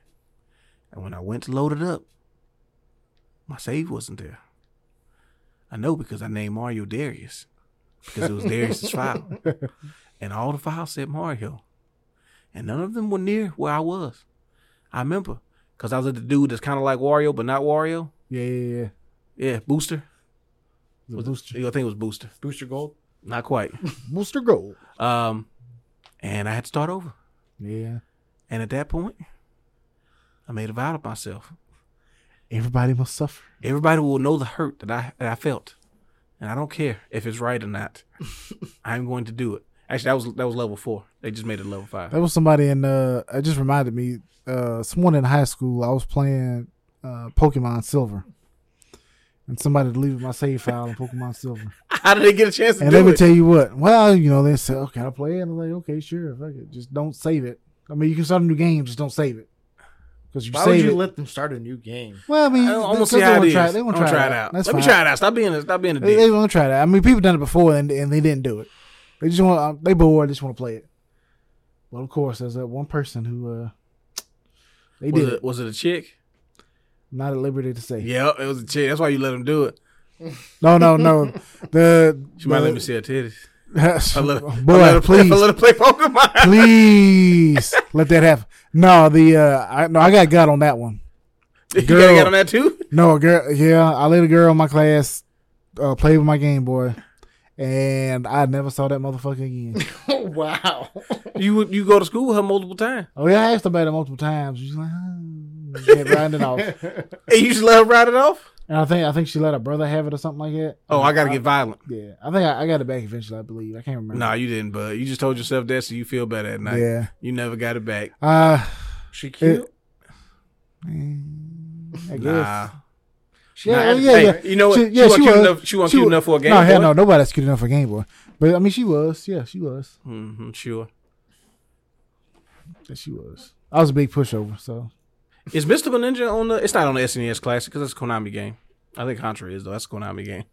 And when I went to load it up, my save wasn't there. I know because I named Mario Darius because it was Darius's file. And all the files said Mario. and none of them were near where I was. I remember because I was at the dude that's kind of like Wario but not Wario. Yeah, yeah, yeah. Yeah, Booster. The Was it- booster, I think it was Booster. Booster Gold. Not quite. booster gold. Um, and I had to start over. Yeah. And at that point, I made a vow to myself. Everybody must suffer. Everybody will know the hurt that I that I felt, and I don't care if it's right or not. I'm going to do it. Actually, that was that was level four. They just made it level five. That was somebody in uh it just reminded me, uh someone in high school, I was playing uh Pokemon Silver. And somebody deleted my save file in Pokemon Silver. How did they get a chance to And do let me it? tell you what. Well, you know, they said, Oh, can I play it? And I'm like, okay, sure, fuck it. Just don't save it. I mean you can start a new game, just don't save it. Because you Why would save you it. let them start a new game? well, I mean, I don't because almost see they how wanna it is. try it. They want to I'ma try it out. That's Let me fine. try it out. Stop being a, stop being a They, dick. they want to try that. I mean, people done it before and, and they didn't do it. They just want um, they bored. They just want to play it. Well, of course, there's that one person who uh they was did. it was it a chick? I'm not at liberty to say. Yeah, it was a chick. That's why you let them do it. No, no, no. The She might the- let me see her titties. I let, I boy, let her play. please, I let her play Pokemon. please let that happen. No, the uh, I no, I got got on that one. you gotta Girl. get on that too. No, a girl. Yeah, I let a girl in my class uh, play with my Game Boy, and I never saw that motherfucker again. Oh, wow. You you go to school with her multiple times. Oh yeah, I asked about it multiple times. She's like, oh, get rounded off. And you just let her ride it off. And I think I think she let her brother have it or something like that. Oh, I gotta get violent. Yeah, I think I, I got it back eventually. I believe I can't remember. No, you didn't, bud. You just told yourself that so you feel better at night. Yeah. You never got it back. Uh, She cute. mm, I guess. Nah. Yeah, Nah, oh, yeah, hey, yeah. You know what? She- She, yeah, wasn't she cute was. enough. She wasn't She cute wa- enough for a game. no, boy. hell no, nobody's cute enough for Game Boy. But I mean, she was. Yeah, she was. Mhm, sure. Yeah, she was. I was a big pushover, so Is Mr. Ninja on the? It's not on the SNES Classic because that's a Konami game. I think Contra is though. That's a Konami game.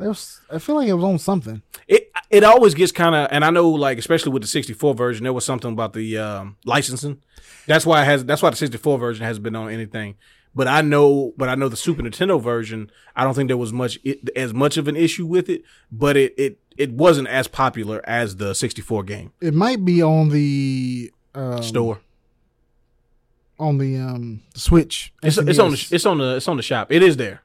it was. I feel like it was on something. It it always gets kind of, and I know like especially with the 64 version, there was something about the um, licensing. That's why it has. That's why the 64 version hasn't been on anything. But I know, but I know the Super Nintendo version. I don't think there was much it, as much of an issue with it, but it it it wasn't as popular as the 64 game It might be on the um, store. on the um Switch. E It's, it's on the it's on the it's on the shop. It is there.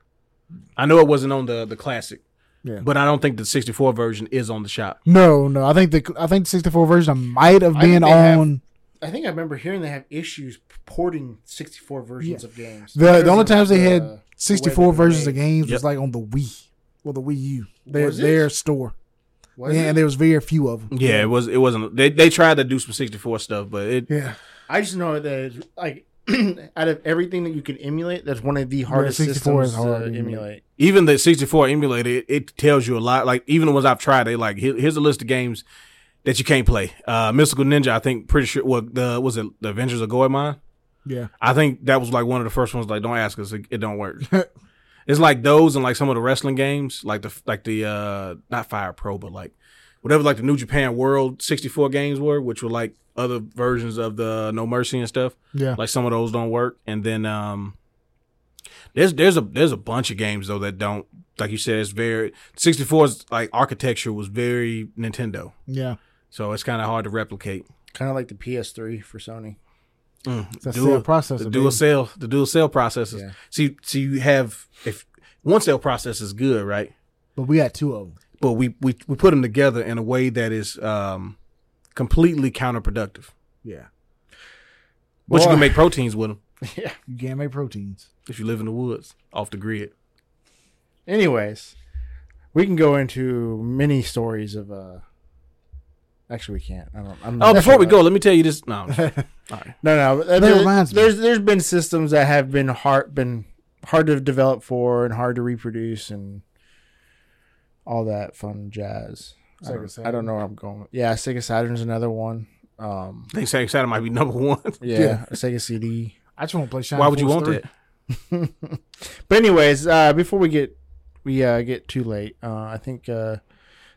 I know it wasn't on the the classic, Yeah. but I don't think the 64 version is on the shop. No, no. I think the I think the 64 version might have I think been they have- on. I think I remember hearing they have issues porting 64 versions of games. Uh, The, the only Because times they of had the way that 64 they versions of made. games Yep. was like on the Wii or the Wii U. Their Was it? their store. Was yeah, it? and there was very few of them. Yeah, it was it wasn't. They they tried to do some 64 stuff, but it Yeah. I just know that it's, like out of everything that you can emulate, that's one of the hardest 64 systems is hard to to emulate. emulate. even the 64 emulator, it, it tells you a lot. Like even the ones I've tried, they like here, here's a list of games that you can't play. Uh, Mystical Ninja, I think pretty sure. Well, the was it the Adventures of Goemon? Yeah. I think that was like one of the first ones. Like, don't ask us, it, it don't work. it's like those and like some of the wrestling games, like the like the uh not Fire Pro, but like whatever like the New Japan World 64 games were, which were like other versions of the No Mercy and stuff Yeah. like some of those don't work and then um there's there's a there's a bunch of games though that don't like you said it's very 64's like architecture was very nintendo yeah. so it's kind of hard to replicate Kind of like the PS3 for Sony. Mm, It's a dual- sale processor. the baby. dual cell the dual cell processors Yeah. see so you have if one cell process is good right But we got two of them. but we we, we put them together in a way that is um completely counterproductive Yeah. but you Well, can make proteins with them yeah. You can't make proteins. if you live in the woods off the grid Anyways, we can go into many stories of. uh Actually, we can't. I don't. I'm oh not before sure we about- go let me tell you this no I'm just- all right No, no. uh, That there- reminds me. There's there's been systems that have been hard been hard to develop for and hard to reproduce and all that fun jazz. I Sega don't, I Saturn. don't know where I'm going. with- Yeah, Sega Saturn's another one. Um, I think Sega Saturn might be number one. yeah, Yeah. Sega CD. I just want to play Shining Why would you Force want 3. that? But anyways, uh, before we get we uh, get too late, uh, I think uh,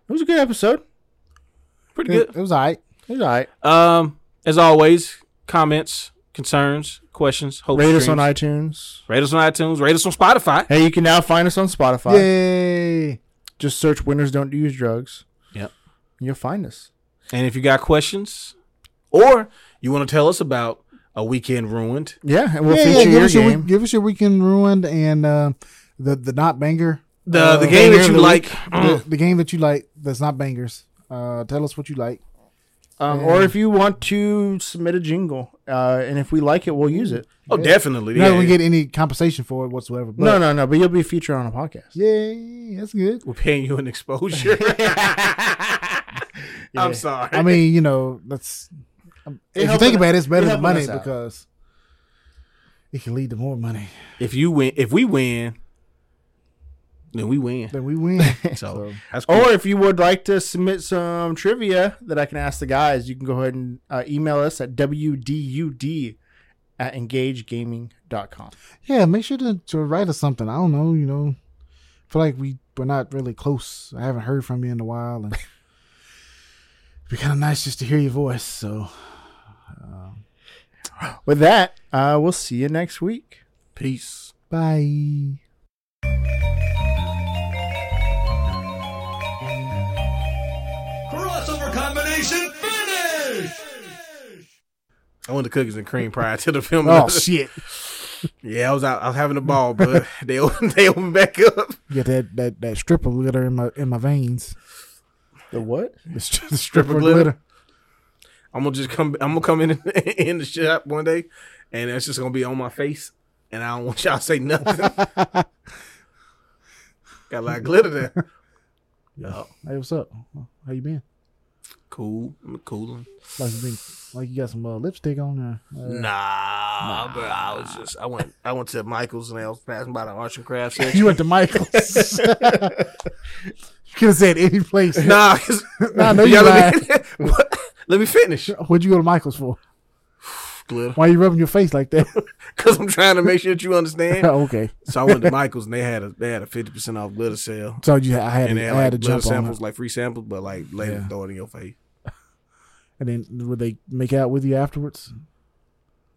it was a good episode. Pretty It, good. it was all right. It was all right. Um, as always, comments, concerns, questions, hopes, Rate us on dreams. iTunes. rate us on iTunes, rate us on Spotify. Hey, you can now find us on Spotify. Yay. Just search "Winners Don't Use Drugs." Yep. You'll find us. And if you got questions Or you want to tell us about a weekend ruined? Yeah, and we'll yeah, yeah, feature give, your us your game. week, give us your weekend ruined and uh, the the not banger. The uh, the banger game that of you the like. week. Mm. the, the game that you like that's not bangers. Uh, tell us what you like. Um, or if you want to submit a jingle, uh, and if we like it, we'll use it. Oh, definitely. You're not Yeah. gonna get any compensation for it whatsoever. But no, no, no. But you'll be featured on a podcast. yeah, that's good. We're paying you an exposure. I'm sorry. I mean, you know, that's um, if you helping think us- about it, it's better it than helping money us out. because it can lead to more money if you win, if we win, then we win. than we win. So that's cool. Or if you would like to submit some trivia that I can ask the guys, you can go ahead and uh, email us at wdud at engagegaming.com. yeah, make sure to, to write us something. I don't know, you know, feel like we we're not really close. I haven't heard from you in a while, and it'd be kind of nice just to hear your voice. So With that, uh, we'll see you next week. peace. bye. Crossover combination finish! I went to cookies and cream prior to the film. Oh shit! yeah, I was out. I was having a ball, but they opened, they opened back up. Get that that that stripper glitter in my in my veins. The what? The, stri- the Stripper glitter? I'm gonna just come. I'm gonna come in in the shop one day, and it's just gonna be on my face, and I don't want y'all to say nothing. Got a lot of glitter there. Oh, Hey, what's up? How you been? cool. I'm cooling. Like you been like you got some uh, lipstick on there? Uh, Nah, bro. I was just. I went. I went to Michael's, and I was passing by the arts and crafts section. You went to Michael's. you could have said any place. Nah, 'cause- Nah, no, you Y'all let, me, let me finish. What'd you go to Michael's for? Glitter. Why you rubbing your face like that? Oh, Cause I'm trying to make sure that you understand. okay. So I went to Michael's and they had a they had a fifty percent off glitter sale. So you, I had, to, And they had I had like to glitter jump on samples, it. like free samples, but like later Yeah. throw it in your face. And then would they make out with you afterwards?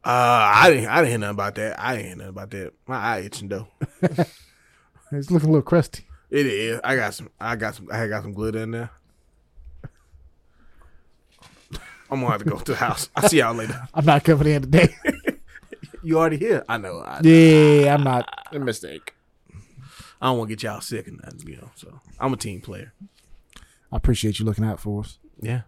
Uh I didn't I didn't hear nothing about that. I didn't hear nothing about that. My eye itching though. It's looking a little crusty. It is. I got some I got some I had got some glitter in there. I'm gonna have to go to the house. I'll see y'all later. I'm not coming in today. You already here. I know. I, yeah, I'm not. A mistake. I don't want to get y'all sick and nothing, you know. So I'm a team player. I appreciate you looking out for us. Yeah.